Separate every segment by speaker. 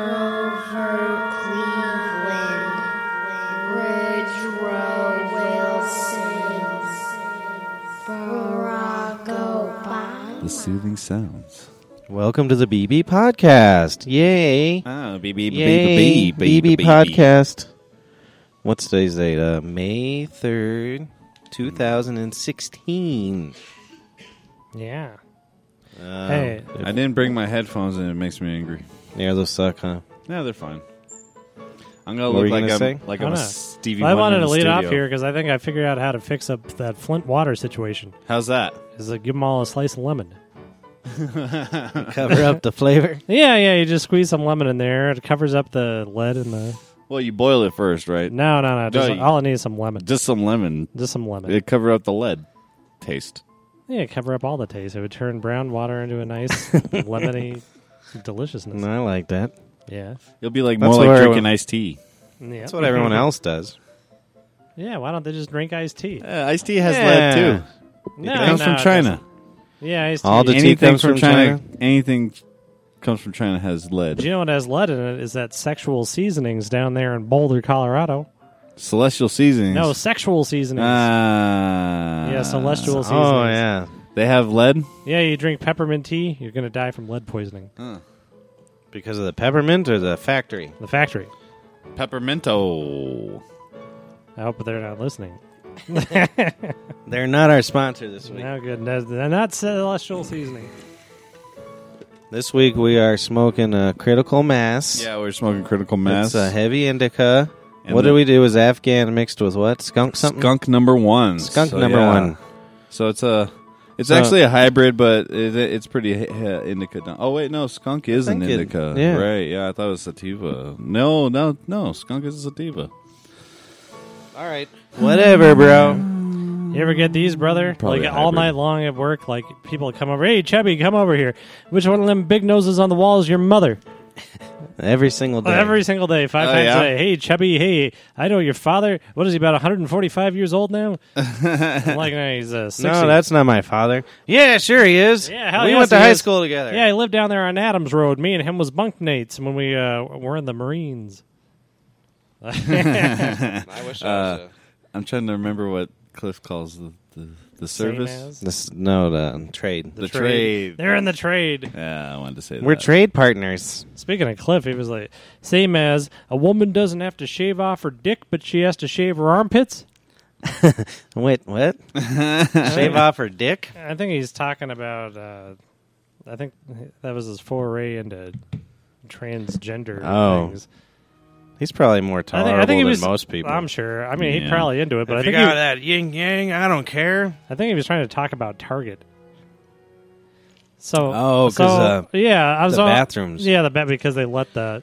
Speaker 1: Grover Cleveland, Woodrow Wilson, Barack Obama.
Speaker 2: The soothing sounds.
Speaker 3: Welcome to the BB Podcast. Yay.
Speaker 2: Oh, B B
Speaker 3: Yay. BB Podcast. What's today's date? Uh, May 3rd, 2016.
Speaker 4: Yeah.
Speaker 3: Um,
Speaker 4: Hey.
Speaker 2: I didn't bring my headphones and it makes me angry.
Speaker 3: Yeah, those suck, huh?
Speaker 2: No, they're fine. I'm gonna
Speaker 3: What were
Speaker 2: look like
Speaker 3: you gonna
Speaker 2: I'm
Speaker 3: say?
Speaker 2: like
Speaker 4: I
Speaker 2: I'm a
Speaker 4: dunno.
Speaker 2: Stevie.
Speaker 4: Well, I
Speaker 2: Wonder
Speaker 4: wanted
Speaker 2: in
Speaker 4: to
Speaker 2: the
Speaker 4: lead off
Speaker 2: studio.
Speaker 4: here because I think I figured out how to fix up that Flint water situation.
Speaker 2: How's that?
Speaker 4: Is to give them all a slice of lemon.
Speaker 3: Cover up the flavor.
Speaker 4: Yeah, yeah. You just squeeze some lemon in there. It covers up the lead in the.
Speaker 2: Well, you boil it first, right?
Speaker 4: No, no, no. Just,
Speaker 2: No, you-
Speaker 4: all I need is some lemon.
Speaker 2: Just some lemon.
Speaker 4: Just some lemon.
Speaker 2: It cover up the lead taste.
Speaker 4: yeah, cover up all the taste. It would turn brown water into a nice lemony deliciousness.
Speaker 3: Mm, I like that.
Speaker 4: Yeah.
Speaker 2: You'll be like
Speaker 3: That's
Speaker 2: more
Speaker 3: what
Speaker 2: like
Speaker 3: I-
Speaker 2: drinking iced tea.
Speaker 4: Yeah.
Speaker 3: That's what everyone else does.
Speaker 4: Yeah. Why don't they just drink iced tea?
Speaker 2: Uh, iced tea has
Speaker 3: Yeah.
Speaker 2: lead too.
Speaker 4: No,
Speaker 2: It comes
Speaker 4: no,
Speaker 2: from
Speaker 4: it
Speaker 2: China.
Speaker 4: doesn't. Yeah, iced tea.
Speaker 3: All The tea
Speaker 2: anything
Speaker 3: comes
Speaker 2: from
Speaker 3: from
Speaker 2: China,
Speaker 3: China?
Speaker 2: Anything comes from China has lead.
Speaker 4: Do you know what has lead in it? Is that sexual seasonings down there in Boulder, Colorado?
Speaker 2: Celestial seasonings.
Speaker 4: No, sexual seasonings.
Speaker 2: Ah.
Speaker 4: yeah, celestial seasonings.
Speaker 3: Oh, yeah.
Speaker 2: They have lead.
Speaker 4: Yeah, you drink peppermint tea, you're going to die from lead poisoning.
Speaker 3: Because of the peppermint or the factory?
Speaker 4: The factory.
Speaker 2: Pepperminto.
Speaker 4: I hope they're not listening.
Speaker 3: They're not our sponsor this week.
Speaker 4: No good. No, they're not celestial seasoning.
Speaker 3: This week we are smoking a critical mass.
Speaker 2: Yeah, we're smoking critical
Speaker 3: It's
Speaker 2: mass.
Speaker 3: a heavy indica.
Speaker 2: And
Speaker 3: what
Speaker 2: the-
Speaker 3: do we do? Is Afghan mixed with what? Skunk something?
Speaker 2: skunk number one.
Speaker 3: Skunk
Speaker 2: So,
Speaker 3: number
Speaker 2: yeah.
Speaker 3: one.
Speaker 2: So it's a. It's
Speaker 3: So-
Speaker 2: actually a hybrid, but it, it's pretty h- h- indica. do- Oh wait, no, skunk is an
Speaker 3: think it-
Speaker 2: indica,
Speaker 3: yeah.
Speaker 2: right? Yeah, I thought it was sativa. No, no, no, skunk is a sativa.
Speaker 3: All right. Whatever,
Speaker 4: Mm-hmm.
Speaker 3: bro.
Speaker 4: You ever get these, brother?
Speaker 2: Probably
Speaker 4: like
Speaker 2: a
Speaker 4: all
Speaker 2: hybrid.
Speaker 4: night long at work, like people come over, hey, Chubby, come over here. Which one of them big noses on the wall is your mother?
Speaker 3: Every single day.
Speaker 4: Every single day, five
Speaker 2: Oh,
Speaker 4: times
Speaker 2: yeah?
Speaker 4: a day. Hey, Chubby, hey, I know your father. What is he, about 145 years old now? I'm like, no, he's uh, 60.
Speaker 3: no, that's not my father. Yeah, sure he is.
Speaker 4: Yeah, hell
Speaker 3: we
Speaker 4: yes,
Speaker 3: went to
Speaker 4: he
Speaker 3: high
Speaker 4: is.
Speaker 3: school together.
Speaker 4: Yeah, he lived down there on Adams Road. Me and him was bunkmates when we uh, were in the Marines.
Speaker 3: I wish
Speaker 2: I'm trying to remember what Cliff calls the the, the service,
Speaker 4: as?
Speaker 3: This, no, the trade.
Speaker 2: the, trade.
Speaker 4: They're in the trade.
Speaker 2: Yeah, I wanted to say
Speaker 3: We're
Speaker 2: that.
Speaker 3: trade partners.
Speaker 4: Speaking of Cliff, he was like, same as a woman doesn't have to shave off her dick, but she has to shave her armpits.
Speaker 3: Wait, what? Shave off her dick?
Speaker 4: I think he's talking about, uh, I think that was his foray into transgender
Speaker 3: Oh.
Speaker 4: things.
Speaker 3: He's probably more
Speaker 4: I
Speaker 3: tolerable
Speaker 4: think, I think he was,
Speaker 3: than most people.
Speaker 4: I'm sure. I mean,
Speaker 2: Yeah.
Speaker 4: he's probably into it, but I
Speaker 3: If you
Speaker 4: think,
Speaker 3: got that
Speaker 4: he,
Speaker 3: yin yang, I don't care.
Speaker 4: I think he was trying to talk about Target. So,
Speaker 3: Oh, 'cause,
Speaker 4: so,
Speaker 3: uh,
Speaker 4: yeah, I was
Speaker 3: the
Speaker 4: all-
Speaker 3: bathrooms.
Speaker 4: Yeah, the bat because they let the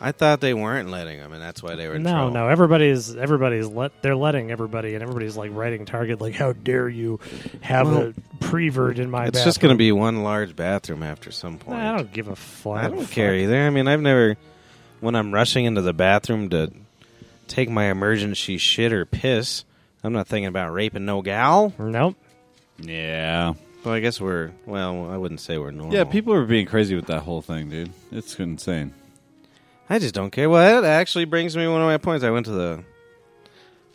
Speaker 3: I thought they weren't letting him, and that's why they were in
Speaker 4: no,
Speaker 3: trouble.
Speaker 4: no. Everybody's everybody's let they're letting everybody, and everybody's like writing Target like, "How dare you have
Speaker 3: Well,
Speaker 4: a prevert in my?"
Speaker 3: It's just going to
Speaker 4: bathroom."
Speaker 3: be one large bathroom after some point.
Speaker 4: Nah, I don't give a fuck.
Speaker 3: I don't care either. I mean, I've never, when I'm rushing into the bathroom to take my emergency shit or piss, I'm not thinking about raping no gal.
Speaker 4: Nope.
Speaker 2: Yeah,
Speaker 3: Well, I guess we're, well, I wouldn't say we're normal.
Speaker 2: yeah. People are being crazy with that whole thing, dude. It's insane.
Speaker 3: I just don't care. Well, that actually brings me one of my points. I went to the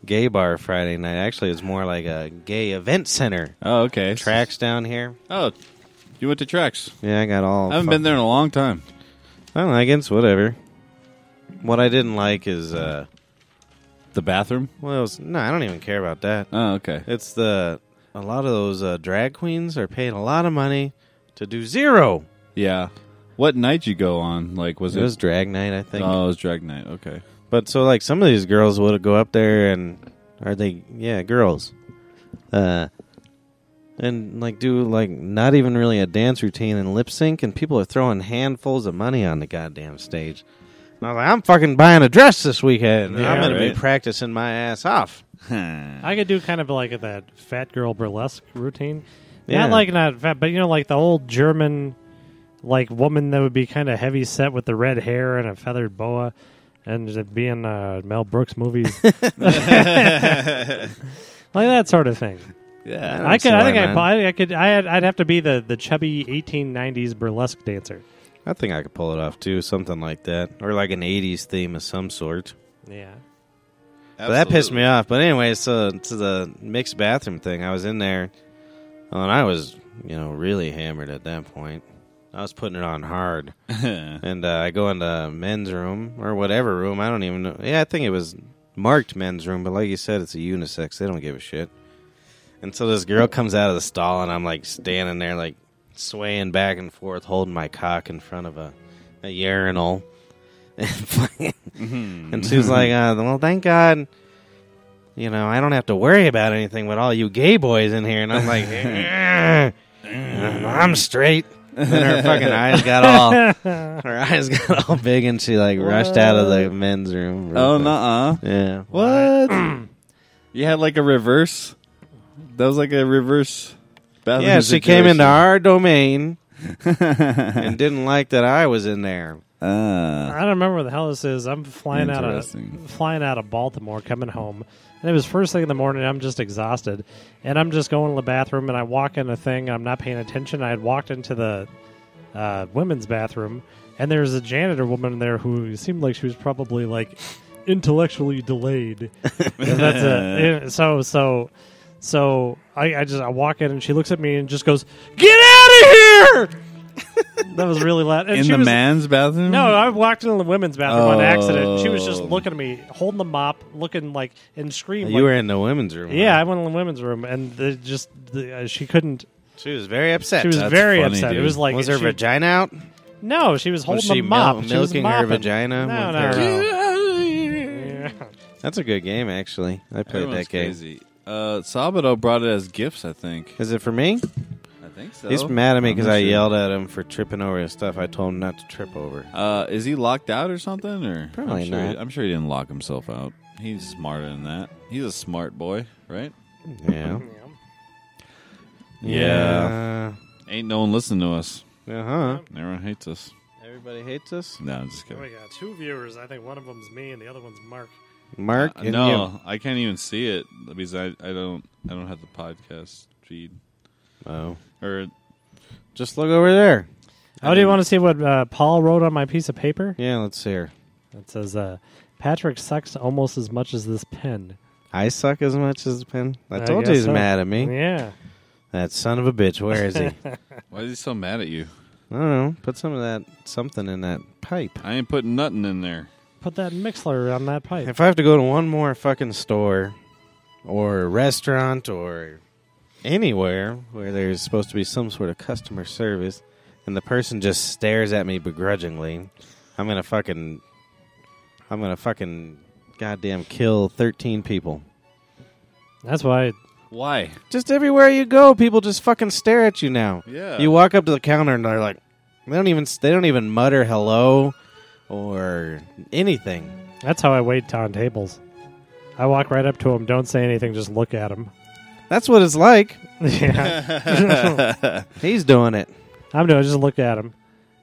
Speaker 3: gay bar Friday night. Actually, it's more like a gay event center.
Speaker 2: Oh, okay.
Speaker 3: Tracks down here.
Speaker 2: Oh, you went to tracks.
Speaker 3: Yeah, I got all.
Speaker 2: I haven't been there in a long time.
Speaker 3: I don't like it. It's whatever. What I didn't like is, uh,
Speaker 2: The bathroom.
Speaker 3: well, it was, no, I don't even care about that.
Speaker 2: Oh, okay.
Speaker 3: It's the a lot of those uh, drag queens are paid a lot of money to do zero.
Speaker 2: Yeah. What night you go on? Like, was
Speaker 3: It
Speaker 2: it?
Speaker 3: was drag night, I think.
Speaker 4: Uh,
Speaker 2: oh, it was drag night. Okay.
Speaker 3: But so like some of these girls would go up there and are they yeah girls, uh, and like do like not even really a dance routine and lip sync, and people are throwing handfuls of money on the goddamn stage. And I was like, I'm fucking buying a dress this weekend. and I'm
Speaker 4: Yeah,
Speaker 3: gonna
Speaker 2: right.
Speaker 3: be practicing my ass off.
Speaker 4: I could do kind of like that fat girl burlesque routine.
Speaker 3: Yeah.
Speaker 4: Not like not fat, but you know, like the old German, like woman that would be kind of heavy set with the red hair and a feathered boa, and just be in uh, Mel Brooks movies, like that sort of thing.
Speaker 2: yeah.
Speaker 3: don't
Speaker 4: I could.
Speaker 3: see
Speaker 4: I
Speaker 3: why,
Speaker 4: think I,
Speaker 3: man.
Speaker 4: I could. I, I'd have to be the the chubby 1890s burlesque dancer.
Speaker 3: I think I could pull it off too, something like that, or like an '80s theme of some sort.
Speaker 4: Yeah.
Speaker 3: But that pissed me off. But anyway, so to the mixed bathroom thing, I was in there, and I was, you know, really hammered at that point. I was putting it on hard,
Speaker 2: off.
Speaker 3: and uh, I go into men's room or whatever room. I don't even know. Yeah, I think it was marked men's room, but like you said, it's a unisex. They don't give a shit. And so this girl comes out of the stall, and I'm like standing there, like swaying back and forth, holding my cock in front of a, a urinal, and fucking and she was like, uh, "Well, thank God, you know, I don't have to worry about anything with all you gay boys in here." And I'm like, "Eh, "I'm straight." And then her fucking eyes got all her eyes got all big, and she like rushed out of the men's room. real
Speaker 2: oh,
Speaker 3: quick.
Speaker 2: nuh-uh.
Speaker 3: Yeah,
Speaker 2: What? you had like a reverse. That was like a reverse. Bathroom
Speaker 3: yeah. She came
Speaker 2: situation.
Speaker 3: into our domain and didn't like that I was in there.
Speaker 2: Ah.
Speaker 4: I don't remember where the hell this is. I'm flying out of
Speaker 2: Interesting.
Speaker 4: flying out of Baltimore, coming home, and it was first thing in the morning. I'm just exhausted, and I'm just going to the bathroom, and I walk in a thing. I'm not paying attention. I had walked into the uh, women's bathroom, and there's a janitor woman there who seemed like she was probably like intellectually delayed. And that's a, so so so. I, I just I walk in, and she looks at me and just goes, "Get out of here!" that was really loud. And
Speaker 2: in
Speaker 4: she
Speaker 2: the
Speaker 4: was,
Speaker 2: man's bathroom?
Speaker 4: No, uh, I walked into the women's bathroom on accident. She was just
Speaker 2: Oh.
Speaker 4: looking at me, holding the mop, looking like and screaming.
Speaker 3: You were in the women's room.
Speaker 4: yeah, I went in the women's room, and the, just the, uh, she couldn't.
Speaker 3: she was very upset. Uh,
Speaker 4: She was
Speaker 2: That's
Speaker 4: very
Speaker 2: funny,
Speaker 4: upset. It
Speaker 2: dude.
Speaker 4: was like
Speaker 3: was her
Speaker 4: she-
Speaker 3: vagina out?
Speaker 4: No, she was holding
Speaker 3: Was she
Speaker 4: the mop.
Speaker 3: mil-
Speaker 4: She was
Speaker 3: milking her
Speaker 4: mopping.
Speaker 3: vagina?
Speaker 4: No,
Speaker 3: with
Speaker 4: no,
Speaker 3: her-
Speaker 4: no. Yeah.
Speaker 3: That's a good game, actually. I played
Speaker 2: Everyone's
Speaker 3: that game.
Speaker 2: crazy. Uh, Sabato brought it as gifts, I think.
Speaker 3: Is it for me?
Speaker 2: I think so.
Speaker 3: He's mad at me
Speaker 2: I'm
Speaker 3: because
Speaker 2: not
Speaker 3: I
Speaker 2: sure.
Speaker 3: yelled at him for tripping over his stuff. I told him not to trip over.
Speaker 2: Uh, is he locked out or something? Or
Speaker 3: Probably
Speaker 2: I'm sure
Speaker 3: not.
Speaker 2: He, I'm sure he didn't lock himself out. He's smarter than that. He's a smart boy, right?
Speaker 3: Yeah.
Speaker 2: Ain't no one listening to us.
Speaker 3: Uh huh.
Speaker 2: Everyone hates us.
Speaker 3: Everybody hates us.
Speaker 2: No, I'm just
Speaker 4: Oh my
Speaker 2: kidding.
Speaker 4: God, two viewers. I think one of them's me, and the other one's Mark.
Speaker 3: Mark,
Speaker 2: Uh,
Speaker 3: and
Speaker 2: no, I can't even see it because I, I don't I don't have the podcast feed
Speaker 3: you. Oh,
Speaker 2: or
Speaker 3: just look over there.
Speaker 4: Oh, do you want to see what uh, Paul wrote on my piece of paper?
Speaker 3: Yeah, let's hear.
Speaker 4: It says, uh, "Patrick sucks almost as much as this pen."
Speaker 3: I suck as much as the pen. I
Speaker 4: I
Speaker 3: told you
Speaker 4: guess
Speaker 3: he's
Speaker 4: so.
Speaker 3: mad at me.
Speaker 4: Yeah.
Speaker 3: That son of a bitch. Where is he? I
Speaker 2: why is he so mad at you?
Speaker 3: don't know. Put some of that something in that pipe.
Speaker 2: I ain't putting nothing in there.
Speaker 4: Put that mixler on that pipe.
Speaker 3: If I have to go to one more fucking store or restaurant or anywhere where there's supposed to be some sort of customer service and the person just stares at me begrudgingly, I'm going to fucking I'm going to fucking goddamn kill 13 people.
Speaker 4: That's why
Speaker 2: Why?
Speaker 3: Just everywhere you go, people just fucking stare at you now.
Speaker 2: Yeah.
Speaker 3: You walk up to the counter and they're like they don't even they don't even mutter hello or anything.
Speaker 4: that's how I wait on tables. I walk right up to them, don't say anything, just look at them.
Speaker 3: That's what it's like.
Speaker 4: yeah.
Speaker 3: He's doing it.
Speaker 4: I'm doing just look at them.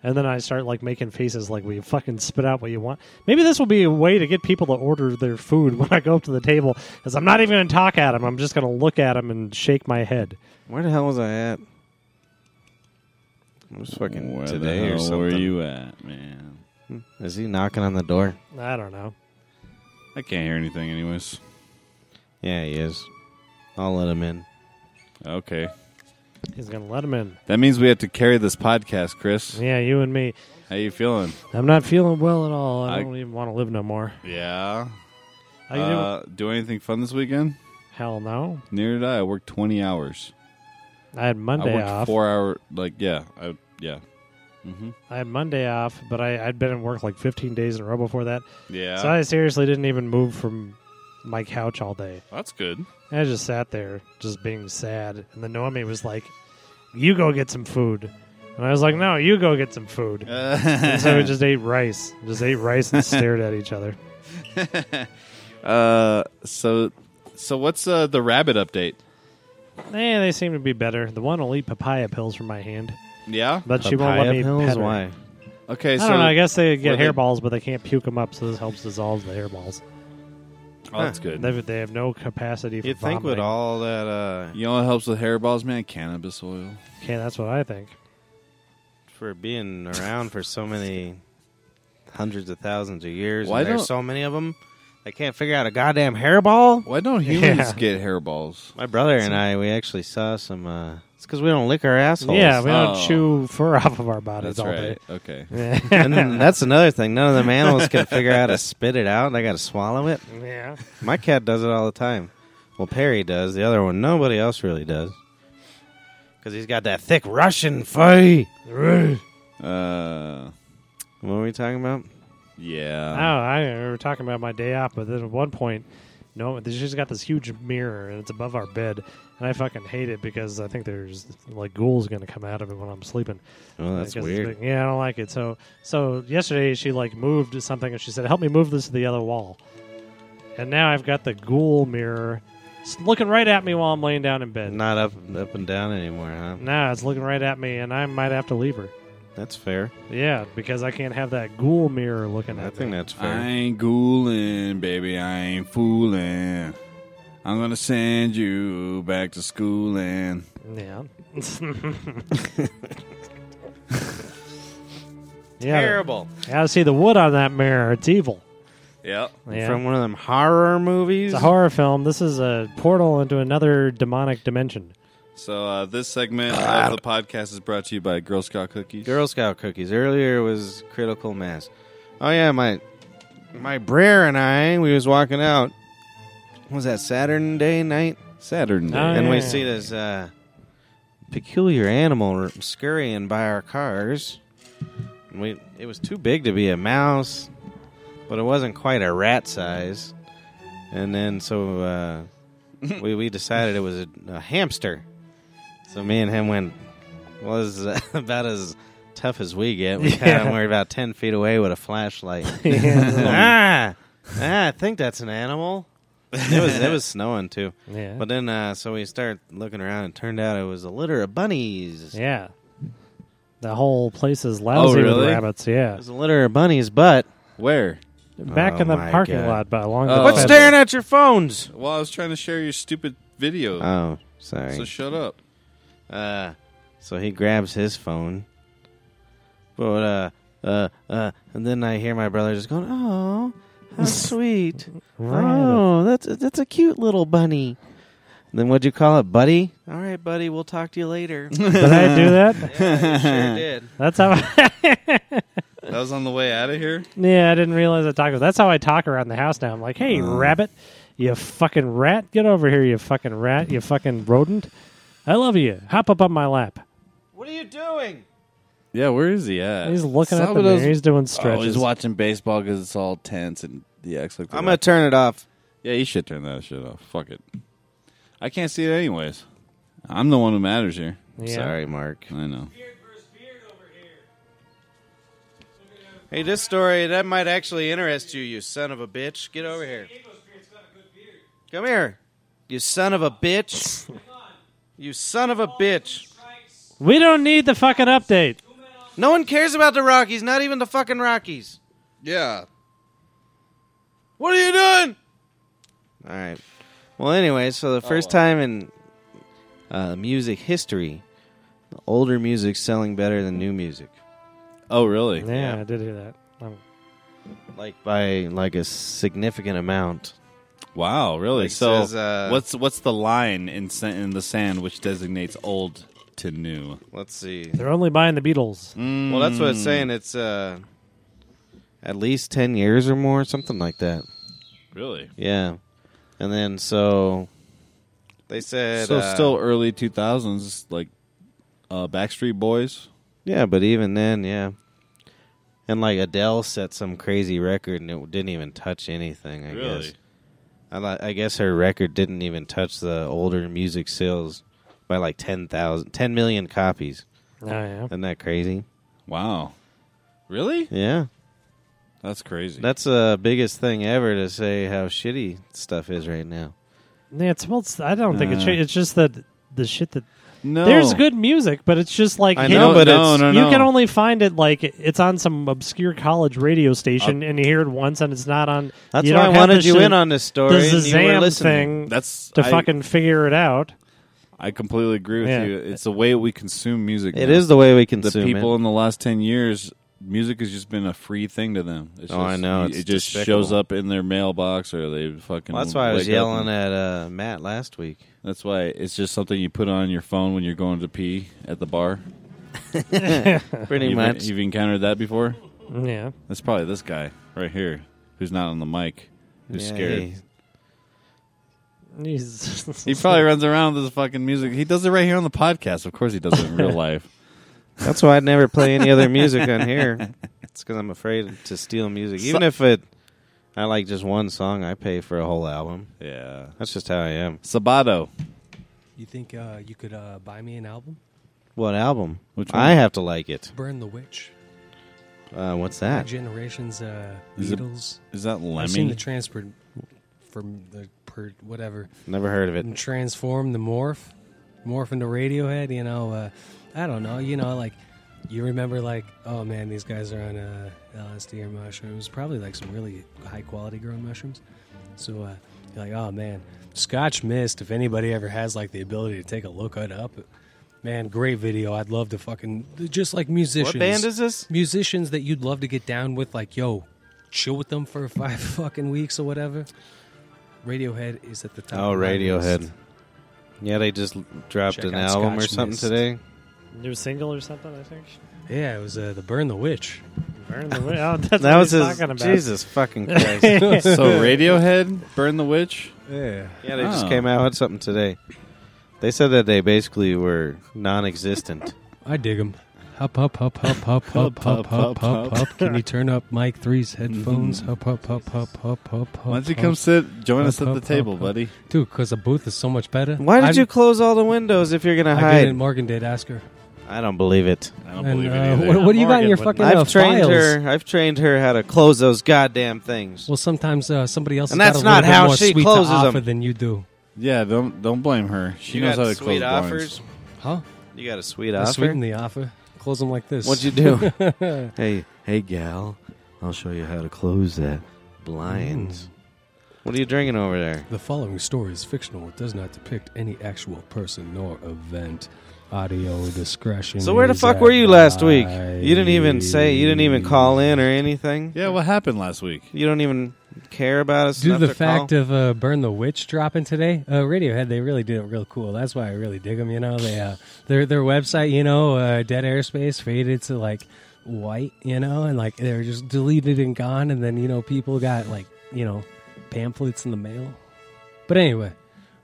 Speaker 4: And then I start like making faces like we fucking spit out what you want. Maybe this will be a way to get people to order their food when I go up to the table cuz I'm not even going to talk at them. I'm just going to look at them and shake my head.
Speaker 3: Where the hell was I at? It was fucking
Speaker 2: Where
Speaker 3: today
Speaker 2: the hell
Speaker 3: or something.
Speaker 2: were you at, man?
Speaker 3: Is he knocking on the door?
Speaker 4: I don't know.
Speaker 2: I can't hear anything, anyways.
Speaker 3: Yeah, he is. I'll let him in.
Speaker 2: Okay.
Speaker 4: He's going to let them in.
Speaker 2: That means we have to carry this podcast, Chris.
Speaker 4: Yeah, you and me.
Speaker 2: How you feeling?
Speaker 4: I'm not feeling well at all. I,
Speaker 2: I-
Speaker 4: don't even want to live no more.
Speaker 2: Yeah.
Speaker 4: How you doing?
Speaker 2: uh, do anything fun this weekend?
Speaker 4: Hell no.
Speaker 2: Neither did I. I worked twenty hours.
Speaker 4: I had Monday
Speaker 2: I worked
Speaker 4: off.
Speaker 2: four hour. Like yeah, I yeah, mm-hmm.
Speaker 4: I had Monday off, but I, I'd been in work like 15 days in a row before that.
Speaker 2: yeah.
Speaker 4: So I seriously didn't even move from my couch all day.
Speaker 2: That's good.
Speaker 4: I just sat there, just being sad. And then Naomi was like, You go get some food. And I was like, No, you go get some food.
Speaker 2: Uh,
Speaker 4: And so we just ate rice. Just ate rice and stared at each other.
Speaker 2: uh, so so what's uh, the rabbit update?
Speaker 4: Eh, they seem to be better. The one will eat papaya pills from my hand,
Speaker 2: Yeah.
Speaker 4: but she won't let
Speaker 3: Papaya
Speaker 4: me
Speaker 3: pills?
Speaker 4: pet her.
Speaker 3: Why?
Speaker 2: Okay.
Speaker 4: I
Speaker 2: so
Speaker 4: don't know. I guess they get
Speaker 2: were they-
Speaker 4: hairballs, but they can't puke them up, so this helps dissolve the hairballs.
Speaker 2: oh, that's good.
Speaker 4: They, they have no capacity for
Speaker 3: You'd think with
Speaker 4: vomiting.
Speaker 3: all that uh
Speaker 2: You know what helps with hairballs, man? Cannabis oil
Speaker 4: Okay, that's what I think.
Speaker 3: for being around for so many hundreds of thousands of years.
Speaker 2: Why
Speaker 3: and
Speaker 2: don't-
Speaker 3: there's so many of them? They can't figure out a goddamn hairball.
Speaker 2: Why don't humans
Speaker 4: Yeah.
Speaker 2: get hairballs?
Speaker 3: My brother and I, we actually saw some. Uh, it's because we don't lick our assholes.
Speaker 4: Yeah, we don't
Speaker 2: Oh.
Speaker 4: chew fur off of our bodies
Speaker 2: That's
Speaker 4: all
Speaker 2: right. Okay.
Speaker 4: day.
Speaker 3: and then that's another thing. None of them animals can figure out how to spit it out. They got to swallow it.
Speaker 4: yeah.
Speaker 3: My cat does it all the time. Well, Perry does. The other one, nobody else really does. Because he's got that thick Russian fur.
Speaker 2: Uh,
Speaker 3: What were we talking about?
Speaker 4: Oh,
Speaker 2: yeah.
Speaker 4: I we were talking about my day off, but then at one point, no, she's got this huge mirror and it's above our bed, and I fucking hate it because I think there's like ghouls gonna come out of it when I'm sleeping.
Speaker 3: Well, that's
Speaker 4: Because it's
Speaker 3: weird.
Speaker 4: big- yeah, I don't like it. So, so yesterday she like moved something and she said, "Help me move this to the other wall." And now I've got the ghoul mirror s- looking right at me while I'm laying down in bed.
Speaker 3: Not up, up and down anymore, huh?
Speaker 4: Nah, it's looking right at me, and I might have to leave her.
Speaker 3: That's fair.
Speaker 4: Yeah, because I can't have that ghoul mirror looking
Speaker 3: I
Speaker 4: at
Speaker 3: think
Speaker 4: me.
Speaker 3: that's fair.
Speaker 2: I ain't ghouling, baby. I ain't fooling. I'm gonna send you back to school and
Speaker 4: Yeah. yeah.
Speaker 3: Terrible.
Speaker 4: Yeah, see the wood on that mirror. It's evil.
Speaker 2: Yep.
Speaker 4: Yeah.
Speaker 3: From one of them horror movies.
Speaker 4: it's a horror film. This is a portal into another demonic dimension.
Speaker 2: So uh, this segment of the podcast is brought to you by Girl Scout Cookies.
Speaker 3: Girl Scout cookies. Earlier was Critical Mass. Oh yeah, my my Brer and I, we was walking out. Was that Saturday night?
Speaker 2: Saturday.
Speaker 4: Oh,
Speaker 3: and we
Speaker 4: yeah.
Speaker 3: see this uh, peculiar animal r- scurrying by our cars. And we it was too big to be a mouse, but it wasn't quite a rat size. And then so uh, we we decided it was a, a hamster. So me and him went was uh, about as tough as we get. We kind
Speaker 4: Yeah.
Speaker 3: of were about ten feet away with a flashlight.
Speaker 4: yeah.
Speaker 3: ah, ah, I think that's an animal. It was it was snowing too. But then, uh, so we start looking around, and turned out it was a litter of bunnies.
Speaker 4: Yeah. The whole place is
Speaker 3: Oh,
Speaker 4: lousy
Speaker 2: really?
Speaker 4: with rabbits.
Speaker 3: It
Speaker 4: Yeah.
Speaker 3: was a litter of bunnies, but
Speaker 2: Where?
Speaker 4: Back
Speaker 3: Oh
Speaker 4: in the
Speaker 3: my
Speaker 4: parking
Speaker 3: God.
Speaker 4: lot, but along
Speaker 2: Oh.
Speaker 4: the
Speaker 2: What's
Speaker 4: fence.
Speaker 2: staring
Speaker 3: at your phones?
Speaker 2: Well, I was trying to share your stupid video.
Speaker 3: Oh, sorry.
Speaker 2: so shut up.
Speaker 3: Uh, so he grabs his phone. But uh, uh, uh, and then I hear my brother just going, "Oh, how sweet!
Speaker 4: Right.
Speaker 3: oh, that's a, that's a cute little bunny." And then what'd you call it, buddy? All right, buddy. We'll talk to you later. yeah,
Speaker 4: Did I do that?
Speaker 3: you sure did.
Speaker 4: That's how.
Speaker 2: That was on the way out of here.
Speaker 4: yeah, I didn't realize I talked. That's how I talk around the house now. I'm like, hey, rabbit, you fucking rat, get over here, you fucking rat, you fucking rodent. I love you. Hop up on my lap.
Speaker 3: What are you doing?
Speaker 2: Yeah, where is he at?
Speaker 4: He's looking at the mirror. He's doing stretches.
Speaker 2: Oh, he's watching baseball because it's all tense and he acts like.
Speaker 3: I'm gonna turn it off.
Speaker 2: Yeah, you should turn that shit off. Fuck it. I can't see it anyways. I'm the one who matters here.
Speaker 4: Yeah.
Speaker 3: Sorry, Mark.
Speaker 2: I know.
Speaker 3: Hey, this story that might actually interest you, you son of a bitch. Get over here. Come here, you son of a bitch. You son of a bitch.
Speaker 4: We don't need the fucking update.
Speaker 3: No one cares about the Rockies, not even the fucking Rockies.
Speaker 2: Yeah.
Speaker 3: What are you doing? All right. Well, anyway, so the first time in uh, music history, the older music selling better than new music,
Speaker 2: Oh, really?
Speaker 4: Yeah,
Speaker 3: Yeah.
Speaker 4: I did hear that. Um,
Speaker 3: like by like a significant amount.
Speaker 2: Wow, really?
Speaker 3: Like
Speaker 2: so,
Speaker 3: says, uh,
Speaker 2: what's what's the line in sa- in the sand which designates old to new?
Speaker 3: Let's see.
Speaker 4: they're only buying the Beatles.
Speaker 3: Well, that's
Speaker 2: Hmm.
Speaker 3: what it's saying. It's uh, at least ten years or more, something like that.
Speaker 2: Really?
Speaker 3: Yeah, and then so they said,
Speaker 2: so,
Speaker 3: uh,
Speaker 2: still early two thousands, like uh, Backstreet Boys.
Speaker 3: yeah, but even then, yeah, and like Adele set some crazy record and it didn't even touch anything. I
Speaker 2: Really?
Speaker 3: guess. I, li- I guess her record didn't even touch the older music sales by like 10,000, 10 million copies.
Speaker 4: Oh, yeah.
Speaker 3: Isn't that crazy?
Speaker 2: Wow. Really?
Speaker 3: Yeah.
Speaker 2: That's crazy.
Speaker 3: That's the biggest thing ever to say how shitty stuff is right now.
Speaker 4: Yeah, it's, well, it's, I don't think it's,
Speaker 2: Uh.
Speaker 4: it's just that the shit that
Speaker 2: no.
Speaker 4: there's good music, but it's just like
Speaker 3: I
Speaker 4: hidden-
Speaker 3: know, but
Speaker 2: no,
Speaker 3: it's-
Speaker 2: no,
Speaker 4: you
Speaker 2: no.
Speaker 4: can only find it like it's on some obscure college radio station, and you hear it once, and it's not on.
Speaker 3: Uh, That's
Speaker 4: you
Speaker 3: why I
Speaker 4: don't have
Speaker 3: wanted
Speaker 4: the
Speaker 3: you
Speaker 4: shit-
Speaker 3: in on this story.
Speaker 4: the
Speaker 3: and you were
Speaker 4: Zazam
Speaker 3: listening.
Speaker 4: thing
Speaker 2: That's
Speaker 4: to
Speaker 2: I-
Speaker 4: fucking figure it out.
Speaker 2: I completely agree with
Speaker 4: Yeah.
Speaker 2: you. It's the way we consume music.
Speaker 3: It
Speaker 2: now.
Speaker 3: is the way we
Speaker 2: the
Speaker 3: consume
Speaker 2: people
Speaker 3: it.
Speaker 2: in the last ten years. Music has just been a free thing to them. It's
Speaker 3: Oh,
Speaker 2: just,
Speaker 3: I know, it's
Speaker 2: it just
Speaker 3: despicable.
Speaker 2: shows up in their mailbox, or they fucking.
Speaker 3: Well, that's why I was
Speaker 2: wake up and-
Speaker 3: yelling at uh, Matt last week.
Speaker 2: That's why it's just something you put on your phone when you're going to pee at the bar.
Speaker 3: Pretty
Speaker 2: You've-
Speaker 3: much.
Speaker 2: you've encountered that before.
Speaker 4: Yeah.
Speaker 2: That's probably this guy right here, who's not on the mic, who's
Speaker 3: Yeah,
Speaker 2: scared.
Speaker 3: he-
Speaker 4: He's
Speaker 2: He probably runs around with his fucking music. He does it right here on the podcast. Of course, he does it in real life.
Speaker 3: That's why I never play any other music on here. It's because I'm afraid to steal music. Even
Speaker 2: So-
Speaker 3: if it, I like just one song, I pay for a whole album.
Speaker 2: Yeah,
Speaker 3: That's just how I am.
Speaker 2: Sabato.
Speaker 5: You think uh, you could uh, buy me an album?
Speaker 3: What album?
Speaker 2: Which
Speaker 3: I
Speaker 2: one?
Speaker 3: have to like it.
Speaker 5: Burn the Witch.
Speaker 3: Uh, what's
Speaker 5: New
Speaker 3: that?
Speaker 5: Generations, uh,
Speaker 2: Is it
Speaker 5: Beatles.
Speaker 2: Is that
Speaker 5: I've seen the
Speaker 2: Lemmy?
Speaker 5: transfer from the per, whatever
Speaker 3: Never heard of
Speaker 5: and
Speaker 3: it.
Speaker 5: transform the morph, morph into Radiohead. You know, uh, I don't know. You know, like you remember, like oh man, these guys are on uh, LSD or mushrooms. Probably like some really high quality grown mushrooms. So uh, you're like, oh man, Scotch Mist. If anybody ever has like the ability to take a look at up, man, great video. I'd love to fucking just like musicians
Speaker 3: What band is this?
Speaker 5: musicians that you'd love to get down with, like, yo, chill with them for five fucking weeks or whatever. Radiohead is at the top.
Speaker 3: Oh,
Speaker 5: of my
Speaker 3: Radiohead.
Speaker 5: list.
Speaker 3: Yeah, they just l- dropped
Speaker 5: Check
Speaker 3: an
Speaker 5: out
Speaker 3: album or
Speaker 5: Scotch
Speaker 3: something
Speaker 5: Mist.
Speaker 3: today.
Speaker 4: new single or something. I think.
Speaker 5: Yeah, it was uh, the Burn the Witch.
Speaker 4: Burn the wi- Oh, that's
Speaker 3: That
Speaker 4: what
Speaker 3: was
Speaker 4: he's
Speaker 3: his.
Speaker 4: talking about.
Speaker 3: Jesus fucking Christ. yeah,
Speaker 2: so Radiohead, Burn the Witch.
Speaker 5: Yeah.
Speaker 3: they just
Speaker 2: Oh.
Speaker 3: came out with something today. They said that they basically were non-existent.
Speaker 5: I dig them. Hup, hup, hup, hup, hup, hup, hup, hup, hup, hup. Can you turn up Mike Three's
Speaker 3: Mm-hmm.
Speaker 5: headphones? Hup, hup, hup, hup, hup, hup, hup.
Speaker 2: Why don't you
Speaker 5: hup.
Speaker 2: come sit, join us
Speaker 5: Up,
Speaker 2: at the
Speaker 5: up,
Speaker 2: table,
Speaker 5: up, up.
Speaker 2: buddy?
Speaker 5: Dude, because the booth is so much better.
Speaker 3: Why did
Speaker 5: I'm-
Speaker 3: you close all the windows if you're gonna
Speaker 5: I
Speaker 3: hide?
Speaker 5: didn't. Morgan did ask her.
Speaker 3: I don't believe it.
Speaker 2: I don't
Speaker 5: And,
Speaker 2: believe it
Speaker 5: uh,
Speaker 2: either.
Speaker 5: What, what do you got
Speaker 4: Morgan
Speaker 5: in your
Speaker 4: wouldn't.
Speaker 5: fucking uh,
Speaker 3: I've trained
Speaker 5: files?
Speaker 3: her. I've trained her how to close those goddamn things.
Speaker 5: Well, sometimes uh, somebody else
Speaker 3: And
Speaker 5: has
Speaker 3: that's
Speaker 5: got a
Speaker 3: not
Speaker 5: little bit
Speaker 3: how
Speaker 5: more
Speaker 3: she
Speaker 5: sweet
Speaker 3: closes
Speaker 5: to
Speaker 3: 'em.
Speaker 5: offer than you do.
Speaker 2: yeah, don't don't blame her. She
Speaker 3: you
Speaker 2: knows
Speaker 3: got
Speaker 2: how to
Speaker 3: sweet
Speaker 2: close
Speaker 3: offers.
Speaker 2: blinds.
Speaker 5: Huh?
Speaker 3: You got a sweet
Speaker 5: I
Speaker 3: offer.
Speaker 5: Sweeten the offer. Close them like this.
Speaker 3: What'd you do? hey, hey, gal, I'll show you how to close that blinds. What are you drinking over there?
Speaker 5: The following story is fictional. It does not depict any actual person nor event. Audio discretion.
Speaker 3: So where the
Speaker 5: is
Speaker 3: fuck were you last week?
Speaker 5: advised.
Speaker 3: You didn't even say. You didn't even call in or anything.
Speaker 2: Yeah, what happened last week?
Speaker 3: You don't even care about us.
Speaker 5: Due to
Speaker 3: enough
Speaker 5: the
Speaker 3: to
Speaker 5: fact
Speaker 3: call?
Speaker 5: of uh, "Burn the Witch" dropping today, uh, Radiohead they really did it real cool. That's why I really dig them. You know, they uh, their their website, you know, uh, Dead Airspace faded to like white, you know, and like they were just deleted and gone. And then you know, people got like you know pamphlets in the mail. But anyway,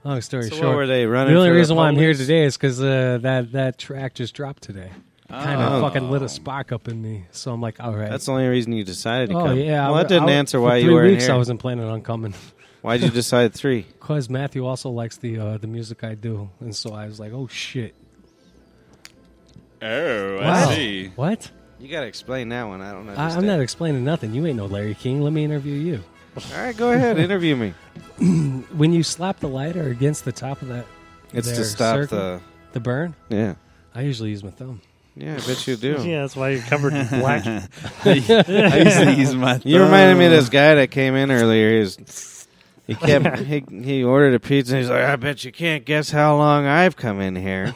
Speaker 5: long story
Speaker 3: so
Speaker 5: short,
Speaker 3: what were they running?
Speaker 5: the only
Speaker 3: for
Speaker 5: reason why I'm here
Speaker 3: police?
Speaker 5: today is because uh, that that track just dropped today. Kind of
Speaker 3: Oh.
Speaker 5: fucking lit a spark up in me. So I'm like, all right.
Speaker 3: That's the only reason you decided to
Speaker 5: oh
Speaker 3: come.
Speaker 5: yeah. I-
Speaker 3: well, that didn't
Speaker 5: I-
Speaker 3: answer
Speaker 5: for
Speaker 3: why you
Speaker 5: three
Speaker 3: weren't
Speaker 5: weeks
Speaker 3: here.
Speaker 5: I wasn't planning on coming
Speaker 3: Why'd you decide three?
Speaker 5: because Matthew also likes the uh, the music I do, and so I was like, oh shit.
Speaker 2: Oh,
Speaker 5: Wow. What?
Speaker 3: You gotta explain that one. I don't know.
Speaker 5: I, I'm not explaining nothing. You ain't no Larry King. Let me interview you.
Speaker 3: All right, go ahead. Interview me.
Speaker 5: When you slap the lighter against the top of that
Speaker 3: It's to
Speaker 5: Their
Speaker 3: stop
Speaker 5: circle? the burn,
Speaker 3: the. Yeah.
Speaker 5: I usually use my thumb.
Speaker 3: Yeah, I bet you do.
Speaker 4: Yeah, that's why you're covered in black.
Speaker 2: I used to use my.
Speaker 3: You reminded me of
Speaker 5: Uh.
Speaker 3: this guy that came in earlier. He's, he kept he, he ordered a pizza. and He's like, I bet you can't guess how long I've come in here.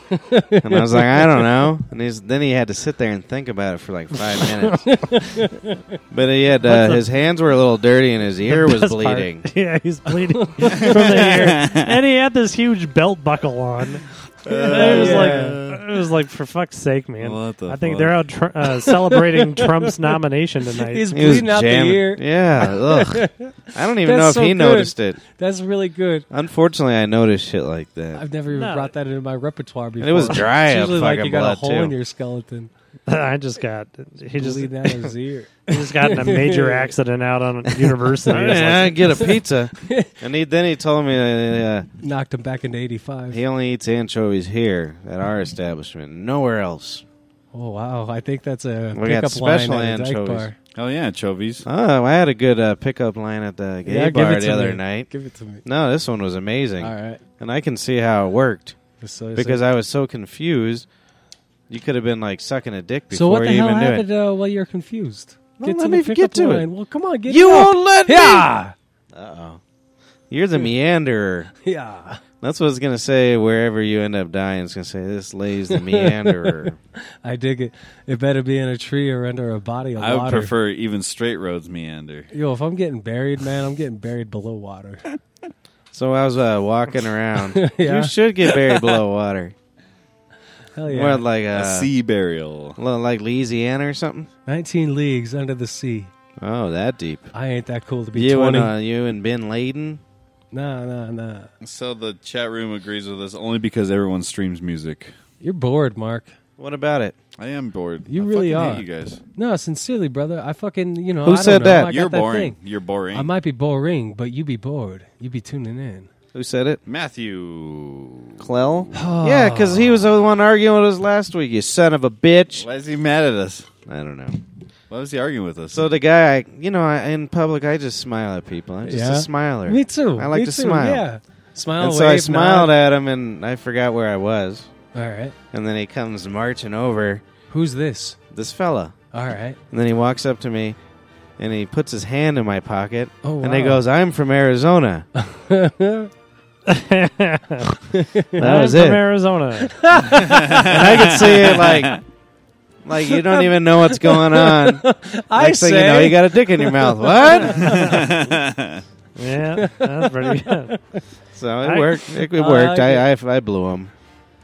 Speaker 3: And I was like, I don't know. And he's, then he had to sit there and think about it for like five minutes. But he had uh, his hands were a little dirty and his ear was
Speaker 4: Best part.
Speaker 3: bleeding.
Speaker 4: Yeah, he's bleeding from the ear, and he had this huge belt buckle on. it was like, it was like, for fuck's sake, man!
Speaker 2: What the
Speaker 4: I think
Speaker 2: fuck?
Speaker 4: they're out tr- uh, celebrating Trump's nomination tonight.
Speaker 5: He's
Speaker 3: He was
Speaker 5: bleeding out
Speaker 3: jamming-
Speaker 5: the ear.
Speaker 3: Yeah. Ugh. I don't even
Speaker 5: That's
Speaker 3: know if
Speaker 5: so
Speaker 3: he
Speaker 5: good.
Speaker 3: noticed it.
Speaker 5: That's really good.
Speaker 3: Unfortunately, I noticed shit like that.
Speaker 5: I've never even
Speaker 4: No.
Speaker 5: brought that into my repertoire before.
Speaker 3: and it was dry.
Speaker 5: It's
Speaker 3: up
Speaker 5: usually like
Speaker 3: fucking
Speaker 5: you got
Speaker 3: blood,
Speaker 5: a hole
Speaker 3: too.
Speaker 5: in your skeleton.
Speaker 4: I just got he just
Speaker 5: Bleeding out his ear.
Speaker 4: he just got in a major accident out on university. It's
Speaker 3: Yeah, I
Speaker 4: like,
Speaker 3: get a pizza. and he, then he told me uh,
Speaker 5: Knocked him back into
Speaker 3: uh,
Speaker 5: 85.
Speaker 3: he only eats anchovies here at our establishment, nowhere else.
Speaker 5: Oh, wow. I think that's a
Speaker 3: We got
Speaker 5: pickup
Speaker 3: special
Speaker 5: line at a dyke
Speaker 3: anchovies.
Speaker 5: bar.
Speaker 2: Oh yeah, anchovies.
Speaker 3: Oh, I had a good uh, pickup line at the gay
Speaker 5: Yeah, give
Speaker 3: bar
Speaker 5: it
Speaker 3: the
Speaker 5: to
Speaker 3: other
Speaker 5: me.
Speaker 3: night.
Speaker 5: Give it to me.
Speaker 3: No, this one was amazing.
Speaker 5: All right.
Speaker 3: And I can see how it worked
Speaker 5: So,
Speaker 3: because I was so confused. You could have been like sucking a dick before
Speaker 5: so what the
Speaker 3: you
Speaker 5: hell
Speaker 3: even knew
Speaker 5: happened
Speaker 3: it.
Speaker 5: uh, while you're confused?
Speaker 3: Well, let me
Speaker 5: pickup
Speaker 3: get to it.
Speaker 5: Well, come on, get
Speaker 3: You
Speaker 5: to
Speaker 3: won't let me.
Speaker 5: Yeah.
Speaker 3: Uh oh. You're the meanderer.
Speaker 5: Yeah.
Speaker 3: That's what it's gonna say wherever you end up dying. It's gonna say this lays the meanderer.
Speaker 5: I dig it. It better be in a tree or under a body of
Speaker 2: I would
Speaker 5: water.
Speaker 2: prefer even straight roads meander.
Speaker 5: Yo, if I'm getting buried, man, I'm getting buried below water.
Speaker 3: so I was uh, walking around.
Speaker 5: Yeah.
Speaker 3: You should get buried below water.
Speaker 5: Hell yeah.
Speaker 3: More like
Speaker 2: A
Speaker 3: uh,
Speaker 2: sea burial.
Speaker 3: lo- like Louisiana or something.
Speaker 5: 19 leagues under the sea.
Speaker 3: Oh, that deep.
Speaker 5: I ain't that cool to be
Speaker 3: You
Speaker 5: 20.
Speaker 3: and uh, you and Ben Laden.
Speaker 5: Nah, nah, nah.
Speaker 2: So the chat room agrees with us only because everyone streams music.
Speaker 5: You're bored, Mark.
Speaker 3: What about it?
Speaker 2: I am bored.
Speaker 5: You
Speaker 2: I
Speaker 5: really
Speaker 2: fucking
Speaker 5: are.
Speaker 2: Hate you guys.
Speaker 5: No, sincerely, brother. I fucking, you know,
Speaker 3: Who
Speaker 5: I don't
Speaker 3: said
Speaker 5: know.
Speaker 3: that?
Speaker 5: I got
Speaker 2: You're
Speaker 5: that
Speaker 2: boring.
Speaker 5: thing.
Speaker 2: You're boring.
Speaker 5: I might be boring, but you be bored. You be tuning in.
Speaker 3: Who said it?
Speaker 2: Matthew.
Speaker 3: Clell? yeah, because he was the one arguing with us last week. You son of a bitch!
Speaker 2: Why is he mad at us?
Speaker 3: I don't know.
Speaker 2: Why was he arguing with us?
Speaker 3: So the guy, I, you know, I, in public, I just smile at people. I'm just
Speaker 5: Yeah.
Speaker 3: a smiler.
Speaker 5: Me too.
Speaker 3: I like
Speaker 5: Me
Speaker 3: to
Speaker 5: too,
Speaker 3: smile.
Speaker 5: Yeah. Smile.
Speaker 3: And so I
Speaker 5: wave,
Speaker 3: smiled
Speaker 5: nod.
Speaker 3: at him, and I forgot where I was.
Speaker 5: All right.
Speaker 3: And then he comes marching over
Speaker 5: Who's this?
Speaker 3: this fella,
Speaker 5: All right.
Speaker 3: and then he walks up to me, and he puts his hand in my pocket,
Speaker 5: Oh, wow.
Speaker 3: and he goes, "I'm from Arizona."
Speaker 4: that
Speaker 3: That was
Speaker 4: I'm From
Speaker 3: it.
Speaker 4: Arizona.
Speaker 3: and I could see it like, like you don't even know what's going on.
Speaker 5: I
Speaker 3: Next
Speaker 5: say,
Speaker 3: thing you know, you got a dick in your mouth. What?
Speaker 4: yeah, that's pretty good.
Speaker 3: so it
Speaker 4: I-
Speaker 3: worked. It, it
Speaker 5: I
Speaker 3: worked.
Speaker 5: like
Speaker 3: I, I I blew him.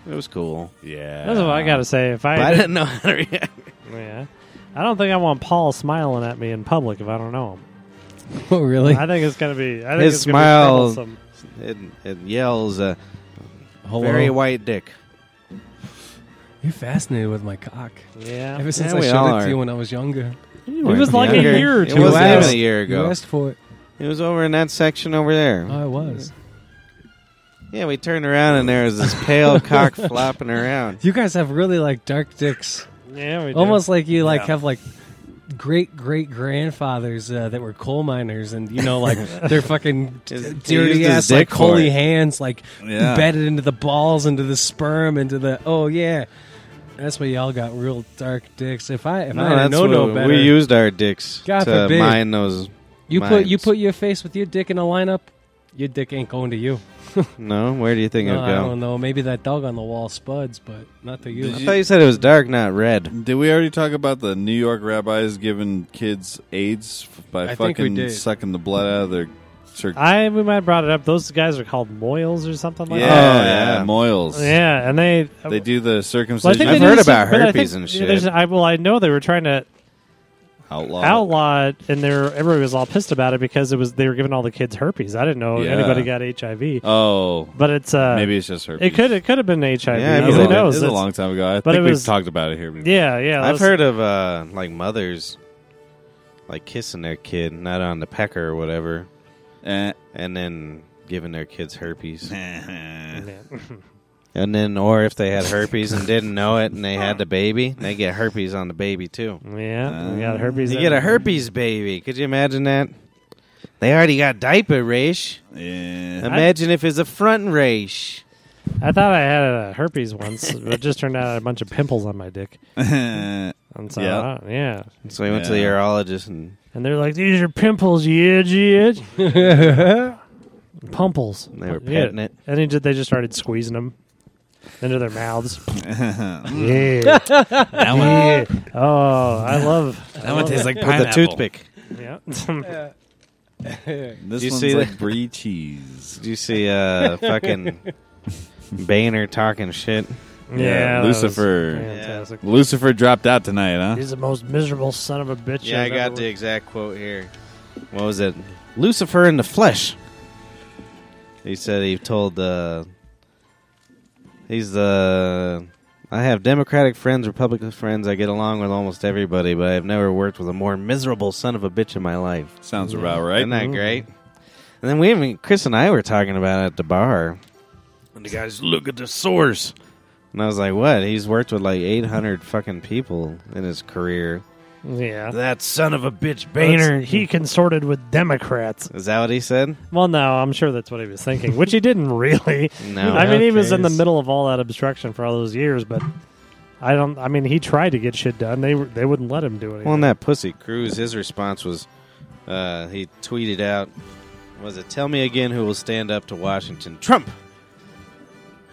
Speaker 3: It was cool.
Speaker 2: yeah.
Speaker 4: That's what I gotta say. If
Speaker 3: But I
Speaker 4: I,
Speaker 3: didn't know how to react.
Speaker 4: yeah, I don't think I want Paul smiling at me in public if I don't know him.
Speaker 5: oh, really?
Speaker 4: I think it's gonna be. I think
Speaker 3: His
Speaker 4: it's
Speaker 3: smile-
Speaker 4: Gonna be troublesome.
Speaker 3: It, it yells, uh,
Speaker 5: Hello.
Speaker 3: "Very white dick."
Speaker 5: You're fascinated with my cock.
Speaker 4: yeah.
Speaker 5: Ever since
Speaker 3: Yeah,
Speaker 5: I
Speaker 3: we
Speaker 5: showed it
Speaker 3: all
Speaker 5: to
Speaker 3: are.
Speaker 5: you when I was younger.
Speaker 4: It was like a
Speaker 3: Younger.
Speaker 4: year or
Speaker 3: It
Speaker 4: two.
Speaker 5: was
Speaker 3: wasn't even
Speaker 5: asked-
Speaker 3: a year
Speaker 5: You
Speaker 3: ago.
Speaker 5: asked for it. Oh,
Speaker 3: It was over in that section over there.
Speaker 5: I was.
Speaker 3: yeah, we turned around and there was this pale cock flopping around.
Speaker 5: You guys have really like dark dicks.
Speaker 4: Yeah, we do.
Speaker 5: Almost like you like
Speaker 2: Yeah.
Speaker 5: have like great great grandfathers uh, that were coal miners, and you know like their fucking
Speaker 3: His- he used
Speaker 5: dirty
Speaker 3: his
Speaker 5: ass like
Speaker 3: dick for
Speaker 5: coaly
Speaker 3: it.
Speaker 5: hands, like
Speaker 2: Yeah.
Speaker 5: embedded into the balls, into the sperm, into the oh yeah. That's why y'all got real dark dicks. If I if I didn't know no
Speaker 3: what-
Speaker 5: better,
Speaker 3: we used our dicks
Speaker 5: God
Speaker 3: to
Speaker 5: forbid.
Speaker 3: mine those.
Speaker 5: you put you
Speaker 3: mines.
Speaker 5: put your face with your dick in a lineup. Your dick ain't going to you.
Speaker 3: No, where do you think
Speaker 5: No,
Speaker 3: it'd
Speaker 5: I
Speaker 3: go?
Speaker 5: don't know. Maybe that dog on the wall spuds, but not to you.
Speaker 2: Did
Speaker 3: I thought you said it was dark, not red.
Speaker 2: Did we already talk about the New York rabbis giving kids AIDS f- by
Speaker 5: I think we
Speaker 2: fucking
Speaker 5: did.
Speaker 2: sucking the blood out of their cir-
Speaker 4: I we might have brought it up. Those guys are called moils or something like
Speaker 2: Oh, yeah,
Speaker 3: yeah.
Speaker 2: moils.
Speaker 4: that. Oh, Yeah, and they uh,
Speaker 2: They do the
Speaker 4: Well, I think
Speaker 2: circumcision
Speaker 4: they
Speaker 3: I've
Speaker 4: did
Speaker 3: heard
Speaker 4: some-
Speaker 3: about
Speaker 4: but I
Speaker 3: herpes
Speaker 4: think
Speaker 3: and
Speaker 4: yeah, there's-
Speaker 3: shit.
Speaker 4: I, well, I know they were trying to
Speaker 2: outlaw.
Speaker 4: outlaw it, and they were, everybody was all pissed about it because it was they were giving all the kids herpes. I didn't know
Speaker 2: Yeah.
Speaker 4: anybody got HIV,
Speaker 2: Oh,
Speaker 4: but it's uh,
Speaker 2: maybe it's just herpes.
Speaker 4: it could it could have been HIV.
Speaker 3: Yeah, I
Speaker 2: It
Speaker 3: mean,
Speaker 2: was,
Speaker 4: who
Speaker 2: a,
Speaker 3: it
Speaker 4: knows?
Speaker 2: it was a
Speaker 4: It's-
Speaker 2: long time ago. I
Speaker 4: but
Speaker 2: think
Speaker 4: it
Speaker 2: we've
Speaker 4: was-
Speaker 2: talked about it here. before.
Speaker 4: Yeah, yeah.
Speaker 3: I've heard
Speaker 4: that's-
Speaker 3: of uh, like mothers like kissing their kid, not on the pecker or whatever,
Speaker 2: Eh.
Speaker 3: and then giving their kids herpes.
Speaker 4: Yeah.
Speaker 3: And then, or if they had herpes and didn't know it, and they had the baby, they get herpes on the baby too.
Speaker 4: Yeah, we got herpes.
Speaker 3: You get a
Speaker 4: everywhere.
Speaker 3: herpes baby. Could you imagine that? They already got diaper rash.
Speaker 2: yeah.
Speaker 3: Imagine if it's a front rash.
Speaker 4: I thought I had a herpes once, but it just turned out I had a bunch of pimples on my dick. And so,
Speaker 2: Yeah.
Speaker 4: uh, yeah.
Speaker 3: So we went to the
Speaker 2: Yeah.
Speaker 3: urologist and
Speaker 4: And they're like, these are pimples, you itch, you itch. Pumples.
Speaker 3: They were
Speaker 4: Yeah.
Speaker 3: petting it.
Speaker 4: And he just, they just started squeezing them into their mouths. yeah. yeah. Oh, I love. I love
Speaker 6: tastes like
Speaker 3: with the toothpick.
Speaker 4: Yeah.
Speaker 2: This
Speaker 3: You
Speaker 2: one's
Speaker 3: see
Speaker 2: like
Speaker 3: that?
Speaker 2: brie cheese.
Speaker 3: Did you see uh fucking Boehner talking shit?
Speaker 4: yeah. that was
Speaker 2: Lucifer.
Speaker 4: Fantastic.
Speaker 2: Lucifer dropped out tonight, huh?
Speaker 4: He's the most miserable son of a bitch.
Speaker 3: Yeah, I
Speaker 4: I've
Speaker 3: got
Speaker 4: ever-
Speaker 3: the exact quote here. What was it? Lucifer in the flesh. He said he told the. He's the. I have Democratic friends, Republican friends. I get along with almost everybody, but I've never worked with a more miserable son of a bitch in my life.
Speaker 2: Sounds about
Speaker 3: Isn't
Speaker 2: right.
Speaker 3: that great? And then we even Chris and I were talking about it at the bar. And the guys look at the source. And I was like, "What? He's worked with like 800 fucking people in his career."
Speaker 4: Yeah.
Speaker 3: That son of a bitch,
Speaker 4: Let's- He consorted with Democrats.
Speaker 3: Is that what he said?
Speaker 4: Well, no, I'm sure that's what he was thinking, which he didn't really.
Speaker 3: No.
Speaker 4: I mean, he was in the
Speaker 5: cares?
Speaker 4: middle of all that obstruction for all those years, but I don't. I mean, he tried to get shit done. They were- they wouldn't let him do anything.
Speaker 3: Well, and that pussy Cruz, his response was, uh, he tweeted out, Was it tell me again who will stand up to Washington? Trump.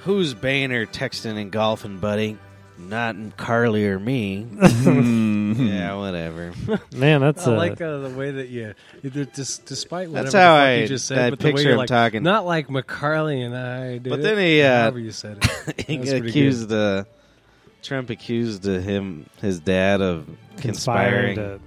Speaker 3: Who's Boehner texting and golfing, buddy? Not Carly or me.
Speaker 4: Hmm.
Speaker 3: yeah, whatever.
Speaker 4: Man, that's
Speaker 5: I
Speaker 4: a,
Speaker 5: like uh, the way that you, you did- dis- despite whatever
Speaker 3: That's
Speaker 5: the
Speaker 3: how
Speaker 5: fuck
Speaker 3: I-
Speaker 5: you just said,
Speaker 3: I
Speaker 5: but the way
Speaker 3: picture
Speaker 5: you're
Speaker 3: him
Speaker 5: like,
Speaker 3: talking.
Speaker 5: Not like McCarley and I did.
Speaker 3: But
Speaker 5: it,
Speaker 3: then he, uh,
Speaker 5: however you said it.
Speaker 3: he
Speaker 5: That's pretty
Speaker 3: accused uh, Trump accused uh, him his dad of conspiring.
Speaker 4: conspiring to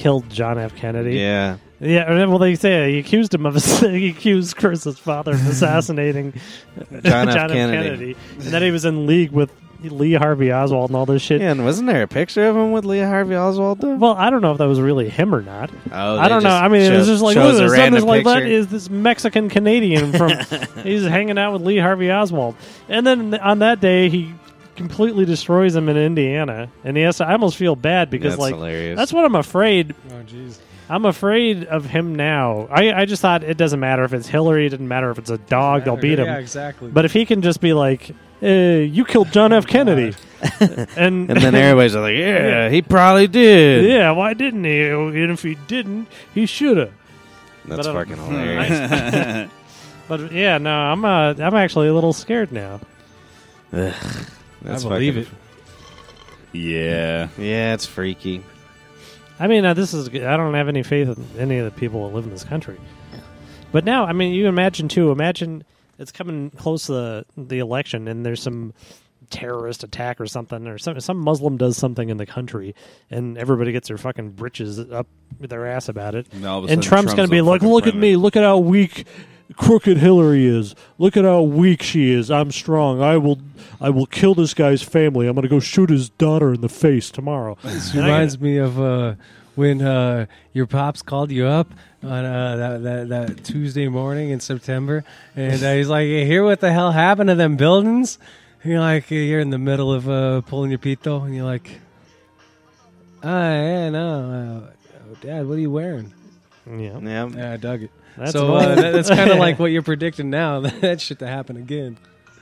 Speaker 4: kill John F. Kennedy.
Speaker 3: yeah,
Speaker 4: Yeah, and then, well, they say he accused him of he accused Curse's father of assassinating
Speaker 3: John F. Kennedy.
Speaker 4: and that he was in league with Lee Harvey Oswald and all this shit.
Speaker 3: yeah. And wasn't there a picture of him with Lee Harvey Oswald? Though?
Speaker 4: Well, I don't know if that was really him or not.
Speaker 3: oh,
Speaker 4: I
Speaker 3: they
Speaker 4: don't know.
Speaker 3: just
Speaker 4: I mean, it was
Speaker 3: cho-
Speaker 4: just like
Speaker 3: chose
Speaker 4: look,
Speaker 3: a
Speaker 4: there's
Speaker 3: random
Speaker 4: something like that
Speaker 3: picture.
Speaker 4: is this Mexican Canadian from he's hanging out with Lee Harvey Oswald, and then on that day he completely destroys him in Indiana, and he has to. I almost feel bad because
Speaker 3: That's
Speaker 4: like
Speaker 3: hilarious.
Speaker 4: that's what I'm afraid
Speaker 5: Oh jeez.
Speaker 4: I'm afraid of him now. I, I just thought it doesn't matter if it's Hillary, it doesn't matter if it's a dog, they'll beat him.
Speaker 5: Yeah, exactly.
Speaker 4: But if he can just be like, uh, you killed John F. Kennedy.
Speaker 3: and
Speaker 4: and
Speaker 3: then everybody's like, yeah, he probably did.
Speaker 4: yeah, why didn't he? Oh, And if he didn't, he should have.
Speaker 3: that's
Speaker 4: But, um,
Speaker 3: fucking hilarious.
Speaker 4: But yeah, no, I'm uh, I'm actually a little scared now.
Speaker 5: I
Speaker 3: That's
Speaker 5: believe it.
Speaker 3: fucking-
Speaker 2: yeah.
Speaker 3: Yeah, it's freaky.
Speaker 4: I mean, uh, this is I don't have any faith in any of the people that live in this country. But now, I mean, you imagine too. Imagine it's coming close to the, the election, and there's some terrorist attack or something, or some some Muslim does something in the country, and everybody gets their fucking britches up their ass about it.
Speaker 2: And all of a
Speaker 4: and
Speaker 2: sudden
Speaker 4: Trump's,
Speaker 2: Trump's
Speaker 4: going to be
Speaker 2: the
Speaker 4: like,
Speaker 2: fucking
Speaker 4: "Look at me!
Speaker 2: president."
Speaker 4: Look at how weak." Crooked Hillary is. Look at how weak she is. I'm strong. I will. I will kill this guy's family. I'm going to go shoot his daughter in the face tomorrow.
Speaker 5: This
Speaker 4: And I-
Speaker 5: reminds me of uh, when uh, your pops called you up on uh, that, that, that Tuesday morning in September, and uh, he's like, "You hear what the hell happened to them buildings?" And you're like, "You're in the middle of uh, pulling your pito," and you're like, "Ah, yeah, no, uh, Dad, what are you wearing?"
Speaker 4: Mm, yeah.
Speaker 3: Yeah.
Speaker 5: Yeah, I dug it.
Speaker 4: That's
Speaker 5: so
Speaker 4: annoying.
Speaker 5: uh, that, that's kind of like what you're predicting now. that shit to happen again.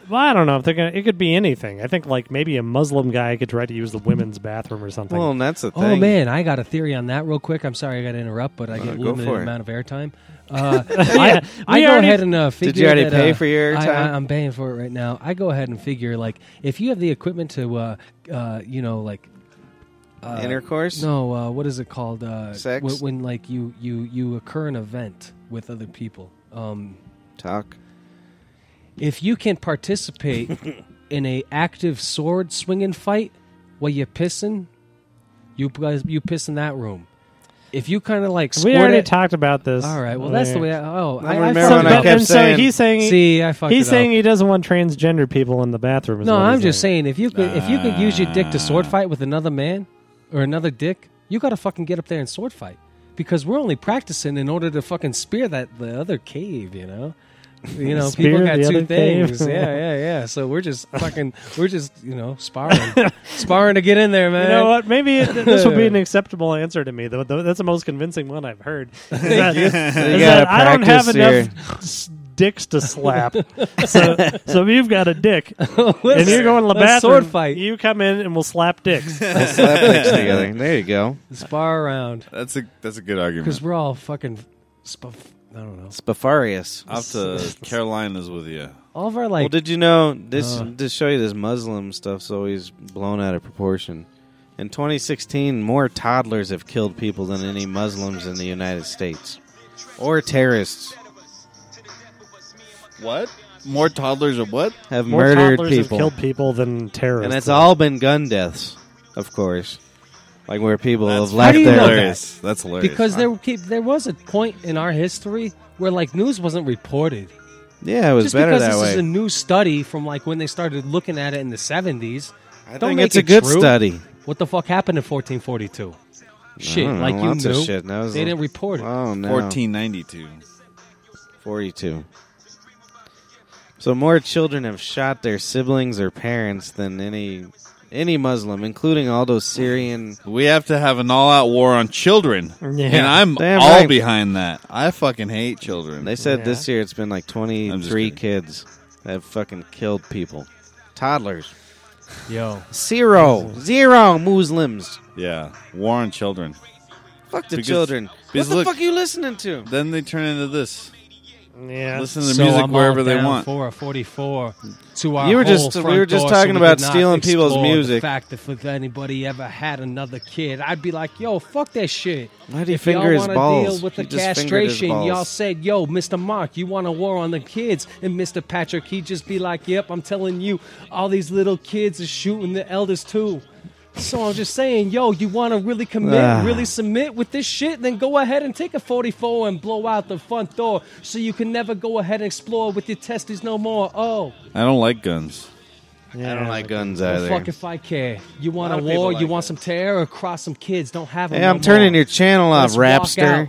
Speaker 4: Well, I don't know if they're gonna. It could be anything. I think like maybe a Muslim guy could try to use the women's bathroom or something.
Speaker 3: Well, and that's the thing.
Speaker 5: Oh man, I got a theory on that real quick. I'm sorry I got to interrupt, but I get
Speaker 3: Uh, go
Speaker 5: limited
Speaker 3: for it.
Speaker 5: amount of airtime. Uh, I, I
Speaker 4: we
Speaker 5: go
Speaker 4: already-
Speaker 5: ahead and uh, figure.
Speaker 3: Did you already
Speaker 5: that,
Speaker 3: pay
Speaker 5: uh,
Speaker 3: for your
Speaker 5: I-
Speaker 3: airtime?
Speaker 5: I, I'm paying for it right now. I go ahead and figure like if you have the equipment to, uh, uh, you know, like uh,
Speaker 3: Intercourse?
Speaker 5: No, uh, what is it called? Uh,
Speaker 3: Sex?
Speaker 5: wh- when like you you you occur an event with other people. Um,
Speaker 3: Talk.
Speaker 5: if you can participate in a active sword swinging fight while you're pissing, you guys you piss in that room. If you kind of like
Speaker 4: we
Speaker 5: squirt
Speaker 4: already
Speaker 5: it,
Speaker 4: talked about this.
Speaker 5: all right. Well, that's the way.
Speaker 4: earlier.
Speaker 5: I, oh,
Speaker 3: I
Speaker 5: I, I,
Speaker 3: remember
Speaker 4: So-
Speaker 3: when I
Speaker 4: but-
Speaker 5: fucked
Speaker 3: kept
Speaker 5: it
Speaker 4: and
Speaker 3: saying-
Speaker 4: so he's
Speaker 5: up.
Speaker 4: saying.
Speaker 5: See, I fucked
Speaker 4: He's
Speaker 5: it
Speaker 4: saying
Speaker 5: up.
Speaker 4: he doesn't want transgender people in the bathroom. is
Speaker 5: no.
Speaker 4: what he's
Speaker 5: I'm just
Speaker 4: saying.
Speaker 5: saying if you could, if you could use your dick to sword fight with another man or another dick, you got to fucking get up there and sword fight because we're only practicing in order to fucking spear that the other cave. You know. You know, people
Speaker 4: Spear
Speaker 5: got
Speaker 4: the
Speaker 5: two
Speaker 4: other cave.
Speaker 5: things. Yeah, yeah, yeah. So we're just fucking, we're just, you know, sparring, sparring to get in there, man.
Speaker 4: You know what? Maybe it, th- this would be an acceptable answer to me. Though though that's the most convincing one I've heard. Is that- is
Speaker 3: You
Speaker 4: that
Speaker 3: gotta
Speaker 4: I don't have
Speaker 3: practice your-
Speaker 4: enough s- dicks to slap. so, so if you've got a dick and you go in the
Speaker 5: let's
Speaker 4: bathroom,
Speaker 5: sword fight.
Speaker 4: you come in and we'll slap dicks.
Speaker 3: We'll slap dicks together. There you go.
Speaker 5: spar around
Speaker 2: That's a that's a good
Speaker 5: because
Speaker 2: argument.
Speaker 5: we're all fucking. Sp- I don't know.
Speaker 3: Spifarius.
Speaker 2: Off to Carolinas with you.
Speaker 5: All of our
Speaker 3: Well,
Speaker 5: like.
Speaker 3: did you know this?
Speaker 5: Uh.
Speaker 3: to show you this Muslim stuff's always blown out of proportion. In 2016, more toddlers have killed people than any Muslims in the United States, or terrorists
Speaker 2: What? More toddlers or what?
Speaker 3: have
Speaker 4: More
Speaker 3: murdered
Speaker 4: toddlers
Speaker 3: people,
Speaker 4: have killed people than terrorists.
Speaker 3: and it's all been gun deas, of course. Like where people have
Speaker 5: How
Speaker 3: left
Speaker 5: do you
Speaker 3: their
Speaker 5: know
Speaker 2: hilarious. That's hilarious.
Speaker 5: because there keep- there was a point in our history where like news wasn't reported.
Speaker 3: yeah, it was
Speaker 5: Just
Speaker 3: better
Speaker 5: because
Speaker 3: that
Speaker 5: this
Speaker 3: way.
Speaker 5: is a new study from like when they started looking at it in the seventies.
Speaker 3: I
Speaker 5: don't
Speaker 3: think
Speaker 5: make
Speaker 3: it's a
Speaker 5: it
Speaker 3: good
Speaker 5: true.
Speaker 3: study.
Speaker 5: What the fuck happened in 1442? Shit,
Speaker 3: I don't know,
Speaker 5: like you
Speaker 3: lots of
Speaker 5: knew.
Speaker 3: shit. That was
Speaker 5: They
Speaker 3: a-
Speaker 5: didn't report it.
Speaker 3: Oh no,
Speaker 2: 1492.
Speaker 3: 42. So more children have shot their siblings or parents than any any Muslim, including all those Syrian.
Speaker 2: We have to have an all-out war on children,
Speaker 4: Yeah.
Speaker 2: and I'm
Speaker 3: Damn
Speaker 2: all
Speaker 3: right.
Speaker 2: behind that. I fucking hate children.
Speaker 3: They said
Speaker 4: Yeah.
Speaker 3: this year it's been like
Speaker 2: I'm just
Speaker 3: 23
Speaker 2: kidding.
Speaker 3: kids that have fucking killed people. Toddlers.
Speaker 5: Yo,
Speaker 3: Zero. Zero Muslims.
Speaker 2: yeah, war on children.
Speaker 3: Fuck the
Speaker 2: Because-
Speaker 3: children. What
Speaker 2: because
Speaker 3: the
Speaker 2: look-
Speaker 3: fuck are you listening to?
Speaker 2: Then they turn into this.
Speaker 4: Yeah.
Speaker 2: Listen to the
Speaker 5: So
Speaker 2: music
Speaker 5: I'm all
Speaker 2: wherever they
Speaker 5: down
Speaker 2: want.
Speaker 5: For a 44 to our
Speaker 3: You were
Speaker 5: whole
Speaker 3: just- we
Speaker 5: front
Speaker 3: were just
Speaker 5: door,
Speaker 3: talking
Speaker 5: so we
Speaker 3: about
Speaker 5: did not
Speaker 3: stealing people's
Speaker 5: explore The
Speaker 3: music.
Speaker 5: fact that if anybody ever had another kid, I'd be like, yo, fuck that shit.
Speaker 3: Why'd he
Speaker 5: if
Speaker 3: finger
Speaker 5: y'all
Speaker 3: his
Speaker 5: wanna
Speaker 3: balls?
Speaker 5: Deal with
Speaker 3: He
Speaker 5: the
Speaker 3: just fingered his
Speaker 5: castration, y'all
Speaker 3: balls.
Speaker 5: said, yo, Mr. Mark, you want a war on the kids? And Mr. Patrick, he'd just be like, yep, I'm telling you, all these little kids are shooting the elders too. So I'm just saying, yo, you want to really
Speaker 3: Ah.
Speaker 5: commit, really submit with this shit? Then go ahead and take a 44 and blow out the front door so you can never go ahead and explore with your testes no more. Oh,
Speaker 2: I don't like guns.
Speaker 3: I don't like guns
Speaker 5: well,
Speaker 3: either.
Speaker 5: fuck if I care. You want
Speaker 3: A
Speaker 5: a,
Speaker 3: lot of people
Speaker 5: war? you
Speaker 3: like
Speaker 5: want
Speaker 3: that.
Speaker 5: some terror? Cross some kids. Don't have them.
Speaker 3: hey,
Speaker 5: no
Speaker 3: I'm turning
Speaker 5: more.
Speaker 3: your channel off,
Speaker 5: Let's walk out.
Speaker 3: Rapster.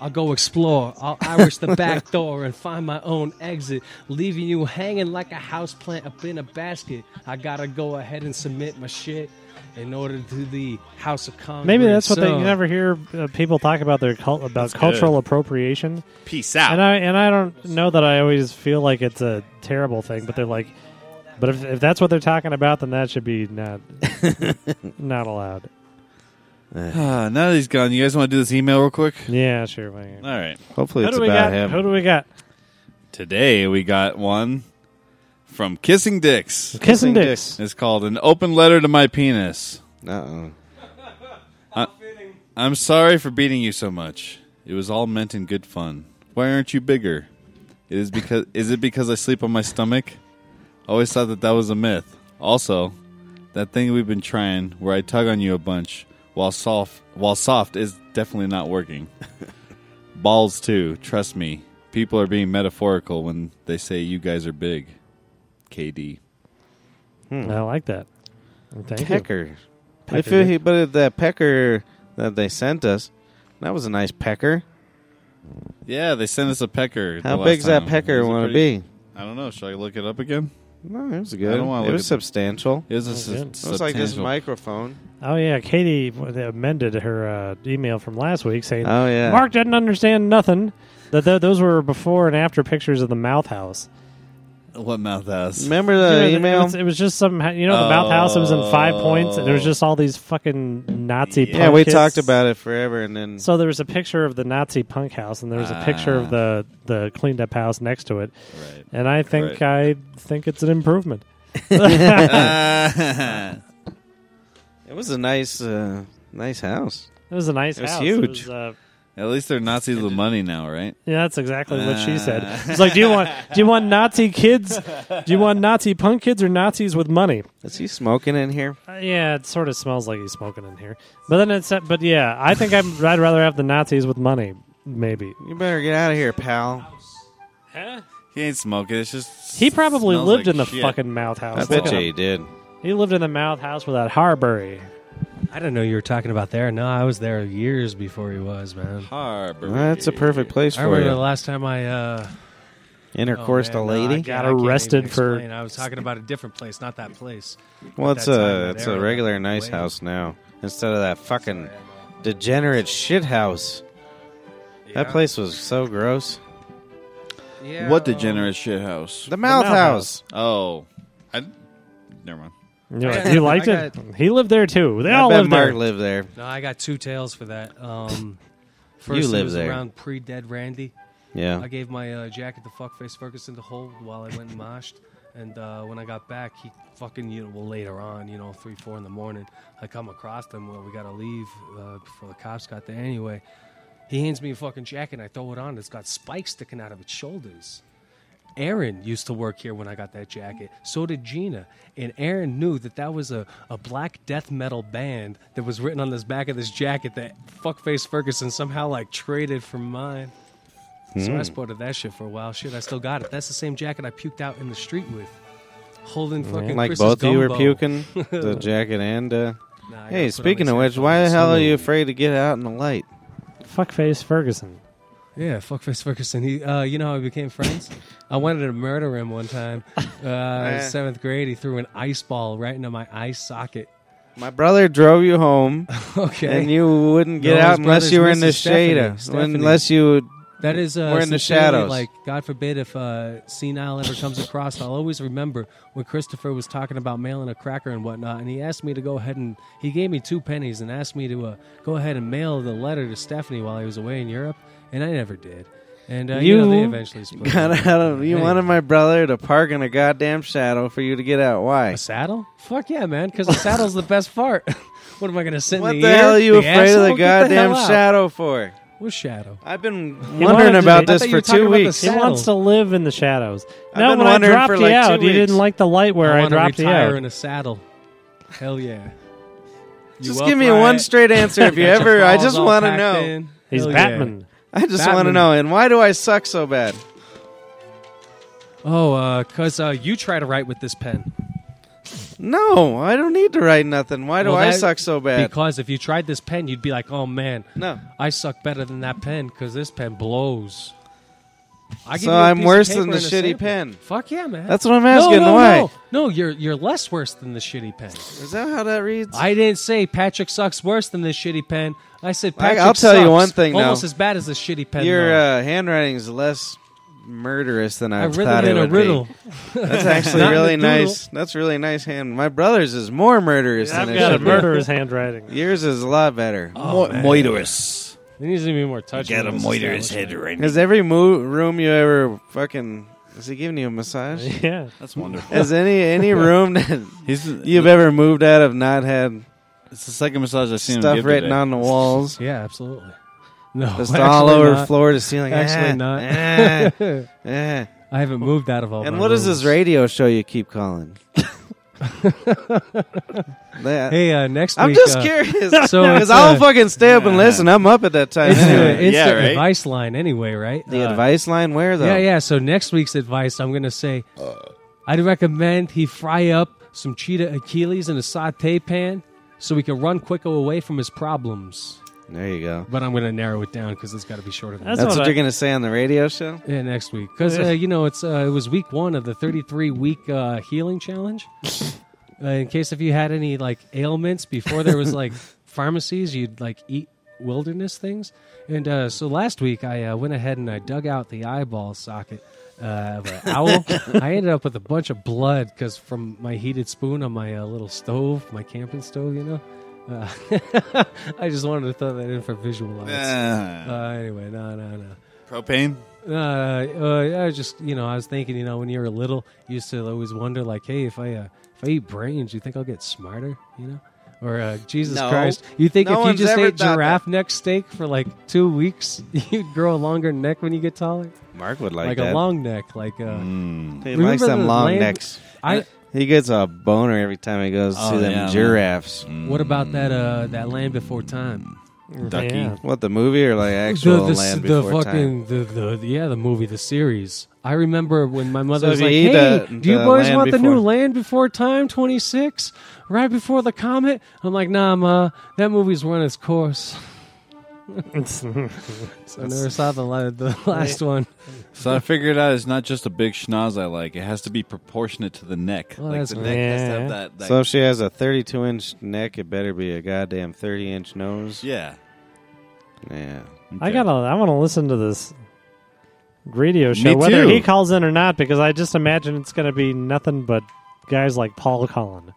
Speaker 5: I'll go explore. I'll Irish the back door and find my own exit, leaving you hanging like a houseplant up in a basket. I gotta go ahead and submit my shit in order to the House of Congress.
Speaker 4: Maybe that's what they
Speaker 5: So-
Speaker 4: you never hear uh, people talk about their cult, about
Speaker 2: That's
Speaker 4: cultural
Speaker 2: good.
Speaker 4: appropriation.
Speaker 2: Peace
Speaker 3: Ah.
Speaker 2: out.
Speaker 4: And I and I don't know that I always feel like it's a terrible thing, but they're like, but if, if that's what they're talking about, then that should be not not allowed.
Speaker 2: Ah, now that he's gone, you guys want to do this email real quick?
Speaker 4: Yeah, sure. why not?
Speaker 2: All right.
Speaker 3: Hopefully,
Speaker 4: Who
Speaker 3: it's
Speaker 4: do we
Speaker 3: about
Speaker 4: got?
Speaker 3: him.
Speaker 4: Who do we got?
Speaker 2: Today we got one from Kissing Dicks.
Speaker 3: Kissing
Speaker 4: Kissing dicks.
Speaker 2: It's called An Open Letter to My Penis.
Speaker 3: Uh-oh.
Speaker 2: I'm sorry for beating you so much. It was all meant in good fun. Why aren't you bigger? It is because is it because I sleep on my stomach? I always thought that that was a myth. Also, that thing we've been trying where I tug on you a bunch while soft while soft is definitely not working. Balls too, trust me. People are being metaphorical when they say you guys are big. KD.
Speaker 4: I like that. Thank you.
Speaker 3: Pecker. I feel he, but that pecker that they sent us, that was a nice pecker.
Speaker 2: Yeah, they sent us a pecker. the
Speaker 3: How
Speaker 2: last
Speaker 3: big's that
Speaker 2: time. It
Speaker 3: pecker
Speaker 2: was a
Speaker 3: want to
Speaker 2: pretty-
Speaker 3: be?
Speaker 2: I don't know. Should I look it up again?
Speaker 3: No, it was good.
Speaker 2: I don't wanna
Speaker 3: it
Speaker 2: look
Speaker 3: was
Speaker 2: at-
Speaker 3: substantial.
Speaker 2: It was a
Speaker 4: That's
Speaker 2: sub-
Speaker 4: good. It
Speaker 3: It was like this
Speaker 2: substantial-
Speaker 3: microphone.
Speaker 4: Oh yeah, Katie amended her uh, email from last week saying,
Speaker 3: Oh yeah.
Speaker 4: Mark didn't understand nothing. That th- those were before and after pictures of the mouth house.
Speaker 2: What mouth has?
Speaker 3: remember
Speaker 4: You know,
Speaker 3: the
Speaker 4: th-
Speaker 3: Uh, email?
Speaker 4: It was, it was just some, you know, the mouth house. It was in five points, and there was just all these fucking Nazi.
Speaker 3: yeah,
Speaker 4: punk
Speaker 3: we
Speaker 4: kids.
Speaker 3: talked about it forever, and then
Speaker 4: So there was a picture of the Nazi punk house, and there was a picture
Speaker 2: Ah.
Speaker 4: of the the cleaned up house next to it.
Speaker 2: right.
Speaker 4: And I think I think it's an improvement.
Speaker 2: Ah.
Speaker 3: it was a nice, uh, nice house.
Speaker 4: It was a nice
Speaker 3: It was
Speaker 4: house.
Speaker 3: huge.
Speaker 4: It was, uh,
Speaker 2: At least they're Nazis with money now, right?
Speaker 4: yeah, that's exactly what she said.
Speaker 2: Ah.
Speaker 4: It's like, do you want do you want Nazi kids? Do you want Nazi punk kids or Nazis with money?
Speaker 3: Is he smoking in here?
Speaker 4: Uh, yeah, it sort of smells like he's smoking in here. But then it's uh, but yeah, I think I'm, I'd rather have the Nazis with money, maybe.
Speaker 3: You better get out of here, pal.
Speaker 2: He ain't smoking. It's just
Speaker 4: He probably
Speaker 2: smells
Speaker 4: lived
Speaker 2: like
Speaker 4: in the
Speaker 2: shit.
Speaker 4: fucking mouth house.
Speaker 3: I bet
Speaker 4: Look
Speaker 3: you
Speaker 4: at
Speaker 3: he
Speaker 4: him.
Speaker 3: did.
Speaker 4: He lived in the mouth house without Harbury.
Speaker 5: I didn't know you were talking about there. No, I was there years before he was, man.
Speaker 2: harbor.
Speaker 3: That's a perfect place
Speaker 5: I
Speaker 3: for
Speaker 5: remember the
Speaker 3: you.
Speaker 5: last time I uh,
Speaker 3: Intercourse
Speaker 5: oh,
Speaker 3: to
Speaker 5: man, no, I
Speaker 3: lady.
Speaker 5: can't-
Speaker 4: Got
Speaker 5: I can't even
Speaker 4: arrested for-
Speaker 5: explain. I was talking about a different place, not that place.
Speaker 3: Well,
Speaker 5: at
Speaker 3: it's
Speaker 5: that time,
Speaker 3: a
Speaker 5: that
Speaker 3: it's
Speaker 5: era,
Speaker 3: a regular
Speaker 5: that
Speaker 3: nice
Speaker 5: way.
Speaker 3: house now instead of that fucking degenerate shit house. That place was so gross.
Speaker 5: Yeah.
Speaker 2: What degenerate shit house?
Speaker 3: The mouth,
Speaker 4: Mouth
Speaker 3: house.
Speaker 2: oh, I never mind.
Speaker 4: You, know,
Speaker 5: got-
Speaker 4: you liked
Speaker 5: I
Speaker 4: it? He lived there too. They
Speaker 3: I
Speaker 4: all
Speaker 3: bet
Speaker 4: lived
Speaker 3: Mark
Speaker 4: there.
Speaker 3: lived there.
Speaker 5: No, I got two tales for that. Um, first it
Speaker 3: live
Speaker 5: was
Speaker 3: there. Oh.
Speaker 5: around pre-dead Randy.
Speaker 3: Yeah.
Speaker 5: I gave my uh, jacket to fuckface Ferguson to hold while I went and moshed. And uh, when I got back, he fucking, you know, well, later on, you know, 3, 4 in the morning, I come across them where we got to leave uh, before the cops got there anyway. He hands me a fucking jacket, and I throw it on. It's got spikes sticking out of its shoulders. Aaron used to work here when I got that jacket. So did Gina. And Aaron knew that that was a, a black death metal band that was written on this back of this jacket that fuckface Ferguson somehow like traded for mine.
Speaker 3: Hmm.
Speaker 5: So I sported that shit for a while. Shit, I still got it. That's the same jacket I puked out in the street with. Holding fucking
Speaker 3: Like
Speaker 5: Chris's
Speaker 3: both of you were
Speaker 5: gumbo.
Speaker 3: puking, the jacket and. Uh,
Speaker 5: Nah, I gotta put
Speaker 3: hey,
Speaker 5: on
Speaker 3: speaking of
Speaker 5: these
Speaker 3: which, why the
Speaker 5: headphones.
Speaker 3: hell are you afraid to get out in the light?
Speaker 4: Fuckface Ferguson.
Speaker 5: Yeah, fuckface Ferguson. He, uh, you know how we became friends? I wanted to murder him one time. Uh, seventh grade, he threw an ice ball right into my eye socket.
Speaker 3: My brother drove you home,
Speaker 5: Okay,
Speaker 3: and you wouldn't get
Speaker 5: No,
Speaker 3: out
Speaker 5: his
Speaker 3: unless
Speaker 5: brother's
Speaker 3: you were in
Speaker 5: Mrs.
Speaker 3: the shade,
Speaker 5: Stephanie.
Speaker 3: uh,
Speaker 5: Stephanie.
Speaker 3: unless you
Speaker 5: that is uh,
Speaker 3: we're in the
Speaker 5: sincerely,
Speaker 3: shadows.
Speaker 5: Like, God forbid if uh, senile ever comes across. I'll always remember when Christopher was talking about mailing a cracker and whatnot, and he asked me to go ahead and he gave me two pennies and asked me to uh, go ahead and mail the letter to Stephanie while I was away in Europe, and I never did. And uh, you, know, they
Speaker 3: You
Speaker 5: eventually split.
Speaker 3: Got out of. You
Speaker 5: Hey.
Speaker 3: wanted my brother to park in a goddamn shadow for you to get out. Why?
Speaker 5: a saddle? Fuck yeah, man! Because the saddle's the best part. what am I gonna sit
Speaker 3: What
Speaker 5: in
Speaker 3: the,
Speaker 5: the, air?
Speaker 3: hell are you
Speaker 5: The
Speaker 3: afraid
Speaker 5: asshole?
Speaker 3: of the
Speaker 5: Get hell
Speaker 3: goddamn
Speaker 5: out.
Speaker 3: shadow for?
Speaker 5: What shadow?
Speaker 3: I've been
Speaker 4: wanted
Speaker 3: wondering
Speaker 4: to-
Speaker 3: about
Speaker 4: I
Speaker 3: this
Speaker 5: thought you
Speaker 3: for
Speaker 5: were talking
Speaker 3: two
Speaker 5: about the
Speaker 3: weeks.
Speaker 4: He
Speaker 5: Saddle.
Speaker 4: wants to live in the shadows.
Speaker 3: I've
Speaker 4: Now,
Speaker 3: been
Speaker 4: when I
Speaker 3: wondering
Speaker 4: dropped
Speaker 3: for,
Speaker 4: you
Speaker 3: like, two
Speaker 4: out, you
Speaker 3: weeks.
Speaker 4: didn't like the light where
Speaker 5: I
Speaker 4: I,
Speaker 5: wanna
Speaker 4: dropped you
Speaker 5: retire
Speaker 4: out.
Speaker 5: in a saddle. Hell yeah! You
Speaker 3: Just
Speaker 5: up,
Speaker 3: give me
Speaker 5: Wyatt?
Speaker 3: one straight answer if you
Speaker 5: Got your
Speaker 3: ever. I
Speaker 5: balls
Speaker 3: just
Speaker 5: all
Speaker 3: want to
Speaker 5: packed
Speaker 3: know.
Speaker 5: in.
Speaker 4: He's
Speaker 5: Hell yeah.
Speaker 4: Batman.
Speaker 3: I just want to
Speaker 5: Batman.
Speaker 3: know. And why do I suck so bad?
Speaker 5: Oh, uh, cause uh, you try to write with this pen.
Speaker 3: No, I don't need to write nothing. Why do
Speaker 5: Well,
Speaker 3: I
Speaker 5: that-
Speaker 3: suck so bad?
Speaker 5: Because if you tried this pen, you'd be like, "Oh man,
Speaker 3: no.
Speaker 5: I suck better than that pen because this pen blows." I give
Speaker 3: So
Speaker 5: you a
Speaker 3: I'm
Speaker 5: piece of
Speaker 3: worse than the
Speaker 5: paper and a
Speaker 3: shitty
Speaker 5: sample.
Speaker 3: pen.
Speaker 5: Fuck yeah, man.
Speaker 3: That's what I'm asking.
Speaker 5: No, no,
Speaker 3: why?
Speaker 5: no, no. You're you're less worse than the shitty pen.
Speaker 3: Is that how that reads?
Speaker 5: I didn't say Patrick sucks worse than the shitty pen. I said
Speaker 3: I-
Speaker 5: Patrick.
Speaker 3: I'll tell you
Speaker 5: sucks
Speaker 3: one thing,
Speaker 5: almost
Speaker 3: though.
Speaker 5: as bad as the shitty pen.
Speaker 3: Your
Speaker 5: though.
Speaker 3: uh, handwriting is less murderous than I,
Speaker 5: I
Speaker 3: thought
Speaker 5: riddled
Speaker 3: it
Speaker 5: in a
Speaker 3: would
Speaker 5: riddle.
Speaker 3: be. That's actually
Speaker 5: Not in the
Speaker 3: really
Speaker 5: doodle.
Speaker 3: nice. That's really nice hand. My brother's is more murderous
Speaker 4: I've
Speaker 3: than
Speaker 4: got
Speaker 3: it
Speaker 4: a
Speaker 3: should
Speaker 4: murderer's handwriting.
Speaker 3: be. Yours is a lot better.
Speaker 2: Mo- moiterous.
Speaker 5: There needs to be more touch.
Speaker 2: Get a
Speaker 5: in this
Speaker 2: moiterous head
Speaker 5: establishment.
Speaker 2: right
Speaker 3: Has every mo- room you ever fucking is he giving you a massage?
Speaker 4: Yeah.
Speaker 2: That's wonderful.
Speaker 3: Has any any room that
Speaker 2: He's
Speaker 3: you've ever moved out of not had
Speaker 2: It's the second massage I've seen him
Speaker 3: stuff
Speaker 2: give
Speaker 3: written
Speaker 2: today.
Speaker 3: on the walls?
Speaker 5: Yeah, absolutely. No,
Speaker 3: Just
Speaker 5: actually
Speaker 3: all over
Speaker 5: not.
Speaker 3: floor to ceiling. Ah,
Speaker 5: Actually not.
Speaker 3: ah, ah.
Speaker 5: I haven't moved out of all.
Speaker 3: And
Speaker 5: my
Speaker 3: what is
Speaker 5: rooms.
Speaker 3: this radio show you keep calling? that,
Speaker 5: Hey, uh, next
Speaker 3: I'm
Speaker 5: week.
Speaker 3: just
Speaker 5: uh,
Speaker 3: curious.
Speaker 5: So
Speaker 3: Because
Speaker 5: it's,
Speaker 3: I'll
Speaker 5: uh,
Speaker 3: fucking stay up and listen. I'm up at that time.
Speaker 5: It's the
Speaker 3: anyway.
Speaker 2: Yeah,
Speaker 5: instant
Speaker 2: right?
Speaker 5: advice line, anyway, right?
Speaker 3: the
Speaker 5: Uh,
Speaker 3: advice line where though?
Speaker 5: Yeah, yeah. So next week's advice, I'm gonna say,
Speaker 2: Uh.
Speaker 5: I'd recommend he fry up some cheetah Achilles in a saute pan, so he can run quicker away from his problems.
Speaker 3: There you go.
Speaker 5: But I'm gonna narrow it down because it's got to be shorter than
Speaker 4: That's
Speaker 3: That's
Speaker 4: what
Speaker 3: what
Speaker 4: I-
Speaker 3: you're gonna say on the radio show.
Speaker 5: that. Yeah, next week because uh, you know it's uh, it was week one of the 33 week uh, healing challenge. uh, in case if you had any like ailments before there was like pharmacies, you'd like eat wilderness things. And uh, so last week I uh, went ahead and I dug out the eyeball socket uh, of an owl. I ended up with a bunch of blood because from my heated spoon on my uh, little stove, my camping stove, you know. Uh, I just wanted to throw that in for visual aids. Uh,
Speaker 2: Ah.
Speaker 5: anyway, no, no, no.
Speaker 2: Eh. Propane.
Speaker 5: Uh, uh, I was just, you know, I was thinking, you know, when you were little, you used to always wonder, like, hey, if I uh, if I eat brains, you think I'll get smarter, you know? Or uh, Jesus
Speaker 3: No.
Speaker 5: Christ, you think
Speaker 3: No
Speaker 5: if you
Speaker 3: one's
Speaker 5: just
Speaker 3: ever
Speaker 5: ate
Speaker 3: thought that.
Speaker 5: giraffe neck steak for like two weeks, you'd grow a longer neck when you get taller,
Speaker 3: Mark would
Speaker 5: like, a long neck, like uh,
Speaker 2: Mm.
Speaker 3: He
Speaker 5: Remember
Speaker 3: likes them
Speaker 5: the
Speaker 3: long
Speaker 5: lamb-
Speaker 3: necks.
Speaker 5: I.
Speaker 3: He gets a boner every time he goes
Speaker 2: Oh,
Speaker 3: to them
Speaker 2: yeah, man.
Speaker 3: giraffes.
Speaker 2: Mm.
Speaker 5: What about that uh that land before time?
Speaker 2: Ducky.
Speaker 4: Yeah.
Speaker 3: What the movie or like actual
Speaker 5: the, the,
Speaker 3: land
Speaker 5: the
Speaker 3: before time?
Speaker 5: fucking the, the yeah the movie the series. I remember when my mother
Speaker 3: So
Speaker 5: was
Speaker 3: if
Speaker 5: like,
Speaker 3: you eat
Speaker 5: "Hey,
Speaker 3: the-
Speaker 5: do you
Speaker 3: the
Speaker 5: boys
Speaker 3: Land
Speaker 5: want the new
Speaker 3: Before-
Speaker 5: Land Before Time 26 right before the comet?" I'm like, "Nah, ma, that movie's run its course." So I never saw the la- the last one.
Speaker 2: So I figured out it's not just a big schnoz I like. It has to be proportionate to the neck.
Speaker 5: Well,
Speaker 2: like
Speaker 5: that's
Speaker 2: the
Speaker 5: right.
Speaker 2: neck has to
Speaker 4: Yeah.
Speaker 2: have that. that
Speaker 3: So if she has a 32 inch neck, it better be a goddamn 30 inch nose.
Speaker 2: yeah.
Speaker 3: Yeah.
Speaker 4: I gotta. I want to listen to this radio show,
Speaker 2: Me
Speaker 4: whether
Speaker 2: too.
Speaker 4: he calls in or not, because I just imagine it's going to be nothing but guys like Paul calling.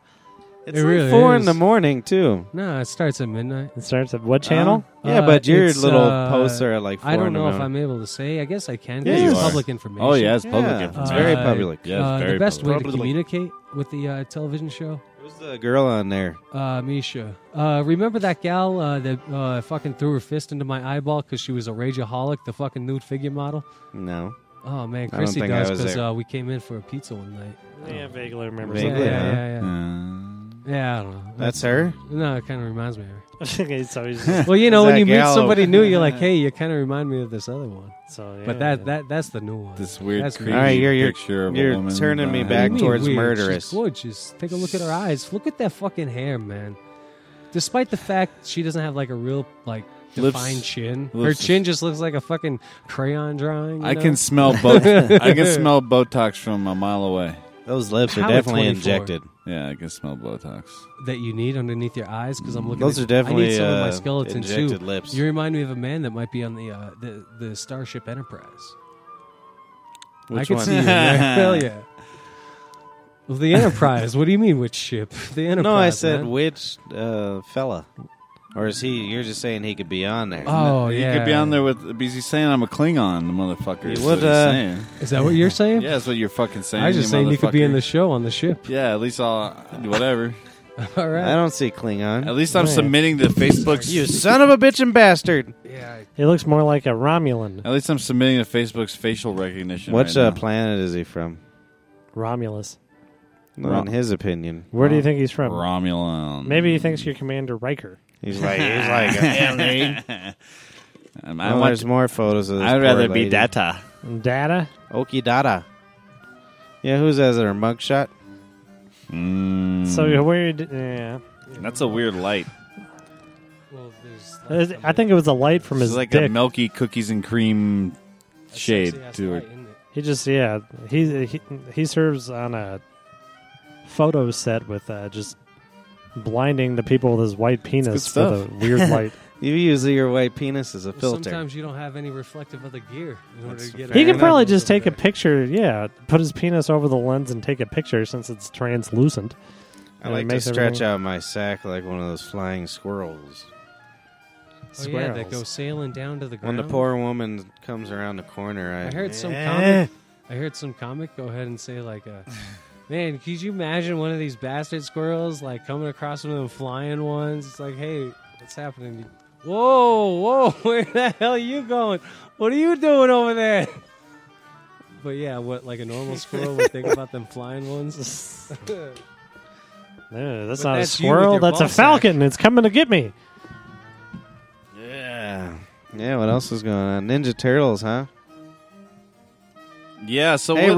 Speaker 3: It's
Speaker 5: It
Speaker 3: like
Speaker 5: really
Speaker 3: four
Speaker 5: is.
Speaker 3: in the morning too.
Speaker 5: No, it starts at midnight.
Speaker 4: It starts at
Speaker 3: Uh-huh.
Speaker 4: what channel?
Speaker 3: Yeah,
Speaker 5: Uh,
Speaker 3: but your
Speaker 5: it's,
Speaker 3: little
Speaker 5: uh,
Speaker 3: posts are at like four
Speaker 5: I
Speaker 3: in
Speaker 5: don't
Speaker 3: the
Speaker 5: know if
Speaker 3: morning.
Speaker 5: I'm able to say. I guess I can. 'cause
Speaker 2: Yeah,
Speaker 5: it's
Speaker 2: you are.
Speaker 5: public information.
Speaker 2: Oh yeah, it's public
Speaker 3: Yeah,
Speaker 2: information.
Speaker 3: It's very
Speaker 5: Uh,
Speaker 3: public.
Speaker 2: Yeah,
Speaker 5: Uh,
Speaker 2: it's very
Speaker 5: the best
Speaker 2: public.
Speaker 5: way to communicate with the uh, television show
Speaker 3: Who's the girl on there?
Speaker 5: Uh, Misha. Uh, remember that gal uh, that uh, fucking threw her fist into my eyeball because she was a rageaholic, the fucking nude figure model?
Speaker 3: No.
Speaker 5: Oh, man.
Speaker 3: I don't
Speaker 5: Chrissy
Speaker 3: think I
Speaker 5: does
Speaker 3: was
Speaker 5: because
Speaker 3: there.
Speaker 5: uh, we came in for a pizza one night.
Speaker 4: Yeah, vaguely remember.
Speaker 5: Yeah, yeah,
Speaker 3: Vaguely, huh?
Speaker 5: yeah, yeah.
Speaker 2: Uh,
Speaker 5: Yeah, I don't know.
Speaker 3: That's her?
Speaker 5: No, it kind of reminds me of her.
Speaker 4: okay, so he's just,
Speaker 5: Well, you know, when
Speaker 3: Zach
Speaker 5: you meet
Speaker 3: Gallo.
Speaker 5: somebody new, you're like, hey, you kind of remind me of this other one.
Speaker 4: so yeah.
Speaker 5: But that that that's the new one.
Speaker 2: this weird
Speaker 5: That's
Speaker 2: creepy
Speaker 5: All
Speaker 3: right, you're- you're-
Speaker 2: picture of a
Speaker 3: you're
Speaker 2: woman uh,
Speaker 3: turning me
Speaker 2: behind-
Speaker 3: back
Speaker 5: What do you mean
Speaker 3: towards
Speaker 5: weird?
Speaker 3: murderous.
Speaker 5: She's gorgeous. Take a look at her eyes. Look at that fucking hair, man. Despite the fact she doesn't have like a real like
Speaker 2: Lips-
Speaker 5: defined chin, her
Speaker 2: lips-
Speaker 5: chin just looks like a fucking crayon drawing. you
Speaker 2: I
Speaker 5: know?
Speaker 2: can smell both. I can smell Botox from a mile away.
Speaker 3: Those lips
Speaker 5: How
Speaker 3: are
Speaker 5: at
Speaker 3: definitely
Speaker 5: 24?
Speaker 3: injected.
Speaker 2: Yeah, I can smell Botox.
Speaker 5: that you need underneath your eyes because I'm looking.
Speaker 3: Those
Speaker 5: at,
Speaker 3: are definitely
Speaker 5: I need some of my
Speaker 3: uh,
Speaker 5: skeleton
Speaker 3: injected
Speaker 5: too.
Speaker 3: lips.
Speaker 5: You remind me of a man that might be on the uh, the, the Starship Enterprise. I
Speaker 3: Which
Speaker 5: can
Speaker 3: one?
Speaker 5: see you. there. Hell yeah. Well, the Enterprise. what do you mean, which ship? The Enterprise.
Speaker 3: no, I said
Speaker 5: man.
Speaker 3: which uh, fella. Or is he? You're just saying he could be on there.
Speaker 5: Oh,
Speaker 2: he
Speaker 5: yeah.
Speaker 2: could be on there with. Because he's saying I'm a Klingon, the motherfucker. is
Speaker 3: He
Speaker 2: what
Speaker 3: would,
Speaker 2: he's
Speaker 3: uh,
Speaker 2: saying.
Speaker 5: Is that what you're saying?
Speaker 2: Yeah, that's what you're fucking saying.
Speaker 5: I was just saying he could be in
Speaker 2: the.
Speaker 5: the show on the ship.
Speaker 2: Yeah, at least I'll whatever.
Speaker 5: All
Speaker 3: I
Speaker 5: right.
Speaker 3: don't see Klingon.
Speaker 2: At least I'm
Speaker 4: Right.
Speaker 2: submitting to Facebook's.
Speaker 3: You son of a bitch and bastard.
Speaker 5: Yeah.
Speaker 4: He looks more like a Romulan.
Speaker 2: At least I'm submitting to Facebook's facial recognition.
Speaker 3: What
Speaker 2: right
Speaker 3: uh,
Speaker 2: now.
Speaker 3: planet is he from?
Speaker 4: Romulus.
Speaker 3: Well, in his opinion,
Speaker 4: Where do you think he's from?
Speaker 2: Romulan?
Speaker 4: Maybe he thinks you're Commander Riker.
Speaker 3: he's like he's like. "Hey,
Speaker 2: Um, I
Speaker 3: Well,
Speaker 2: want.
Speaker 3: there's more photos of this.
Speaker 2: I'd
Speaker 3: poor
Speaker 2: rather
Speaker 3: lady.
Speaker 2: be data.
Speaker 4: And Data?
Speaker 3: Okidata. Yeah, who's that? Is it her mugshot?
Speaker 2: Mm,
Speaker 4: So you're weird. Yeah.
Speaker 2: that's a weird light.
Speaker 5: Well, there's
Speaker 4: I think it was a light from
Speaker 2: It's
Speaker 4: his
Speaker 2: like a
Speaker 4: dick.
Speaker 2: milky cookies and cream shade to it.
Speaker 4: he just yeah. He he he serves on a photo set with uh, just blinding the people with his white penis for the
Speaker 2: stuff.
Speaker 4: weird light.
Speaker 3: You use your white penis as a filter.
Speaker 5: Sometimes you don't have any reflective other gear in order
Speaker 3: That's
Speaker 5: to get
Speaker 4: he
Speaker 5: it.
Speaker 4: could
Speaker 3: enough.
Speaker 4: probably just take a picture. Yeah, put his penis over the lens and take a picture since it's translucent.
Speaker 3: I
Speaker 4: And it
Speaker 3: like to
Speaker 4: makes
Speaker 3: stretch
Speaker 4: everything-
Speaker 3: out my sack like one of those flying squirrels.
Speaker 5: Oh, yeah, that
Speaker 4: Squirrels.
Speaker 5: go sailing down to the
Speaker 3: When
Speaker 5: ground.
Speaker 3: the poor woman comes around the corner, I,
Speaker 5: Oh. I heard some
Speaker 3: Eh.
Speaker 5: comic. I heard some comic go ahead and say like, uh, "Man, could you imagine one of these bastard squirrels like coming across one of them flying ones? It's like, hey, what's happening? You- Whoa, whoa, where the hell are you going? What are you doing over there?" But yeah, what like a normal squirrel would think about them flying ones.
Speaker 4: Yeah, that's
Speaker 5: But
Speaker 4: not
Speaker 5: that's
Speaker 4: a
Speaker 5: you with
Speaker 4: squirrel.
Speaker 5: your
Speaker 4: That's a
Speaker 5: ball sack.
Speaker 4: falcon. It's coming to get me.
Speaker 3: Yeah. Yeah, what else is going on? Ninja Turtles, huh?
Speaker 2: Yeah. So
Speaker 3: Hey,
Speaker 2: what,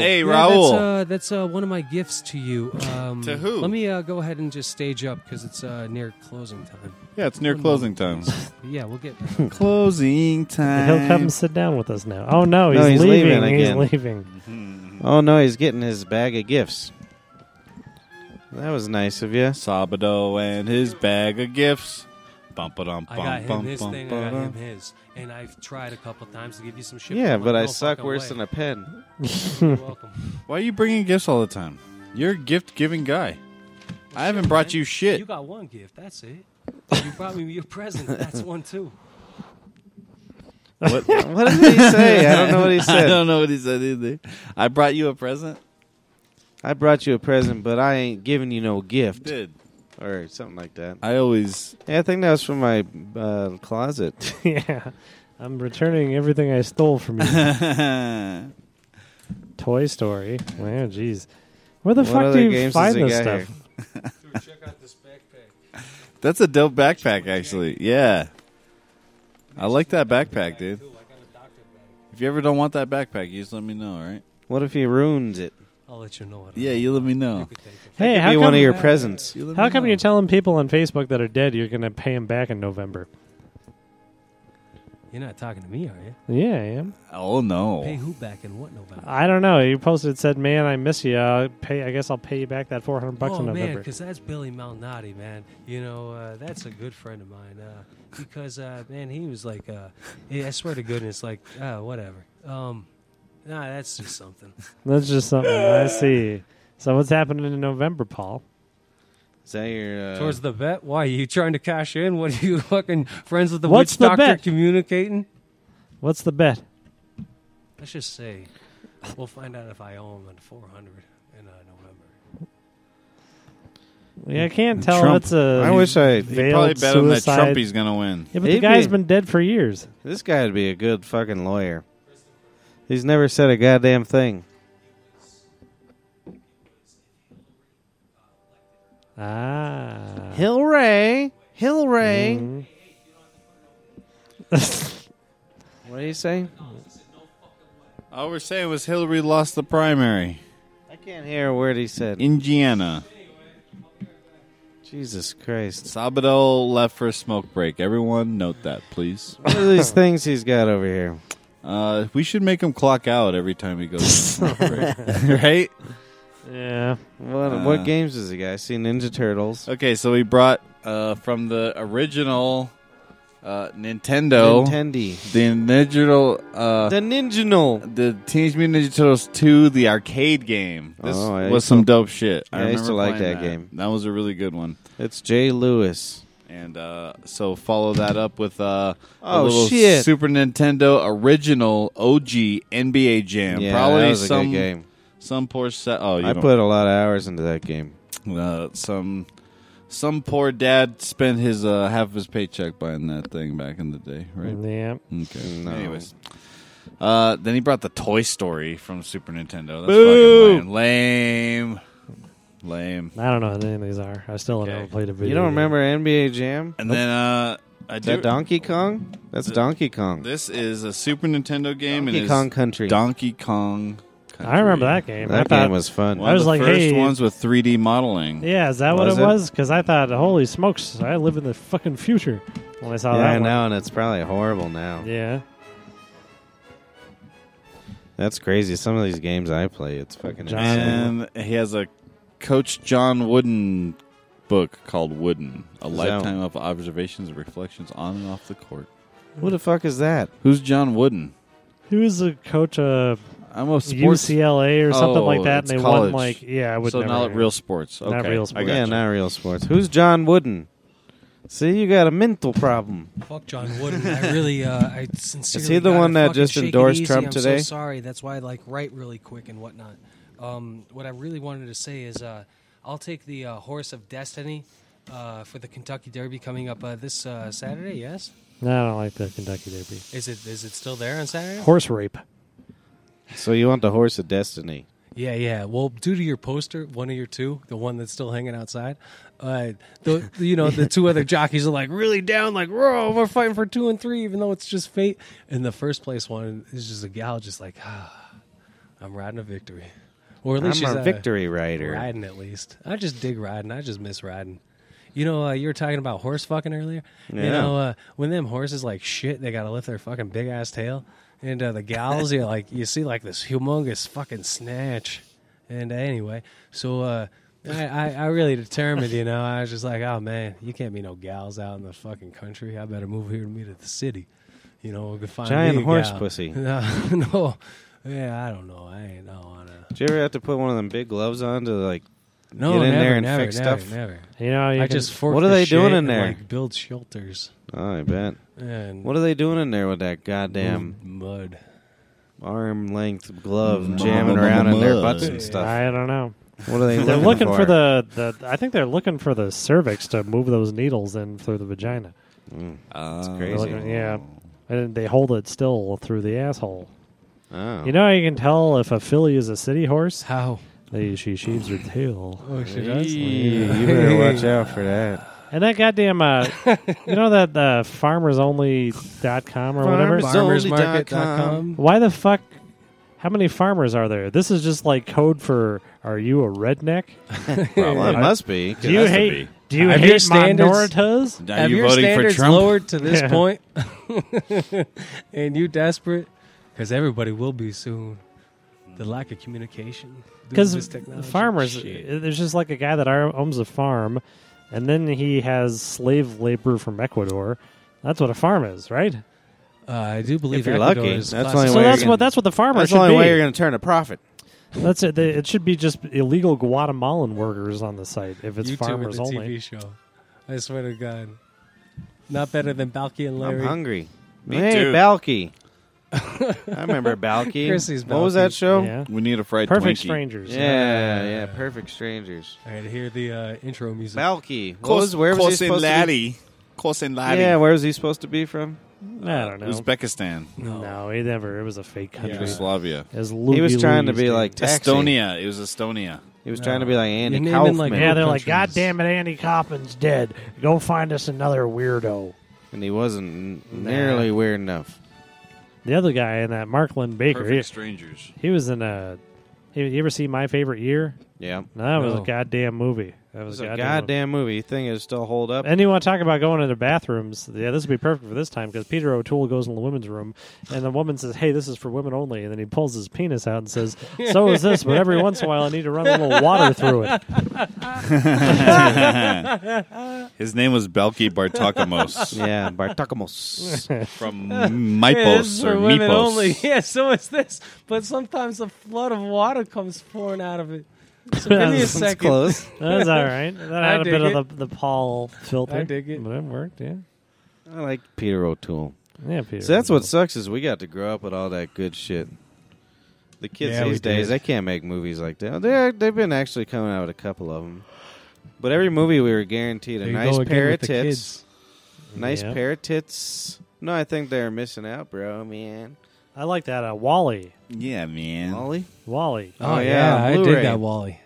Speaker 2: Hey,
Speaker 5: Yeah,
Speaker 2: Raul.
Speaker 5: That's, uh, that's uh, one of my gifts to you. Um,
Speaker 2: To who?
Speaker 5: Let me uh, go ahead and just stage up because it's uh, near closing time.
Speaker 2: yeah, it's near closing time.
Speaker 5: But yeah, we'll get.
Speaker 2: closing time.
Speaker 4: He'll come sit down with us now. Oh no, he's,
Speaker 3: No, he's leaving
Speaker 4: leaving.
Speaker 3: again.
Speaker 4: He's leaving.
Speaker 3: Oh, no, he's getting his bag of gifts. That was nice of you.
Speaker 2: Sabado and his bag of gifts. Bump it on.
Speaker 5: I got him
Speaker 2: bump,
Speaker 5: his
Speaker 2: bump,
Speaker 5: thing. I got him his, and I've tried a couple times to give you some shit.
Speaker 3: Yeah,
Speaker 5: I'm
Speaker 3: but
Speaker 5: like,
Speaker 3: I
Speaker 5: no
Speaker 3: suck
Speaker 5: fucking
Speaker 3: worse
Speaker 5: way.
Speaker 3: than a pen.
Speaker 5: You're welcome.
Speaker 2: Why are you bringing gifts all the time? You're a gift giving guy. I haven't
Speaker 5: Shit,
Speaker 2: brought
Speaker 5: man.
Speaker 2: you
Speaker 5: You
Speaker 2: shit.
Speaker 5: got one gift. That's it. You brought me your present. That's one too.
Speaker 2: What?
Speaker 3: What did he say? I don't know what he
Speaker 2: I
Speaker 3: said.
Speaker 2: don't know what he said either. I brought you a present.
Speaker 3: I brought you a present, but I ain't giving you no gift.
Speaker 2: Did
Speaker 3: Or something like that.
Speaker 2: I always?
Speaker 3: Yeah, I think that was from my uh, closet.
Speaker 4: yeah, I'm returning everything I stole from you.
Speaker 2: I
Speaker 4: Toy Story. Wow, jeez. Where the
Speaker 3: What
Speaker 4: fuck
Speaker 3: other
Speaker 4: do you
Speaker 3: games
Speaker 4: find
Speaker 3: does it got
Speaker 4: this stuff?
Speaker 5: Dude, check out this backpack.
Speaker 2: That's a dope backpack, actually. Yeah, I like that backpack, dude. If you ever don't want that backpack, you just let me know, all right?
Speaker 3: What if he ruins it?
Speaker 5: I'll let you know what. I
Speaker 2: Yeah,
Speaker 5: want.
Speaker 2: you let me know.
Speaker 5: could take it.
Speaker 4: Hey,
Speaker 3: Could
Speaker 4: how
Speaker 3: be
Speaker 4: come,
Speaker 3: one of your presents.
Speaker 2: You let me
Speaker 4: how come
Speaker 2: know.
Speaker 4: you're telling people on Facebook that are dead you're going to pay them back in November?
Speaker 5: You're not talking to me, are you?
Speaker 4: Yeah, I am.
Speaker 2: Oh
Speaker 5: Pay
Speaker 2: no!
Speaker 5: who back in what November?
Speaker 4: I don't know. You posted said, "Man, I miss you. I'll pay. I guess I'll pay you back that 400 bucks
Speaker 5: oh
Speaker 4: in
Speaker 5: man,
Speaker 4: November."
Speaker 5: because that's Billy Malnati, man. You know, uh, that's a good friend of mine. Uh, because uh, man, he was like, uh, yeah, I swear to goodness, like, uh, whatever. Um, nah, that's just something.
Speaker 4: That's just something I see. So what's happening in November, Paul?
Speaker 3: Is that your uh,
Speaker 5: Towards the bet, why are you trying to cash in? What are you fucking friends with the
Speaker 4: What's
Speaker 5: witch
Speaker 4: the
Speaker 5: doctor
Speaker 4: bet?
Speaker 5: communicating?
Speaker 4: What's the bet?
Speaker 5: Let's just say, we'll find out if I owe him at 400 in uh, November.
Speaker 4: Yeah, I can't tell.
Speaker 2: Trump.
Speaker 4: It's a.
Speaker 3: I wish I.
Speaker 2: You probably
Speaker 4: veiled
Speaker 2: bet on that
Speaker 4: suicide.
Speaker 2: Trump he's gonna win.
Speaker 4: Yeah, but the
Speaker 3: He'd
Speaker 4: guy's
Speaker 3: be-
Speaker 4: been dead for years.
Speaker 3: This guy would be a good fucking lawyer. He's never said a goddamn thing.
Speaker 4: Ah.
Speaker 3: Hillray, Hillray.
Speaker 4: Mhm.
Speaker 2: Mm-hmm.
Speaker 3: What do you say?
Speaker 2: All we're saying was Hillary lost the primary.
Speaker 3: I can't hear a word he said.
Speaker 2: Indiana.
Speaker 3: Jesus Christ!
Speaker 2: Sabado left for a smoke break. Everyone note that, please.
Speaker 3: What are these things he's got over here?
Speaker 2: Uh, we should make him clock out every time he goes. on smoke break. right?
Speaker 4: Yeah.
Speaker 3: What
Speaker 2: Uh.
Speaker 3: what games does he got? I see Ninja Turtles,
Speaker 2: Okay, so we brought uh, from the original uh, Nintendo,
Speaker 3: Nintendi,
Speaker 2: the original, uh,
Speaker 3: the Ninjanal.
Speaker 2: the Teenage Mutant Ninja Turtles 2, the arcade game. This
Speaker 3: Oh, I
Speaker 2: was
Speaker 3: used
Speaker 2: some dope shit.
Speaker 3: I used
Speaker 2: remember
Speaker 3: to like
Speaker 2: playing
Speaker 3: that game.
Speaker 2: That was a really good one.
Speaker 3: It's Jay Lewis.
Speaker 2: And uh, so follow that up with uh, a
Speaker 3: Oh,
Speaker 2: little
Speaker 3: shit.
Speaker 2: Super Nintendo original OG NBA Jam.
Speaker 3: Yeah,
Speaker 2: Probably
Speaker 3: that was a good
Speaker 2: some
Speaker 3: game.
Speaker 2: some poor set. Oh, you
Speaker 3: I
Speaker 2: don't-
Speaker 3: put a lot of hours into that game.
Speaker 2: uh, some some poor dad spent his uh, half of his paycheck buying that thing back in the day, right?
Speaker 4: Yeah.
Speaker 2: Okay.
Speaker 3: No.
Speaker 2: Anyways. Uh, then he brought the Toy Story from Super Nintendo. That's
Speaker 3: Boo!
Speaker 2: fucking lame. Lame. Lame.
Speaker 4: I don't know what any of these are. I still
Speaker 2: Okay.
Speaker 4: haven't ever played a video.
Speaker 3: You don't
Speaker 4: game.
Speaker 3: remember NBA Jam?
Speaker 2: And then uh, I
Speaker 3: Is
Speaker 2: do.
Speaker 3: that Donkey Kong? That's Donkey Kong.
Speaker 2: This is a Super Nintendo game. and
Speaker 3: Donkey
Speaker 2: it's
Speaker 3: Kong Country.
Speaker 2: Donkey Kong.
Speaker 4: I remember that game. I
Speaker 3: that
Speaker 4: thought,
Speaker 3: game was fun.
Speaker 2: One
Speaker 4: I was
Speaker 2: of the
Speaker 4: like,
Speaker 2: first
Speaker 4: hey-
Speaker 2: ones with 3D modeling.
Speaker 4: Yeah, is that what
Speaker 3: Was
Speaker 4: it
Speaker 3: it?
Speaker 4: was? Because I thought, holy smokes, I live in the fucking future when I saw
Speaker 3: yeah,
Speaker 4: that.
Speaker 3: I
Speaker 4: one.
Speaker 3: know, and it's probably horrible now.
Speaker 4: Yeah.
Speaker 3: That's crazy. Some of these games I play, it's fucking
Speaker 4: John-
Speaker 3: insane.
Speaker 2: And he has a Coach John Wooden book called Wooden A
Speaker 3: Is that-
Speaker 2: Lifetime of Observations and Reflections on and Off the Court.
Speaker 3: Who the fuck is that?
Speaker 2: Who's John Wooden?
Speaker 4: Who was the coach of
Speaker 2: I'm a sports.
Speaker 4: UCLA or something
Speaker 2: Oh,
Speaker 4: like that? And
Speaker 2: it's
Speaker 4: they won
Speaker 2: college.
Speaker 4: like yeah, I would
Speaker 2: so
Speaker 4: never.
Speaker 2: not real sports. Okay.
Speaker 4: Not real
Speaker 2: I
Speaker 4: sports.
Speaker 2: got
Speaker 3: Yeah,
Speaker 2: you.
Speaker 3: not real sports. Who's John Wooden? See, you got a mental problem.
Speaker 5: Fuck John Wooden. I really, uh, I sincerely.
Speaker 3: Is he the
Speaker 5: gotta
Speaker 3: one that
Speaker 5: fucking
Speaker 3: just
Speaker 5: shake it
Speaker 3: endorsed
Speaker 5: easy.
Speaker 3: Trump
Speaker 5: I'm
Speaker 3: today?
Speaker 5: So sorry. That's why I like write really quick and whatnot. Um, what I really wanted to say is, uh, I'll take the uh, horse of destiny uh, for the Kentucky Derby coming up uh, this uh, Saturday. Yes,
Speaker 4: No, I don't like the Kentucky Derby.
Speaker 5: is it is it still there on Saturday?
Speaker 4: Horse rape.
Speaker 3: So you want the horse of destiny?
Speaker 5: Yeah, yeah. Well, due to your poster, one of your two, the one that's still hanging outside, uh, the you know the two other jockeys are like really down, like whoa, we're fighting for two and three, even though it's just fate. And the first place one is just a gal, just like ah, I'm riding a victory, or at
Speaker 3: I'm
Speaker 5: least she's
Speaker 3: a victory rider.
Speaker 5: riding at least. I just dig riding. I just miss riding. You know, uh, you were talking about horse fucking earlier. You
Speaker 3: Yeah.
Speaker 5: know, uh, when them horses like shit, they gotta lift their fucking big ass tail, and uh, the gals, you like you see like this humongous fucking snatch. And uh, anyway, so uh, I, I I really determined, you know, I was just like, oh man, you can't be no gals out in the fucking country. I better move here to me to the city. You know, we can find me
Speaker 3: Giant
Speaker 5: a
Speaker 3: horse
Speaker 5: gal.
Speaker 3: pussy.
Speaker 5: No, no, yeah, I don't know. I ain't no on a
Speaker 3: Did you ever have to put one of them big gloves on to like?
Speaker 5: no.
Speaker 3: Get in
Speaker 5: never,
Speaker 3: there and
Speaker 5: never,
Speaker 3: fix
Speaker 5: never,
Speaker 3: stuff.
Speaker 5: Never.
Speaker 4: You know, you
Speaker 5: I
Speaker 4: can-
Speaker 5: just fork
Speaker 3: What are
Speaker 5: the
Speaker 3: they doing
Speaker 5: shit
Speaker 3: in
Speaker 5: and,
Speaker 3: there?
Speaker 5: Like build shelters
Speaker 3: Oh, I bet.
Speaker 5: and
Speaker 3: What are they doing in there with that goddamn
Speaker 5: mud.
Speaker 3: arm length glove
Speaker 2: Mm.
Speaker 3: jamming around in their
Speaker 2: Mud.
Speaker 3: butts and stuff?
Speaker 4: I don't know.
Speaker 3: What are they
Speaker 4: They're looking for the, the. I think they're looking for the cervix to move those needles in through the vagina.
Speaker 3: Mm.
Speaker 2: Oh.
Speaker 3: crazy.
Speaker 4: Yeah. And they hold it still through the asshole.
Speaker 3: Oh.
Speaker 4: You know how you can tell if a filly is a city horse?
Speaker 5: How?
Speaker 4: They, she sheaves her tail.
Speaker 5: Oh, she
Speaker 3: Hey,
Speaker 5: does.
Speaker 3: you better watch out for that.
Speaker 4: And that goddamn, uh, you know that uh, farmersonly.com or whatever?
Speaker 3: Farmers-
Speaker 5: Farmersmarket.com.
Speaker 4: Why the fuck? How many farmers are there? This is just like code for are you a redneck?
Speaker 3: Well, it must be. 'cause
Speaker 4: Do you
Speaker 3: that's the
Speaker 4: hate
Speaker 3: bee.
Speaker 4: do you
Speaker 5: Have your
Speaker 4: hate
Speaker 5: standards-
Speaker 4: minoritas?
Speaker 2: Now
Speaker 5: Have
Speaker 2: you
Speaker 5: your
Speaker 2: voting for
Speaker 5: standards
Speaker 2: Trump?
Speaker 5: lowered to this
Speaker 4: Yeah.
Speaker 5: point? and you desperate? Because everybody will be soon. The lack of communication. due to this
Speaker 4: Because
Speaker 5: technology.
Speaker 4: farmers, uh,
Speaker 5: Shit.
Speaker 4: there's just like a guy that ar- owns a farm, and then he has slave labor from Ecuador. That's what a farm is, right?
Speaker 5: Uh, I do believe
Speaker 3: you're
Speaker 5: Ecuador
Speaker 3: lucky,
Speaker 5: is
Speaker 3: that's
Speaker 5: classified-
Speaker 3: only
Speaker 4: So
Speaker 3: way you're
Speaker 4: that's
Speaker 3: gonna-
Speaker 4: what that's what the farmer
Speaker 3: That's
Speaker 4: should
Speaker 3: the only
Speaker 4: be.
Speaker 3: way you're going to turn a profit.
Speaker 4: That's it. They- It should be just illegal Guatemalan workers on the site if it's
Speaker 5: You two with
Speaker 4: farmers
Speaker 5: the
Speaker 4: only.
Speaker 5: TV show. I swear to God, not better than Balky and Larry.
Speaker 3: I'm hungry.
Speaker 2: Me
Speaker 3: hey,
Speaker 2: too.
Speaker 3: Balky. I remember Balky.
Speaker 5: Chrissy's
Speaker 3: What was
Speaker 5: Balky.
Speaker 3: that show?
Speaker 4: Yeah,
Speaker 2: We need a fried
Speaker 4: perfect
Speaker 2: Twinkie.
Speaker 4: strangers.
Speaker 3: yeah, yeah, Perfect strangers.
Speaker 5: I had to hear the uh, intro music.
Speaker 3: Balky. What
Speaker 2: Cos-
Speaker 3: was, where was
Speaker 2: Kosin
Speaker 3: he supposed to be?
Speaker 2: Ladi. Kosin Ladi.
Speaker 3: Yeah, where was he supposed to be from?
Speaker 4: I don't know.
Speaker 2: Uzbekistan.
Speaker 4: no. he never. It was a fake country.
Speaker 2: Yugoslavia.
Speaker 4: As
Speaker 3: He was
Speaker 4: loogie-loogies
Speaker 3: trying to be
Speaker 4: did.
Speaker 3: like taxi.
Speaker 2: Estonia. It was Estonia.
Speaker 3: He was trying to be like Andy
Speaker 5: You're naming, like,
Speaker 3: Kaufman,
Speaker 4: Yeah, they're like, God
Speaker 5: countries.
Speaker 4: damn it, Andy Kaufman's dead. Go find us another weirdo.
Speaker 3: and he wasn't n- nearly weird enough.
Speaker 4: eh." The other guy in that, Marklin Baker, he,
Speaker 2: Perfect strangers.
Speaker 4: he was in a. You you ever see My Favorite Year?
Speaker 3: Yeah,
Speaker 4: No, that was
Speaker 5: No.
Speaker 4: a goddamn movie. That
Speaker 3: it was
Speaker 4: was,
Speaker 3: a
Speaker 4: a
Speaker 3: goddamn,
Speaker 4: goddamn.
Speaker 3: movie. You think it'd still hold up?
Speaker 4: And you want to talk about going into bathrooms? Yeah, this would be perfect for this time because Peter O'Toole goes in the women's room, and the woman says, "Hey, this is for women only." And then he pulls his penis out and says, "So is this, but every once in a while I need to run a little water through it."
Speaker 2: His name was Belki Bartakamos
Speaker 3: yeah, Bartakamos.
Speaker 2: from
Speaker 5: Yeah, this
Speaker 2: Mipos
Speaker 5: is
Speaker 2: or
Speaker 5: for women
Speaker 2: Mipos.
Speaker 5: only. Yeah, so is this. But sometimes a flood of water comes pouring out of it. So give me a
Speaker 4: That's
Speaker 5: second.
Speaker 3: close.
Speaker 4: That's all right. That
Speaker 5: I
Speaker 4: had a
Speaker 5: dig
Speaker 4: bit
Speaker 5: it.
Speaker 4: of the, the Paul filter.
Speaker 5: I dig it.
Speaker 4: But it worked, yeah.
Speaker 3: I like Peter O'Toole.
Speaker 4: Yeah, Peter.
Speaker 3: So that's what sucks is we got to grow up with all that good shit. The kids
Speaker 5: Yeah, we
Speaker 3: these days
Speaker 5: did.
Speaker 3: they can't make movies like that. They they've been actually coming out with a couple of them, but every movie we were guaranteed a
Speaker 5: There you
Speaker 3: nice
Speaker 5: go again
Speaker 3: pair
Speaker 5: with
Speaker 3: of
Speaker 5: the
Speaker 3: tits.
Speaker 5: kids.
Speaker 3: Nice
Speaker 4: Yep.
Speaker 3: pair of tits. No, I think they're missing out, bro, man.
Speaker 4: I like that. Uh, Wally.
Speaker 2: Yeah, man.
Speaker 3: Molly,
Speaker 4: Wally.
Speaker 5: Oh,
Speaker 3: Oh, yeah,
Speaker 5: yeah, I
Speaker 3: Blu-ray.
Speaker 5: did that, Wally.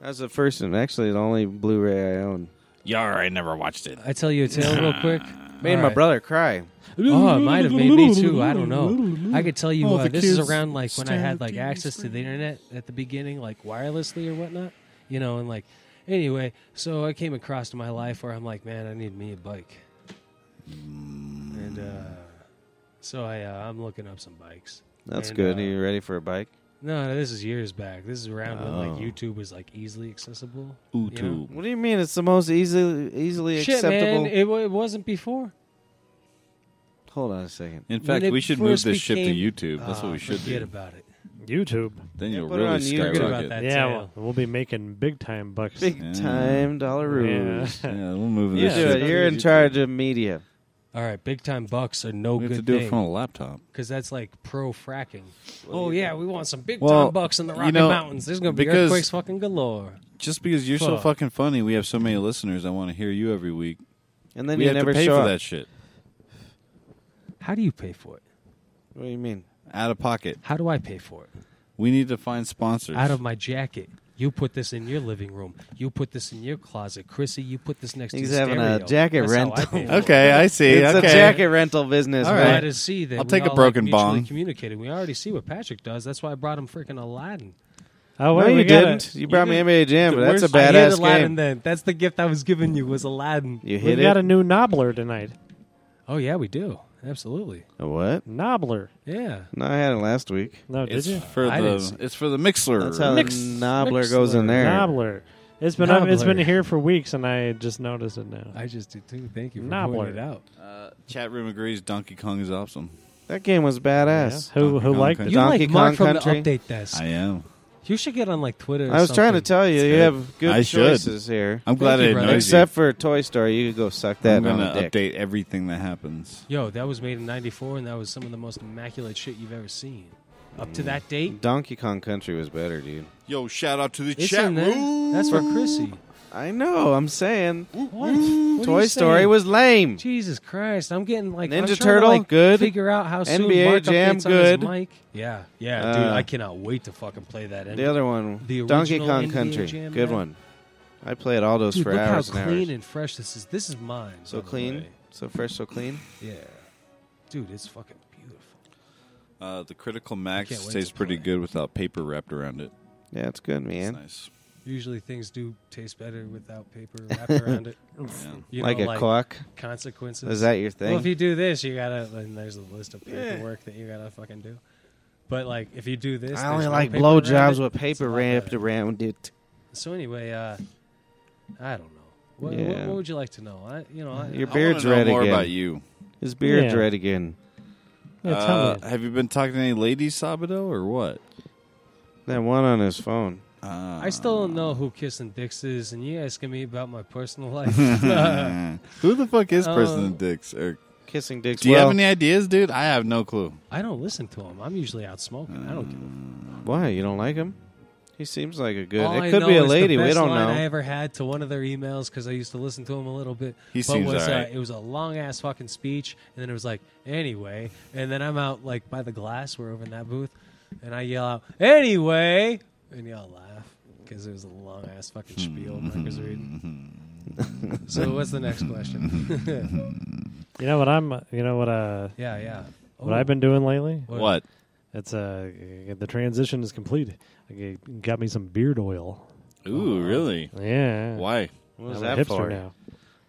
Speaker 3: that was the first and actually the only Blu-ray I own.
Speaker 2: Yar, I never watched it.
Speaker 5: I tell you a tale real quick.
Speaker 3: Made
Speaker 5: All
Speaker 3: my
Speaker 5: right.
Speaker 3: brother cry.
Speaker 5: Oh, it might have made me too. I don't know. I could tell you
Speaker 2: Oh,
Speaker 5: uh,
Speaker 2: the
Speaker 5: this is
Speaker 2: kids
Speaker 5: around like when I
Speaker 2: staring
Speaker 5: had
Speaker 2: at
Speaker 5: like
Speaker 2: TV
Speaker 5: access to the internet at the beginning, like wirelessly or whatnot, you know, and like anyway. So I came across to my life where I'm like, man, I need me a bike, and uh, so I uh, I'm looking up some bikes.
Speaker 3: That's
Speaker 5: And,
Speaker 3: good.
Speaker 5: uh,
Speaker 3: Are you ready for a bike?
Speaker 5: No, no, this is years back. This is around when
Speaker 3: Oh.
Speaker 5: like YouTube was like easily accessible. You know?
Speaker 2: Ooh,
Speaker 3: What do you mean? It's the most easily easily
Speaker 5: Shit,
Speaker 3: acceptable.
Speaker 5: man, it, wa- it wasn't before.
Speaker 3: Hold on a second.
Speaker 2: In
Speaker 5: When
Speaker 2: fact,
Speaker 5: it
Speaker 2: we should move
Speaker 5: first
Speaker 2: this shit to
Speaker 5: became-
Speaker 2: YouTube. That's what
Speaker 5: Ah,
Speaker 2: we should
Speaker 5: forget
Speaker 2: do.
Speaker 5: about it.
Speaker 4: YouTube.
Speaker 2: Then
Speaker 3: Yeah,
Speaker 2: you'll
Speaker 3: put it on
Speaker 2: really
Speaker 3: YouTube. Forget
Speaker 5: Forget
Speaker 2: skyrocket.
Speaker 5: about that.
Speaker 4: yeah,
Speaker 5: tale.
Speaker 4: well, we'll be making big time bucks.
Speaker 3: Big
Speaker 2: Yeah.
Speaker 3: time
Speaker 4: yeah.
Speaker 3: dollaroos.
Speaker 2: Yeah, we'll move
Speaker 4: Yeah.
Speaker 2: this
Speaker 3: Dude,
Speaker 2: shit.
Speaker 4: Yeah.
Speaker 3: you're in
Speaker 2: to YouTube.
Speaker 3: charge of media.
Speaker 5: All right, big time bucks are no
Speaker 2: We have
Speaker 5: good
Speaker 2: to do
Speaker 5: thing.
Speaker 2: it from a laptop.
Speaker 5: because that's like pro fracking. Oh yeah, we want some big
Speaker 2: Well,
Speaker 5: time bucks in the
Speaker 2: you
Speaker 5: Rocky
Speaker 2: know,
Speaker 5: Mountains. There's gonna be
Speaker 2: because-
Speaker 5: earthquakes fucking galore.
Speaker 2: Just because you're so
Speaker 5: Fuck.
Speaker 2: fucking funny, we have so many listeners. I want to hear you every week.
Speaker 3: And then
Speaker 2: we
Speaker 3: you
Speaker 2: have
Speaker 3: never
Speaker 2: to pay
Speaker 3: show
Speaker 2: for
Speaker 3: up.
Speaker 2: that shit
Speaker 5: How do you pay for it?
Speaker 3: What do you mean?
Speaker 2: out of pocket.
Speaker 5: How do I pay for it?
Speaker 2: We need to find sponsors.
Speaker 5: Out of my jacket. You put this in your living room. You put this in your closet, Chrissy. You put this next
Speaker 3: He's
Speaker 5: to your
Speaker 3: having a
Speaker 5: stereo.
Speaker 3: jacket
Speaker 5: That's how I
Speaker 3: rental.
Speaker 5: pay for it.
Speaker 2: okay, I see.
Speaker 3: it's
Speaker 2: okay.
Speaker 3: a jacket rental business,
Speaker 5: All right.
Speaker 3: man.
Speaker 5: to see that
Speaker 2: I'll
Speaker 5: we
Speaker 2: take a
Speaker 5: all,
Speaker 2: broken
Speaker 5: like, mutually
Speaker 2: bong.
Speaker 5: Communicated. We already see what Patrick does. That's why I brought him freaking Aladdin.
Speaker 4: Oh,
Speaker 3: No,
Speaker 4: wait,
Speaker 3: you
Speaker 4: we gotta-
Speaker 3: didn't. You brought me
Speaker 5: didn't-
Speaker 3: NBA Jam, but that's a
Speaker 5: I hit
Speaker 3: badass
Speaker 5: Aladdin
Speaker 3: game.
Speaker 5: then. That's the gift I was giving you was Aladdin.
Speaker 3: You
Speaker 4: We've
Speaker 3: hit
Speaker 4: got a
Speaker 3: it.
Speaker 4: new knobbler tonight.
Speaker 5: Oh yeah, we do. Absolutely.
Speaker 3: A what?
Speaker 4: Knobbler.
Speaker 5: Yeah.
Speaker 3: No, I had it last week.
Speaker 4: No, did
Speaker 2: It's
Speaker 4: you?
Speaker 2: for
Speaker 5: I didn't
Speaker 2: the
Speaker 5: see-
Speaker 2: it's for the mixer.
Speaker 3: That's how
Speaker 5: Mix-
Speaker 3: the knobbler goes in
Speaker 5: mixler.
Speaker 3: there.
Speaker 4: Knobbler. It's been up it's been
Speaker 5: Knobbler.
Speaker 4: here for weeks, and I just noticed it now.
Speaker 5: I just did too. Thank you for
Speaker 4: Knobbler.
Speaker 5: pointing it out.
Speaker 2: uh, chat room agrees. Donkey Kong is awesome.
Speaker 3: That game was badass.
Speaker 4: Yeah. Who
Speaker 2: Donkey
Speaker 4: who
Speaker 2: Kong
Speaker 4: liked
Speaker 2: Country.
Speaker 4: it?
Speaker 5: You
Speaker 3: Donkey
Speaker 5: like Mark
Speaker 3: Kong
Speaker 5: from
Speaker 3: Country.
Speaker 5: the update desk.
Speaker 2: I am.
Speaker 5: you should get on like Twitter. or
Speaker 3: I was trying to
Speaker 5: something.
Speaker 3: tell you, you have good
Speaker 2: I should.
Speaker 3: choices here.
Speaker 2: I'm glad
Speaker 5: you,
Speaker 2: it
Speaker 5: brother.
Speaker 2: annoys
Speaker 3: Except for Toy Story, you could go suck
Speaker 2: you.
Speaker 3: that
Speaker 2: I'm
Speaker 3: on
Speaker 2: gonna
Speaker 3: the dick.
Speaker 2: update everything that happens.
Speaker 5: Yo, that was made in '94, and that was some of the most immaculate shit you've ever seen. Up to that date,
Speaker 3: Donkey Kong Country was better, dude.
Speaker 2: Yo, shout out to the
Speaker 5: it's
Speaker 2: chat
Speaker 5: in there.
Speaker 2: room.
Speaker 5: That's for Chrissy.
Speaker 3: I know. I'm saying
Speaker 5: What? What are
Speaker 3: Toy
Speaker 5: you
Speaker 3: Story
Speaker 5: saying?
Speaker 3: was lame.
Speaker 5: Jesus Christ! I'm getting like I'm
Speaker 3: Ninja
Speaker 5: trying to,
Speaker 3: Turtle,
Speaker 5: like,
Speaker 3: good.
Speaker 5: Figure out how soon
Speaker 3: NBA
Speaker 5: Mark
Speaker 3: Jam,
Speaker 5: updates on his
Speaker 3: good.
Speaker 5: mic. Yeah, yeah, dude.
Speaker 3: Uh,
Speaker 5: I cannot wait to fucking play that.
Speaker 3: The other one,
Speaker 5: The
Speaker 3: Donkey
Speaker 5: original
Speaker 3: Kong
Speaker 5: NBA
Speaker 3: Country,
Speaker 5: Jam
Speaker 3: good
Speaker 5: map.
Speaker 3: one. I played all those
Speaker 5: dude,
Speaker 3: for
Speaker 5: look
Speaker 3: hours
Speaker 5: how
Speaker 3: and
Speaker 5: clean
Speaker 3: hours.
Speaker 5: and fresh this is. This is mine.
Speaker 3: so
Speaker 5: by the
Speaker 3: clean,
Speaker 5: way.
Speaker 3: so fresh, so clean.
Speaker 5: Yeah, dude, it's fucking beautiful.
Speaker 2: Uh, the Critical
Speaker 5: I
Speaker 2: Max
Speaker 5: can't wait
Speaker 2: stays
Speaker 5: to
Speaker 2: pretty
Speaker 5: play.
Speaker 2: good without paper wrapped around it.
Speaker 3: Yeah, it's good,
Speaker 2: It's
Speaker 3: man.
Speaker 2: nice.
Speaker 5: Usually things do taste better without paper wrapped around it.
Speaker 2: Yeah.
Speaker 5: You
Speaker 3: like
Speaker 5: know,
Speaker 3: a cock.
Speaker 5: consequences.
Speaker 3: Is that your
Speaker 5: well, if
Speaker 3: thing?
Speaker 5: you do this, you gotta. And there's a list of paperwork that you gotta fucking do. But like, if you do this,
Speaker 3: I only
Speaker 5: there's no
Speaker 3: like
Speaker 5: paper around
Speaker 3: blowjobs
Speaker 5: it.
Speaker 3: with
Speaker 5: It's
Speaker 3: paper
Speaker 5: a lot
Speaker 3: wrapped
Speaker 5: better.
Speaker 3: around it.
Speaker 5: So anyway, uh, I don't know. What, what,
Speaker 3: Yeah.
Speaker 5: what would you like to know? I, you know, I,
Speaker 3: Your
Speaker 2: I wanna
Speaker 3: beard's
Speaker 2: know
Speaker 3: red
Speaker 2: more
Speaker 3: again.
Speaker 2: about you.
Speaker 3: His beard's
Speaker 4: Yeah.
Speaker 3: red again.
Speaker 4: Yeah, tell
Speaker 2: Uh,
Speaker 4: me.
Speaker 2: have you been talking to any ladies, Sabado, or what?
Speaker 3: That one on his phone.
Speaker 2: Uh,
Speaker 5: I still don't know who kissing dicks is, and you asking me about my personal life. I
Speaker 2: Who the fuck is
Speaker 5: Uh,
Speaker 2: President Dix? Or,
Speaker 3: Kissing dicks.
Speaker 2: do you
Speaker 3: well,
Speaker 2: have any ideas, dude? I have no clue.
Speaker 5: don't listen to him. I'm usually out smoking.
Speaker 3: Mm.
Speaker 5: I don't give a
Speaker 3: Why you don't like him? He seems like a good.
Speaker 5: All I
Speaker 3: it could
Speaker 5: know
Speaker 3: be a
Speaker 5: is the
Speaker 3: lady. We
Speaker 5: best
Speaker 3: don't
Speaker 5: line I
Speaker 3: know.
Speaker 5: ever had to one of their emails because I used to listen to him a little bit.
Speaker 2: He
Speaker 5: but
Speaker 2: seems
Speaker 5: was,
Speaker 2: alright.
Speaker 5: uh, It was a long ass fucking speech, and then it was like, anyway, and then I'm out like by the glass. We're over in that booth, and I yell out, anyway, and y'all laugh because it was a long ass fucking spiel Mark was reading.
Speaker 2: Mm-hmm.
Speaker 5: so
Speaker 4: Hmm.
Speaker 5: what's the next question?
Speaker 4: You know what I'm you know what uh
Speaker 5: yeah, yeah.
Speaker 4: what
Speaker 5: Oh,
Speaker 4: I've been doing lately?
Speaker 5: What?
Speaker 2: What?
Speaker 4: It's uh the transition is complete. I got me some beard oil.
Speaker 2: Ooh, really?
Speaker 4: Yeah.
Speaker 2: Why?
Speaker 3: What was
Speaker 4: I'm a
Speaker 3: that
Speaker 4: hipster
Speaker 3: for?
Speaker 4: now.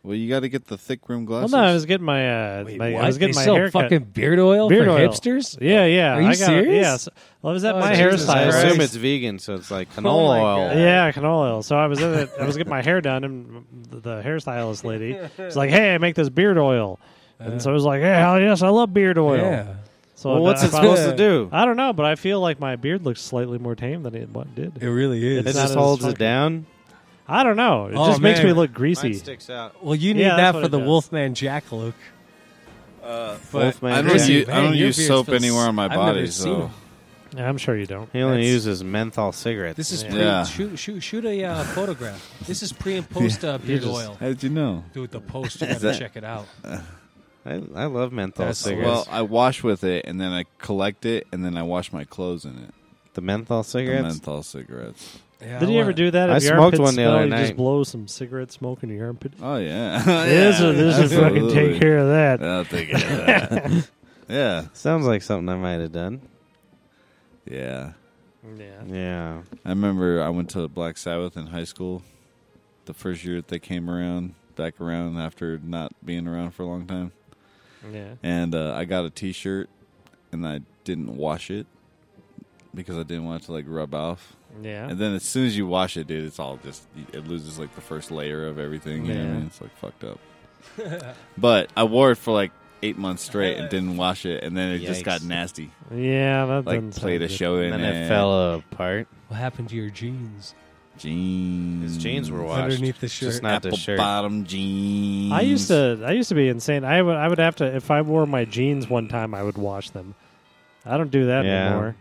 Speaker 2: Well, you got to get the thick rim
Speaker 4: Well,
Speaker 2: glasses.
Speaker 4: no, I was getting my uh,
Speaker 5: Wait,
Speaker 4: my,
Speaker 5: what?
Speaker 4: I was getting
Speaker 5: they
Speaker 4: my
Speaker 5: sell
Speaker 4: haircut.
Speaker 5: fucking beard oil
Speaker 4: beard
Speaker 5: for
Speaker 4: oil.
Speaker 5: hipsters.
Speaker 4: Yeah, yeah.
Speaker 5: Are you
Speaker 4: I got,
Speaker 5: serious?
Speaker 4: Yes. Well, was at
Speaker 5: Oh,
Speaker 4: my
Speaker 5: Jesus
Speaker 4: hairstylist.
Speaker 3: I
Speaker 5: Christ.
Speaker 3: assume it's vegan, so it's like canola
Speaker 5: Oh my
Speaker 3: oil.
Speaker 5: God.
Speaker 4: Yeah, canola oil. So I was at it, I was getting my hair done, and the- the hairstylist lady was like, "Hey, I make this beard oil," and so I was like, "Hey, hell yes, I love beard oil."
Speaker 5: Yeah.
Speaker 4: So
Speaker 3: well, what's
Speaker 4: I
Speaker 3: it
Speaker 4: found-
Speaker 3: supposed to do?
Speaker 4: I don't know, but I feel like my beard looks slightly more tame than it what did.
Speaker 5: It really is.
Speaker 3: It
Speaker 4: It's not
Speaker 3: just
Speaker 4: as
Speaker 3: holds
Speaker 4: funky.
Speaker 3: it down.
Speaker 4: I don't know. It
Speaker 5: Oh,
Speaker 4: just makes
Speaker 5: man.
Speaker 4: me look greasy.
Speaker 3: sticks out.
Speaker 5: well, you
Speaker 4: Yeah,
Speaker 5: need
Speaker 4: that's
Speaker 5: that
Speaker 4: what
Speaker 5: for
Speaker 4: it
Speaker 5: the
Speaker 4: does.
Speaker 5: Wolfman Jack look. Uh,
Speaker 3: Wolfman
Speaker 2: I don't,
Speaker 3: Jack.
Speaker 2: use, I
Speaker 5: Man,
Speaker 2: don't
Speaker 5: your
Speaker 2: use
Speaker 5: beard
Speaker 2: soap
Speaker 5: feels-
Speaker 2: anywhere on my
Speaker 5: I've
Speaker 2: body,
Speaker 5: never seen
Speaker 2: so
Speaker 5: it.
Speaker 4: Yeah, I'm sure you don't.
Speaker 3: He only
Speaker 5: That's-
Speaker 3: uses menthol cigarettes.
Speaker 5: This is pre,
Speaker 2: Yeah.
Speaker 5: shoot, shoot, shoot a uh, photograph. This is pre and post uh, beard oil.
Speaker 2: how did you know?
Speaker 5: Dude, the post you gotta check it out.
Speaker 3: I, I love menthol
Speaker 5: That's-
Speaker 3: cigarettes.
Speaker 2: Well, I wash with it, and then I collect it, and then I wash my clothes in it.
Speaker 3: the menthol
Speaker 2: The
Speaker 3: cigarettes.
Speaker 2: menthol cigarettes.
Speaker 5: Yeah,
Speaker 4: Did
Speaker 5: I
Speaker 4: you ever
Speaker 5: want
Speaker 4: do that?
Speaker 3: I
Speaker 4: If your
Speaker 3: smoked
Speaker 4: armpits
Speaker 3: one the
Speaker 4: smell,
Speaker 3: other
Speaker 4: you
Speaker 3: night.
Speaker 4: Just blow some cigarette smoke into your armpit.
Speaker 2: Oh yeah,
Speaker 4: This
Speaker 2: yeah,
Speaker 4: is this is fucking
Speaker 2: absolutely.
Speaker 4: take care of that.
Speaker 2: I'll take care of that. yeah,
Speaker 3: Sounds like something I might have done.
Speaker 2: yeah.
Speaker 4: Yeah.
Speaker 3: Yeah.
Speaker 2: I remember I went to Black Sabbath in high school. The first year that they came around, back around after not being around for a long time,
Speaker 4: Yeah.
Speaker 2: and uh, I got a T-shirt, and I didn't wash it because I didn't want it to like rub off.
Speaker 4: Yeah.
Speaker 2: And then as soon as you wash it, dude, it's all just it loses like the first layer of everything. You know what I
Speaker 4: Yeah.
Speaker 2: mean? It's like fucked up. but I wore it for like eight months straight and didn't wash it, and then it just
Speaker 3: Yikes.
Speaker 2: got nasty.
Speaker 4: Yeah, that
Speaker 2: Like
Speaker 4: doesn't
Speaker 2: played
Speaker 4: sound
Speaker 2: a
Speaker 4: good.
Speaker 2: show in
Speaker 3: And then
Speaker 2: it.
Speaker 3: it fell apart.
Speaker 5: What happened to your jeans?
Speaker 2: Jeans.
Speaker 3: His jeans were washed.
Speaker 5: Underneath the shirt.
Speaker 3: Just not
Speaker 2: apple
Speaker 3: the shirt.
Speaker 2: bottom jeans.
Speaker 4: I used to I used to be insane. I would I would have to if I wore my jeans one time I would wash them. I don't do that
Speaker 3: Yeah.
Speaker 4: anymore.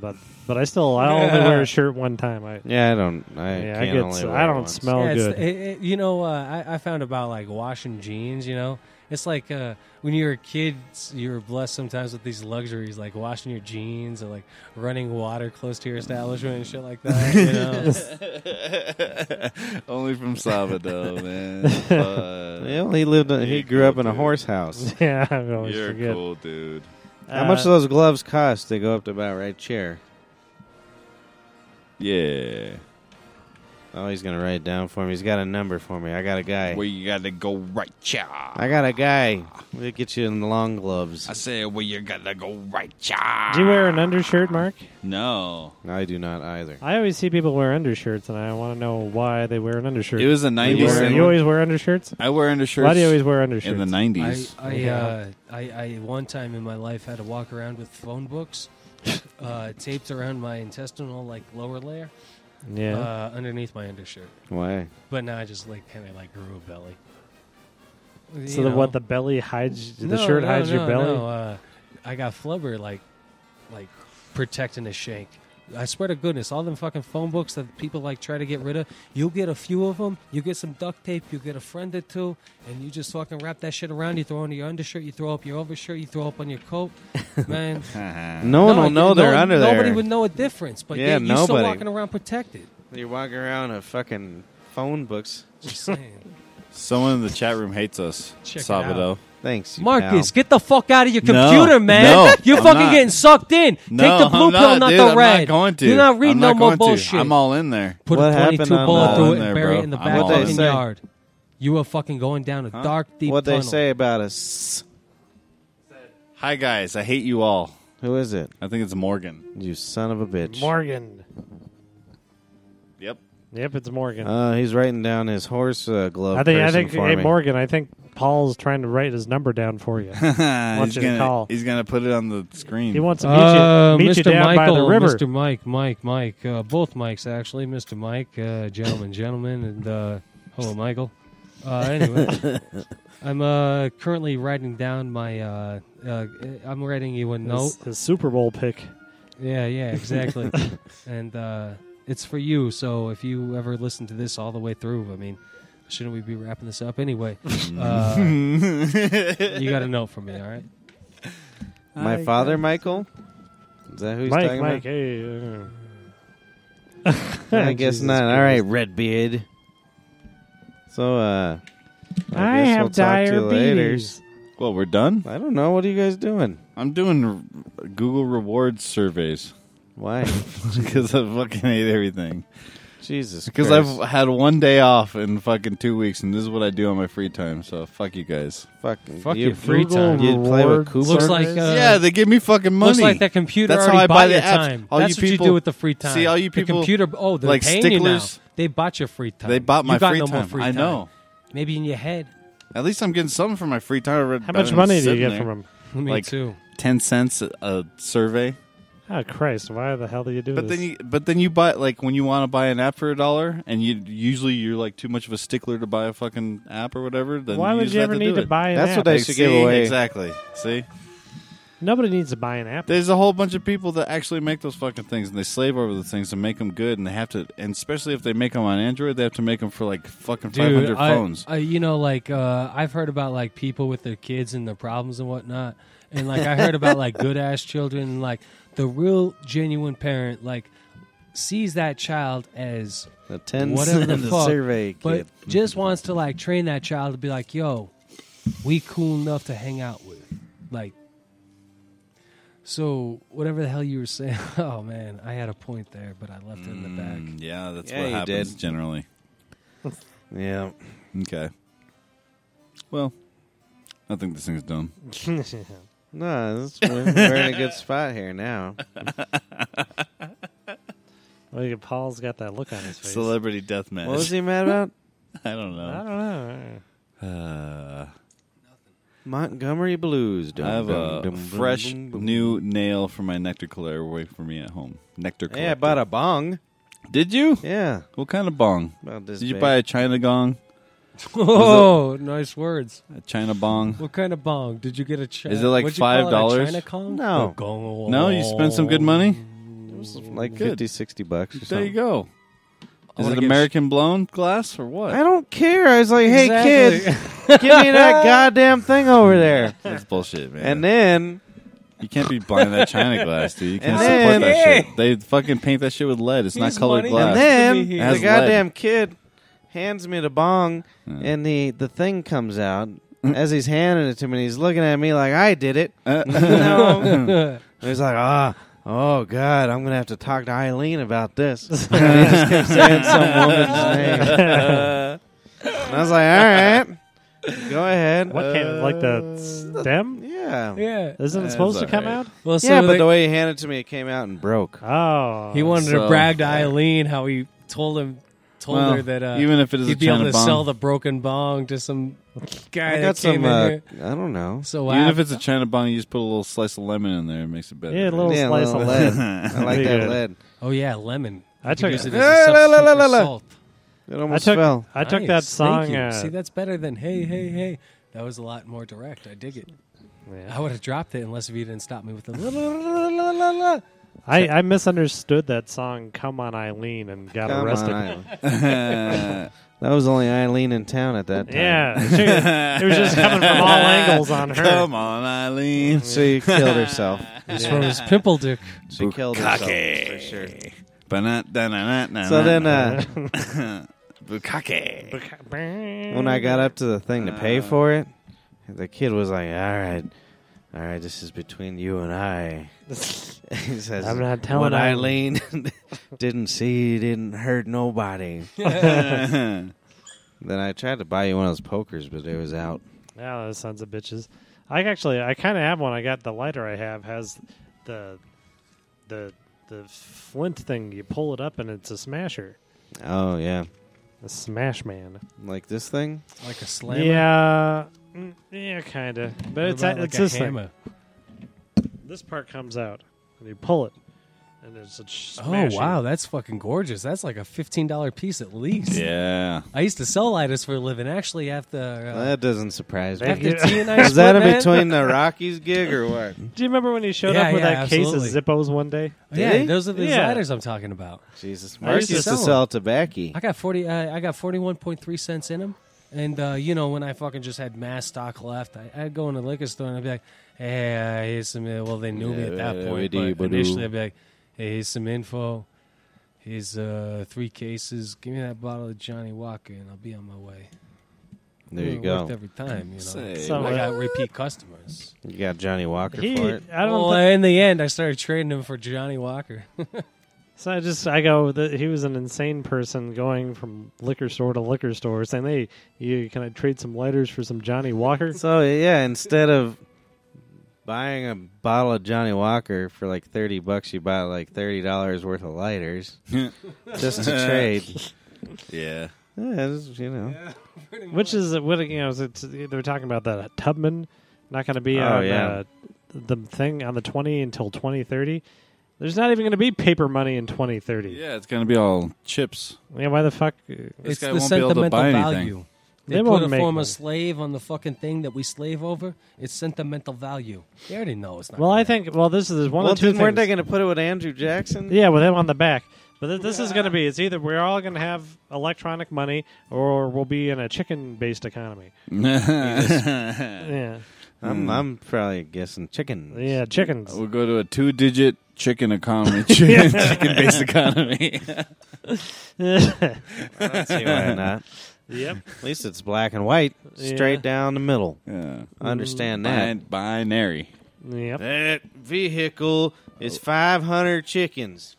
Speaker 4: But but I still I only
Speaker 5: Yeah.
Speaker 4: wear a shirt one time. I
Speaker 3: Yeah, I don't. I
Speaker 4: yeah, I
Speaker 3: can't
Speaker 4: get
Speaker 3: only
Speaker 4: s-
Speaker 3: wear
Speaker 4: I
Speaker 3: it
Speaker 4: don't
Speaker 3: once.
Speaker 4: smell
Speaker 5: Yeah, it's-
Speaker 4: good.
Speaker 5: it- it- you know, uh, I, I found about like washing jeans. You know, it's like uh, when you were a kid, s- you were blessed sometimes with these luxuries, like washing your jeans or like running water close to your establishment and shit like that. You know,
Speaker 2: Only from Salvador, man. Fuck.
Speaker 3: Well, he lived.
Speaker 2: You're
Speaker 3: he grew up
Speaker 2: cool,
Speaker 3: in a
Speaker 2: dude.
Speaker 3: horse house.
Speaker 4: yeah, I always
Speaker 2: You're
Speaker 4: forget.
Speaker 2: cool, dude.
Speaker 3: How much
Speaker 4: Uh,
Speaker 3: do those gloves cost? They go up to about right chair.
Speaker 2: Yeah.
Speaker 3: Oh, he's gonna write it down for me. He's got a number for me. I got a guy.
Speaker 2: Where you gotta go right, ya.
Speaker 3: I got a guy. We'll get you in the long gloves.
Speaker 2: I said where you gotta go right, ya.
Speaker 4: do you wear an undershirt, Mark?
Speaker 2: No.
Speaker 3: No, I do not either.
Speaker 4: I always see people wear undershirts, and I want to know why they wear an undershirt.
Speaker 2: It was the
Speaker 4: you,
Speaker 2: nineties.
Speaker 4: wear-
Speaker 3: wearing
Speaker 4: you always wear undershirts.
Speaker 2: I wear undershirts
Speaker 4: Why do you always wear undershirts?
Speaker 2: in the
Speaker 5: I
Speaker 2: nineties.
Speaker 5: I,
Speaker 4: Yeah.
Speaker 5: uh, I I one time in my life had to walk around with phone books uh, taped around my intestinal like lower layer
Speaker 4: Yeah.
Speaker 5: uh, underneath my undershirt.
Speaker 3: Why?
Speaker 5: But now I just like kind of like grew a belly.
Speaker 4: so
Speaker 5: You
Speaker 4: the,
Speaker 5: know?
Speaker 4: what the belly hides the
Speaker 5: No,
Speaker 4: shirt
Speaker 5: no,
Speaker 4: hides your
Speaker 5: no,
Speaker 4: belly.
Speaker 5: no, uh, I got flubber like, like protecting a shank. I swear to goodness, all them fucking phone books that people like try to get rid of. You'll get a few of them. You get some duct tape. You get a friend or two, and you just fucking wrap that shit around. You throw on your undershirt. You throw up your overshirt. You throw up on your coat. Man, uh,
Speaker 3: No one will
Speaker 5: you-
Speaker 3: know they're
Speaker 5: no-
Speaker 3: under
Speaker 5: nobody
Speaker 3: there.
Speaker 5: would know a difference. But
Speaker 3: Yeah,
Speaker 5: yeah, you're still
Speaker 3: nobody.
Speaker 5: walking around protected.
Speaker 3: You're walking around with fucking phone books.
Speaker 5: Just saying.
Speaker 2: Someone in the chat room hates us.
Speaker 5: Check it
Speaker 2: Salvador.
Speaker 3: Thanks, you
Speaker 5: Marcus,
Speaker 3: pal.
Speaker 5: get the fuck out of your
Speaker 2: No,
Speaker 5: computer, man.
Speaker 2: no,
Speaker 5: You're
Speaker 2: I'm
Speaker 5: fucking
Speaker 2: not.
Speaker 5: getting sucked in.
Speaker 2: No,
Speaker 5: Take the blue
Speaker 2: I'm
Speaker 5: pill, not
Speaker 2: dude,
Speaker 5: the
Speaker 2: I'm
Speaker 5: red.
Speaker 2: not going to.
Speaker 5: You're not reading
Speaker 2: I'm
Speaker 5: no more
Speaker 2: going to.
Speaker 5: bullshit.
Speaker 2: I'm all in there.
Speaker 5: Put
Speaker 3: What
Speaker 5: a
Speaker 3: happened
Speaker 5: 22
Speaker 3: on
Speaker 5: bullet
Speaker 3: the-
Speaker 5: through it
Speaker 2: on there,
Speaker 5: and bury
Speaker 2: bro?
Speaker 5: it in the
Speaker 2: I'm
Speaker 5: back
Speaker 3: all
Speaker 5: fucking
Speaker 3: in.
Speaker 5: yard. You are fucking going down a
Speaker 2: Huh?
Speaker 5: dark, deep
Speaker 3: what they
Speaker 5: tunnel.
Speaker 3: say about us.
Speaker 2: Hi guys, I hate you all.
Speaker 3: Who is it?
Speaker 2: I think it's Morgan.
Speaker 3: You son of a bitch.
Speaker 4: Morgan.
Speaker 2: Yep.
Speaker 4: Yep, it's Morgan.
Speaker 3: Uh, he's writing down his horse uh, glove.
Speaker 4: I think I
Speaker 3: person
Speaker 4: think
Speaker 3: for
Speaker 4: hey,
Speaker 3: me.
Speaker 4: Morgan, I think Paul's trying to write his number down for you.
Speaker 2: he's
Speaker 4: you to
Speaker 2: gonna
Speaker 4: call.
Speaker 2: he's gonna put it on the screen.
Speaker 4: He wants to meet
Speaker 5: Uh,
Speaker 4: you, meet
Speaker 5: Mr.
Speaker 4: you down
Speaker 5: Michael,
Speaker 4: by the river.
Speaker 5: Mr. Mike, Mike, Mike, uh, both Mikes actually. Mr. Mike, uh, gentlemen, gentlemen, and uh, hello, Michael. Uh, anyway, I'm uh, currently writing down my. Uh, uh, I'm writing you a note.
Speaker 4: His, his Super Bowl pick.
Speaker 5: Yeah, yeah, exactly. and uh, it's for you. So if you ever listen to this all the way through, I mean, shouldn't we be wrapping this up anyway? uh, you got a note from me, all right?
Speaker 3: My father, Michael. Is that who he's
Speaker 4: Mike,
Speaker 3: talking
Speaker 4: Mike, hey. uh,
Speaker 3: about? I guess
Speaker 4: Oh, Jesus
Speaker 3: not.
Speaker 4: Christ.
Speaker 3: All right, Redbeard. So, uh,
Speaker 4: I,
Speaker 3: guess
Speaker 4: have
Speaker 3: we'll talk to you later.
Speaker 4: diabetes.
Speaker 2: well, we're done.
Speaker 3: I don't know. What are you guys doing?
Speaker 2: I'm doing r- Google rewards surveys
Speaker 3: Why?
Speaker 2: because I fucking hate everything.
Speaker 3: Jesus.
Speaker 2: Because
Speaker 3: Christ.
Speaker 2: I've had one day off in fucking two weeks, and this is what I do on my free time. So fuck you guys.
Speaker 3: fucking
Speaker 5: Fuck
Speaker 3: you
Speaker 5: your free
Speaker 3: Google
Speaker 5: time.
Speaker 3: You play with
Speaker 4: Reward
Speaker 3: Cooper.
Speaker 5: Looks like, uh,
Speaker 2: yeah, they give me fucking money.
Speaker 5: Looks like that computer
Speaker 2: That's
Speaker 5: already
Speaker 2: how I buy
Speaker 5: bought
Speaker 2: the
Speaker 5: your
Speaker 2: apps.
Speaker 5: time.
Speaker 2: All
Speaker 5: That's
Speaker 2: you
Speaker 5: what
Speaker 2: people-
Speaker 5: you do with the free time.
Speaker 2: See, all you
Speaker 5: The
Speaker 2: people-
Speaker 5: computer. Oh, they're
Speaker 2: like
Speaker 5: paying
Speaker 2: sticklers.
Speaker 5: you now. They bought your free time.
Speaker 2: They bought my
Speaker 5: you got
Speaker 2: free
Speaker 5: no
Speaker 2: time.
Speaker 5: More free
Speaker 2: I
Speaker 5: time.
Speaker 2: know.
Speaker 5: Maybe in your head.
Speaker 2: At least I'm getting something for my free time.
Speaker 4: How much money do you get from him?
Speaker 5: Me
Speaker 2: Like-
Speaker 5: too.
Speaker 2: ten cents a- a survey.
Speaker 4: Oh Christ! Why the hell do you do
Speaker 2: But
Speaker 4: this?
Speaker 2: then you but then you buy like when you want to buy an app for a dollar and you usually you're like too much of a stickler to buy a fucking app or whatever, then
Speaker 4: Why
Speaker 2: you
Speaker 4: would
Speaker 2: just
Speaker 4: you
Speaker 2: have
Speaker 4: ever
Speaker 2: to
Speaker 4: need
Speaker 2: do
Speaker 4: to
Speaker 2: it.
Speaker 4: buy an
Speaker 3: That's
Speaker 4: app?
Speaker 3: what I
Speaker 2: Like,
Speaker 3: should give
Speaker 2: see?
Speaker 3: away.
Speaker 2: Exactly. See?
Speaker 4: Nobody needs to buy an app.
Speaker 2: There's a whole bunch of people that actually make those fucking things, and they slave over the things to make them good, and they have to, and especially if they make them on Android, they have to make them for like fucking 500
Speaker 5: I-
Speaker 2: phones.
Speaker 5: I, you know, like uh, I've heard about like people with their kids and their problems and whatnot, and like I heard about like good ass children. And, like the real genuine parent, like sees that child as
Speaker 3: A ten
Speaker 5: whatever the
Speaker 3: cent
Speaker 5: fuck,
Speaker 3: survey kid.
Speaker 5: but just wants to like train that child to be like, yo, we cool enough to hang out with, like. So whatever the hell you were saying, oh man, I had a point there, but I left it in the back.
Speaker 2: Mm, yeah, that's
Speaker 3: Yeah,
Speaker 2: what
Speaker 3: you
Speaker 2: happens
Speaker 3: did.
Speaker 2: generally.
Speaker 3: Yeah.
Speaker 2: Okay. Well, I think this thing's done.
Speaker 3: No, this, we're, we're in a good spot here now.
Speaker 4: Well, you- Paul's got that look on his face.
Speaker 2: Celebrity death match.
Speaker 3: What was he mad about?
Speaker 2: I don't
Speaker 4: I don't
Speaker 2: know.
Speaker 4: know.
Speaker 2: Uh,
Speaker 3: Montgomery
Speaker 2: I
Speaker 3: Blues. Dum,
Speaker 2: have
Speaker 3: dum,
Speaker 2: a
Speaker 3: dum,
Speaker 2: fresh
Speaker 3: dum, dum,
Speaker 2: new nail for my nectar collector away from me at home. Nectar
Speaker 3: dum.
Speaker 2: collector.
Speaker 3: Yeah, I bought a bong.
Speaker 2: Did you?
Speaker 3: Yeah,
Speaker 2: What kind of bong?
Speaker 3: about this.
Speaker 2: Did you
Speaker 3: big.
Speaker 2: buy a China gong?
Speaker 5: Oh, nice words.
Speaker 2: A China bong?
Speaker 5: What kind of bong? Did you get a China?
Speaker 2: Is it like
Speaker 5: what'd you call it,
Speaker 2: $5?
Speaker 5: a China Kong?
Speaker 3: No.
Speaker 5: A gong.
Speaker 2: No, you spent some good money?
Speaker 3: It was like
Speaker 2: Good.
Speaker 3: fifty, sixty 50, 60 bucks. Or
Speaker 2: There
Speaker 3: Oh, something.
Speaker 2: you go.
Speaker 5: I
Speaker 2: Is
Speaker 5: wanna
Speaker 2: it
Speaker 5: get-
Speaker 2: American blown glass or what?
Speaker 3: I don't care. I was like, hey,
Speaker 5: Exactly.
Speaker 3: kid, give me that goddamn thing over there.
Speaker 2: That's bullshit, man.
Speaker 3: And then,
Speaker 2: you can't be buying that China glass, dude. You can't
Speaker 3: And
Speaker 2: support
Speaker 3: then-
Speaker 2: that shit. They fucking paint that shit with lead. It's not
Speaker 5: He's
Speaker 2: colored
Speaker 5: money.
Speaker 2: glass.
Speaker 3: and
Speaker 5: It
Speaker 3: then
Speaker 5: has
Speaker 3: the
Speaker 2: lead.
Speaker 3: goddamn kid hands me the bong,
Speaker 2: Yeah.
Speaker 3: and the, the thing comes out. As he's handing it to me, and he's looking at me like I did it.
Speaker 2: Uh,
Speaker 3: No. And he's like, ah, oh god, I'm gonna have to talk to Eileen about this. and he just kept saying some woman's name. And I was like, all right, go ahead. Uh,
Speaker 4: What came like the stem?
Speaker 3: Yeah, yeah.
Speaker 5: yeah.
Speaker 4: Isn't it
Speaker 2: Uh, That's
Speaker 4: supposed to come
Speaker 2: alright.
Speaker 4: out?
Speaker 5: Well, so
Speaker 3: but
Speaker 5: they-
Speaker 3: the way he handed it to me, it came out and broke.
Speaker 4: Oh,
Speaker 5: he wanted
Speaker 2: So-
Speaker 5: to brag to Eileen how he told him told
Speaker 2: Well,
Speaker 5: her that uh,
Speaker 2: even if it is a
Speaker 5: he'd be able
Speaker 2: China
Speaker 5: to
Speaker 2: bong,
Speaker 5: sell the broken bong to some guy
Speaker 3: I
Speaker 5: that
Speaker 3: got
Speaker 5: came
Speaker 3: some.
Speaker 5: in
Speaker 3: Uh,
Speaker 5: here.
Speaker 3: I don't know.
Speaker 5: So
Speaker 2: even
Speaker 5: I-
Speaker 2: if it's a China bong, you just put a little slice of lemon in there. It makes it better.
Speaker 4: Yeah, a little
Speaker 3: Yeah, a
Speaker 4: slice
Speaker 3: little
Speaker 4: of
Speaker 3: lead.
Speaker 4: lead.
Speaker 3: I like
Speaker 4: Pretty
Speaker 3: that
Speaker 4: good.
Speaker 3: lead.
Speaker 5: oh yeah, lemon.
Speaker 4: I took,
Speaker 5: Use it
Speaker 4: I
Speaker 5: as a
Speaker 3: La, la, la,
Speaker 5: substitute
Speaker 3: la,
Speaker 5: for
Speaker 3: la.
Speaker 5: salt.
Speaker 3: It almost
Speaker 4: took,
Speaker 3: fell.
Speaker 4: I took
Speaker 5: Nice,
Speaker 4: that
Speaker 5: thank
Speaker 4: song.
Speaker 5: you.
Speaker 4: Uh,
Speaker 5: See, that's better than hey, hey, hey. That was a lot more direct. I dig it.
Speaker 4: yeah.
Speaker 5: I would have dropped it unless if you didn't stop me with the. la, la, la, la, la, la.
Speaker 4: I, I misunderstood that song. Come on, Eileen, and got
Speaker 3: Come on,
Speaker 4: arrested.
Speaker 3: Eileen.
Speaker 2: Uh,
Speaker 3: That was only Eileen in town at that time.
Speaker 4: Yeah, she- it was just coming from all angles on her.
Speaker 2: Come on, Eileen.
Speaker 3: She killed herself.
Speaker 5: It's from his pimple dick.
Speaker 3: She killed herself for sure. So
Speaker 2: So
Speaker 3: then, uh,
Speaker 2: Bukake.
Speaker 3: when I got up to the thing to
Speaker 4: Uh.
Speaker 3: pay for it, the kid was like, "All right, all right, this is between you and I." he says,
Speaker 4: I'm not telling
Speaker 3: when Eileen. didn't see, didn't hurt nobody." then I tried to buy you one of those pokers, but it was out.
Speaker 4: Yeah, those sons of bitches. I actually, I kind of have one. I got the lighter I have has the the the flint thing. You pull it up and it's a smasher,
Speaker 3: Oh yeah,
Speaker 4: a smash man.
Speaker 3: like this thing.
Speaker 5: Like a slammer.
Speaker 4: Yeah, mm, yeah, kind of. But
Speaker 5: What
Speaker 4: it's
Speaker 5: about like
Speaker 4: it's
Speaker 5: a
Speaker 4: this thing.
Speaker 5: hammer?
Speaker 4: This part comes out and you pull it, and it's a sh-
Speaker 5: Oh
Speaker 4: smasher.
Speaker 5: wow, that's fucking gorgeous. That's like a fifteen dollar piece at least.
Speaker 2: yeah.
Speaker 5: I used to sell lighters for a living. Actually, after uh,
Speaker 3: That doesn't surprise me.
Speaker 4: Thank
Speaker 5: after
Speaker 4: you.
Speaker 5: T and I
Speaker 3: Was that
Speaker 5: split,
Speaker 3: in
Speaker 5: man-
Speaker 3: between the Rockies gig or what?
Speaker 4: Do you remember when he showed
Speaker 5: Yeah,
Speaker 4: up with
Speaker 5: yeah,
Speaker 4: that case
Speaker 5: absolutely. Oh,
Speaker 4: of Zippos one day?
Speaker 5: Yeah,
Speaker 3: Did he?
Speaker 5: those are the
Speaker 4: Yeah.
Speaker 5: lighters I'm talking about.
Speaker 3: Jesus,
Speaker 4: I
Speaker 3: Mark
Speaker 4: used
Speaker 3: used
Speaker 4: to
Speaker 3: to
Speaker 5: sell
Speaker 3: sell,
Speaker 5: 'em.
Speaker 3: tobacco.
Speaker 5: I got forty. Uh, I got forty one point three cents in them, and uh, you know when I fucking just had mass stock left, I, I'd go in the liquor store and I'd be like, "Hey, uh, here's some." uh," Well, they knew me at that
Speaker 3: Yeah,
Speaker 5: point,
Speaker 3: we do,
Speaker 5: but
Speaker 3: but
Speaker 5: initially
Speaker 3: ooh.
Speaker 5: I'd be like, "Hey, here's some info. Here's uh, three cases. Give me that bottle of Johnny Walker, and I'll be on my way."
Speaker 3: There
Speaker 5: Well,
Speaker 3: you
Speaker 5: it
Speaker 3: go.
Speaker 5: Worked every time, you know.
Speaker 2: Say
Speaker 5: So I
Speaker 4: what?
Speaker 5: got repeat customers.
Speaker 3: You got Johnny Walker
Speaker 4: He,
Speaker 3: for it.
Speaker 4: I don't.
Speaker 5: well,
Speaker 4: thi-
Speaker 5: in the end, I started trading them for Johnny Walker.
Speaker 4: So I just I go that he was an insane person going from liquor store to liquor store saying, "Hey, you can I trade some lighters for some Johnny Walker?"
Speaker 3: So yeah, instead of buying a bottle of Johnny Walker for like thirty bucks, you bought like thirty dollars worth of lighters just to trade.
Speaker 2: Yeah.
Speaker 3: Yeah, it's, you know,
Speaker 4: Which is what you know it's- it's- they were talking about that Tubman not going to be
Speaker 3: Oh,
Speaker 4: on
Speaker 3: yeah.
Speaker 4: uh, the thing on the 20 until 2030, there's not even going to be paper money in 2030. Yeah,
Speaker 2: Yeah, it's gonna be all chips.
Speaker 4: why the fuck?
Speaker 2: This
Speaker 5: it's
Speaker 2: guy
Speaker 5: the
Speaker 2: won't be able
Speaker 5: sentimental
Speaker 2: to buy
Speaker 5: value.
Speaker 2: anything.
Speaker 5: They,
Speaker 4: They
Speaker 5: put
Speaker 4: won't
Speaker 5: a
Speaker 4: make
Speaker 5: former
Speaker 4: money.
Speaker 5: slave on the fucking thing that we slave over. It's sentimental value. They already know it's not.
Speaker 4: Well,
Speaker 5: gonna
Speaker 4: I think, well, this is one
Speaker 3: well,
Speaker 4: of two
Speaker 3: then weren't they
Speaker 4: things.
Speaker 3: going to put it with Andrew Jackson?
Speaker 4: Yeah, with him on the back. But th- this is going to be it's either we're all going to have electronic money or we'll be in a chicken based economy. Yeah.
Speaker 3: I'm, I'm probably guessing chicken.
Speaker 4: Yeah, chickens.
Speaker 2: we'll go to a two-digit chicken economy, chicken, chicken-based economy.
Speaker 3: I don't see why not.
Speaker 4: yep.
Speaker 3: At least it's black and white, straight
Speaker 4: Yeah.
Speaker 3: down the middle.
Speaker 2: yeah.
Speaker 3: I understand that.
Speaker 2: Bin- binary.
Speaker 4: Yep.
Speaker 3: That vehicle is 500 chickens.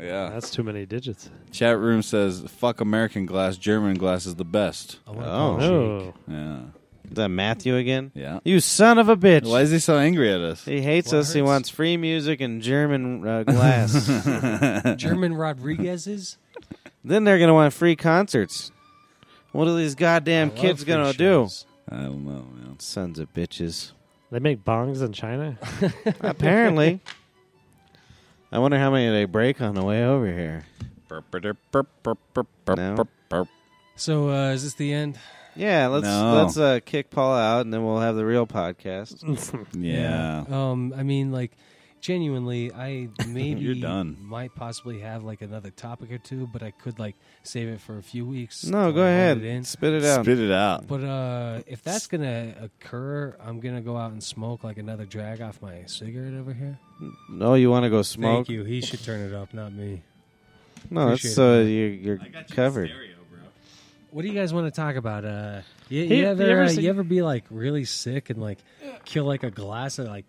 Speaker 2: Yeah.
Speaker 4: That's too many digits.
Speaker 2: Chat room says, "Fuck American glass. German glass is the best."
Speaker 5: I wanna
Speaker 3: Oh.
Speaker 5: call Jake.
Speaker 4: Oh.
Speaker 2: Yeah.
Speaker 3: Is that Matthew again?
Speaker 2: Yeah.
Speaker 3: You son of a bitch.
Speaker 2: Why is he so angry at us?
Speaker 3: He hates us. He
Speaker 5: Words.
Speaker 3: wants free music and German uh, glass.
Speaker 5: German Rodriguez's.
Speaker 3: then they're going to want free concerts. What are these goddamn
Speaker 5: I
Speaker 3: kids
Speaker 5: love
Speaker 3: going
Speaker 5: free
Speaker 3: to do?
Speaker 5: shows.
Speaker 2: I don't know, man.
Speaker 3: Sons of bitches.
Speaker 4: They make bongs in China?
Speaker 3: Apparently. I wonder how many they break on the way over here.
Speaker 2: Burp, burp, burp, burp, burp, burp,
Speaker 3: No.
Speaker 2: burp, burp.
Speaker 5: So uh, is this the end?
Speaker 3: Yeah, let's
Speaker 2: No.
Speaker 3: let's uh, kick Paul out, and then we'll have the real podcast.
Speaker 5: Mm,
Speaker 2: Yeah.
Speaker 5: Um, I mean, like, genuinely, I maybe
Speaker 2: You're done.
Speaker 5: might possibly have like another topic or two, but I could like save it for a few weeks.
Speaker 3: No,
Speaker 5: to,
Speaker 3: go
Speaker 5: like, hold
Speaker 3: ahead,
Speaker 5: it in.
Speaker 3: spit it out.
Speaker 2: Spit it out.
Speaker 5: But uh, if that's gonna occur, I'm gonna go out and smoke like another drag off my cigarette over here.
Speaker 3: No, you want to go smoke?
Speaker 5: Thank you. He should turn it up, not me.
Speaker 3: No, that's
Speaker 5: Appreciate
Speaker 3: so you, you're covered.
Speaker 5: What do you guys want to talk about? Uh, you, you
Speaker 4: Hey, you
Speaker 5: ever,
Speaker 4: ever
Speaker 5: uh,
Speaker 4: seen-
Speaker 5: you ever be like really sick and like kill like a glass of like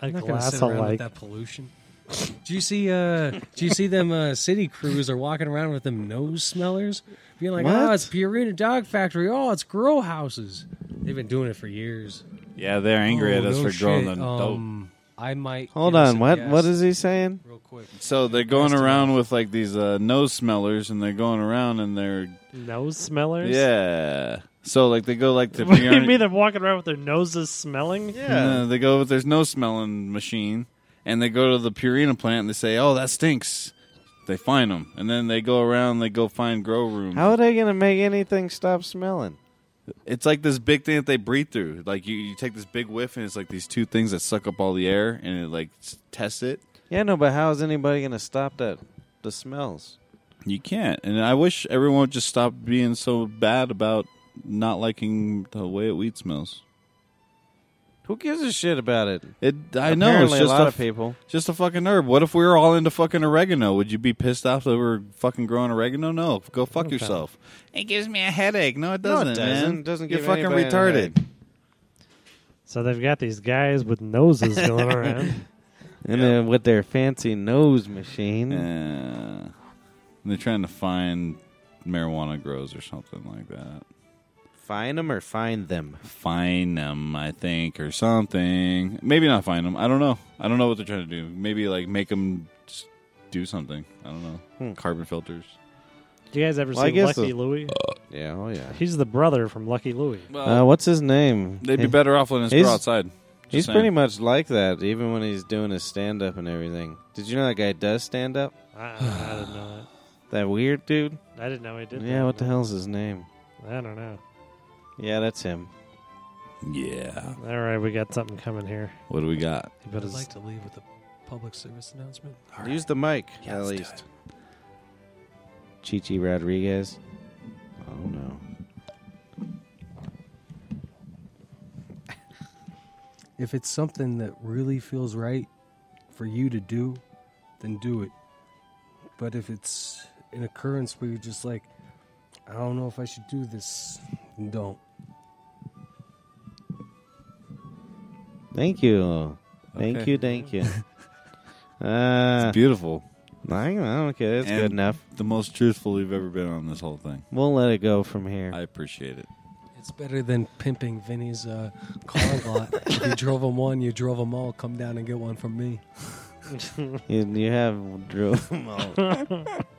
Speaker 4: A
Speaker 5: I'm not gonna
Speaker 4: glass
Speaker 5: sit
Speaker 4: of
Speaker 5: around with
Speaker 4: like.
Speaker 5: that pollution. Do you see? Uh, do you see them uh, city crews are walking around with them nose smellers, being like, "Oh,
Speaker 3: What?
Speaker 5: it's Purina Dog Factory. Oh, it's grow houses." They've been doing it for years.
Speaker 2: Yeah, they're angry at
Speaker 5: Oh,
Speaker 2: us
Speaker 5: no
Speaker 2: for growing
Speaker 5: shit.
Speaker 2: the dope.
Speaker 5: Um, I might
Speaker 3: Hold
Speaker 5: give us
Speaker 3: on,
Speaker 5: a
Speaker 3: what
Speaker 5: guess
Speaker 3: what is he saying?
Speaker 5: real quick?
Speaker 2: So they're going around with like these uh, nose smellers, and they're going around and they're
Speaker 4: Nose smellers?
Speaker 2: yeah. So like they go like to
Speaker 4: What do you
Speaker 2: Purina-
Speaker 4: mean they're walking around with their noses smelling?
Speaker 2: Yeah, they go with their nose smelling machine, and they go to the Purina plant and they say, "Oh, that stinks." They find them, and then they go around. They go find grow rooms.
Speaker 3: How are they gonna make anything stop smelling?
Speaker 2: It's like this big thing that they breathe through. Like you, you take this big whiff, and it's like these two things that suck up all the air, and it like s- tests it.
Speaker 3: Yeah, no, but how is anybody gonna stop that? The smells.
Speaker 2: You can't. And I wish everyone would just stop being so bad about not liking the way it weed smells.
Speaker 3: Who gives a shit about it?
Speaker 2: It. I know it's
Speaker 3: Apparently
Speaker 2: just
Speaker 3: a lot
Speaker 2: a
Speaker 3: of people.
Speaker 2: Just a fucking herb. What if we were all into fucking oregano? Would you be pissed off that we're fucking growing oregano? No, go fuck yourself. It gives me a headache. No, it doesn't.
Speaker 3: doesn't.
Speaker 2: Man.
Speaker 3: Doesn't
Speaker 2: You're
Speaker 3: give
Speaker 2: fucking
Speaker 3: anybody a headache.
Speaker 2: retarded.
Speaker 4: So they've got these guys with noses going around.
Speaker 3: And then with their fancy nose machine. Mm-hmm.
Speaker 2: Yeah. They're trying to find marijuana grows or something like that.
Speaker 3: Find them or find them.
Speaker 2: Find them, I think, or something. Maybe not find them. I don't know. I don't know what they're trying to do. Maybe like make them do something. I don't know.
Speaker 3: Hmm.
Speaker 2: Carbon filters.
Speaker 4: Do you guys ever
Speaker 3: Well, I
Speaker 4: see
Speaker 3: guess
Speaker 4: Lucky
Speaker 3: the-
Speaker 4: Louie?
Speaker 3: Yeah, oh yeah.
Speaker 4: He's the brother from Lucky Louie.
Speaker 3: Uh, what's his name?
Speaker 2: They'd be
Speaker 3: He-
Speaker 2: better off letting us grow
Speaker 3: He's-
Speaker 2: outside. Just
Speaker 3: He's
Speaker 2: saying.
Speaker 3: pretty much like that, even when he's doing his stand up and everything. Did you know that guy does stand up?
Speaker 4: I, I didn't know
Speaker 3: That weird dude?
Speaker 4: that. I didn't know he did.
Speaker 3: Yeah,
Speaker 4: that.
Speaker 3: what the hell's his name?
Speaker 4: I don't know.
Speaker 3: Yeah, that's him.
Speaker 2: Yeah.
Speaker 4: All right, we got something coming here.
Speaker 2: What do we got?
Speaker 4: He put
Speaker 5: I'd
Speaker 4: his-
Speaker 5: like to leave with a public service announcement.
Speaker 3: Use the mic,
Speaker 5: Yeah,
Speaker 3: at
Speaker 5: let's do
Speaker 3: least. Chichi Rodriguez. Oh no.
Speaker 5: If it's something that really feels right for you to do, then do it. But if it's an occurrence where you're just like, I don't know if I should do this, then don't.
Speaker 3: Thank you. Thank
Speaker 2: Okay.
Speaker 3: you, thank you. uh,
Speaker 2: Beautiful.
Speaker 3: I don't know, okay, that's
Speaker 2: And-
Speaker 3: good enough.
Speaker 2: The most truthful you've ever been on this whole thing.
Speaker 3: We'll let it go from here.
Speaker 2: I appreciate it.
Speaker 5: It's better than pimping Vinny's uh, clog lot. If you drove him one, you drove them all. Come down and get one from me.
Speaker 3: You, you have Drew.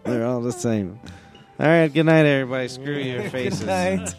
Speaker 3: They're all the same. All right, good night, everybody. Screw your faces.
Speaker 5: Good night.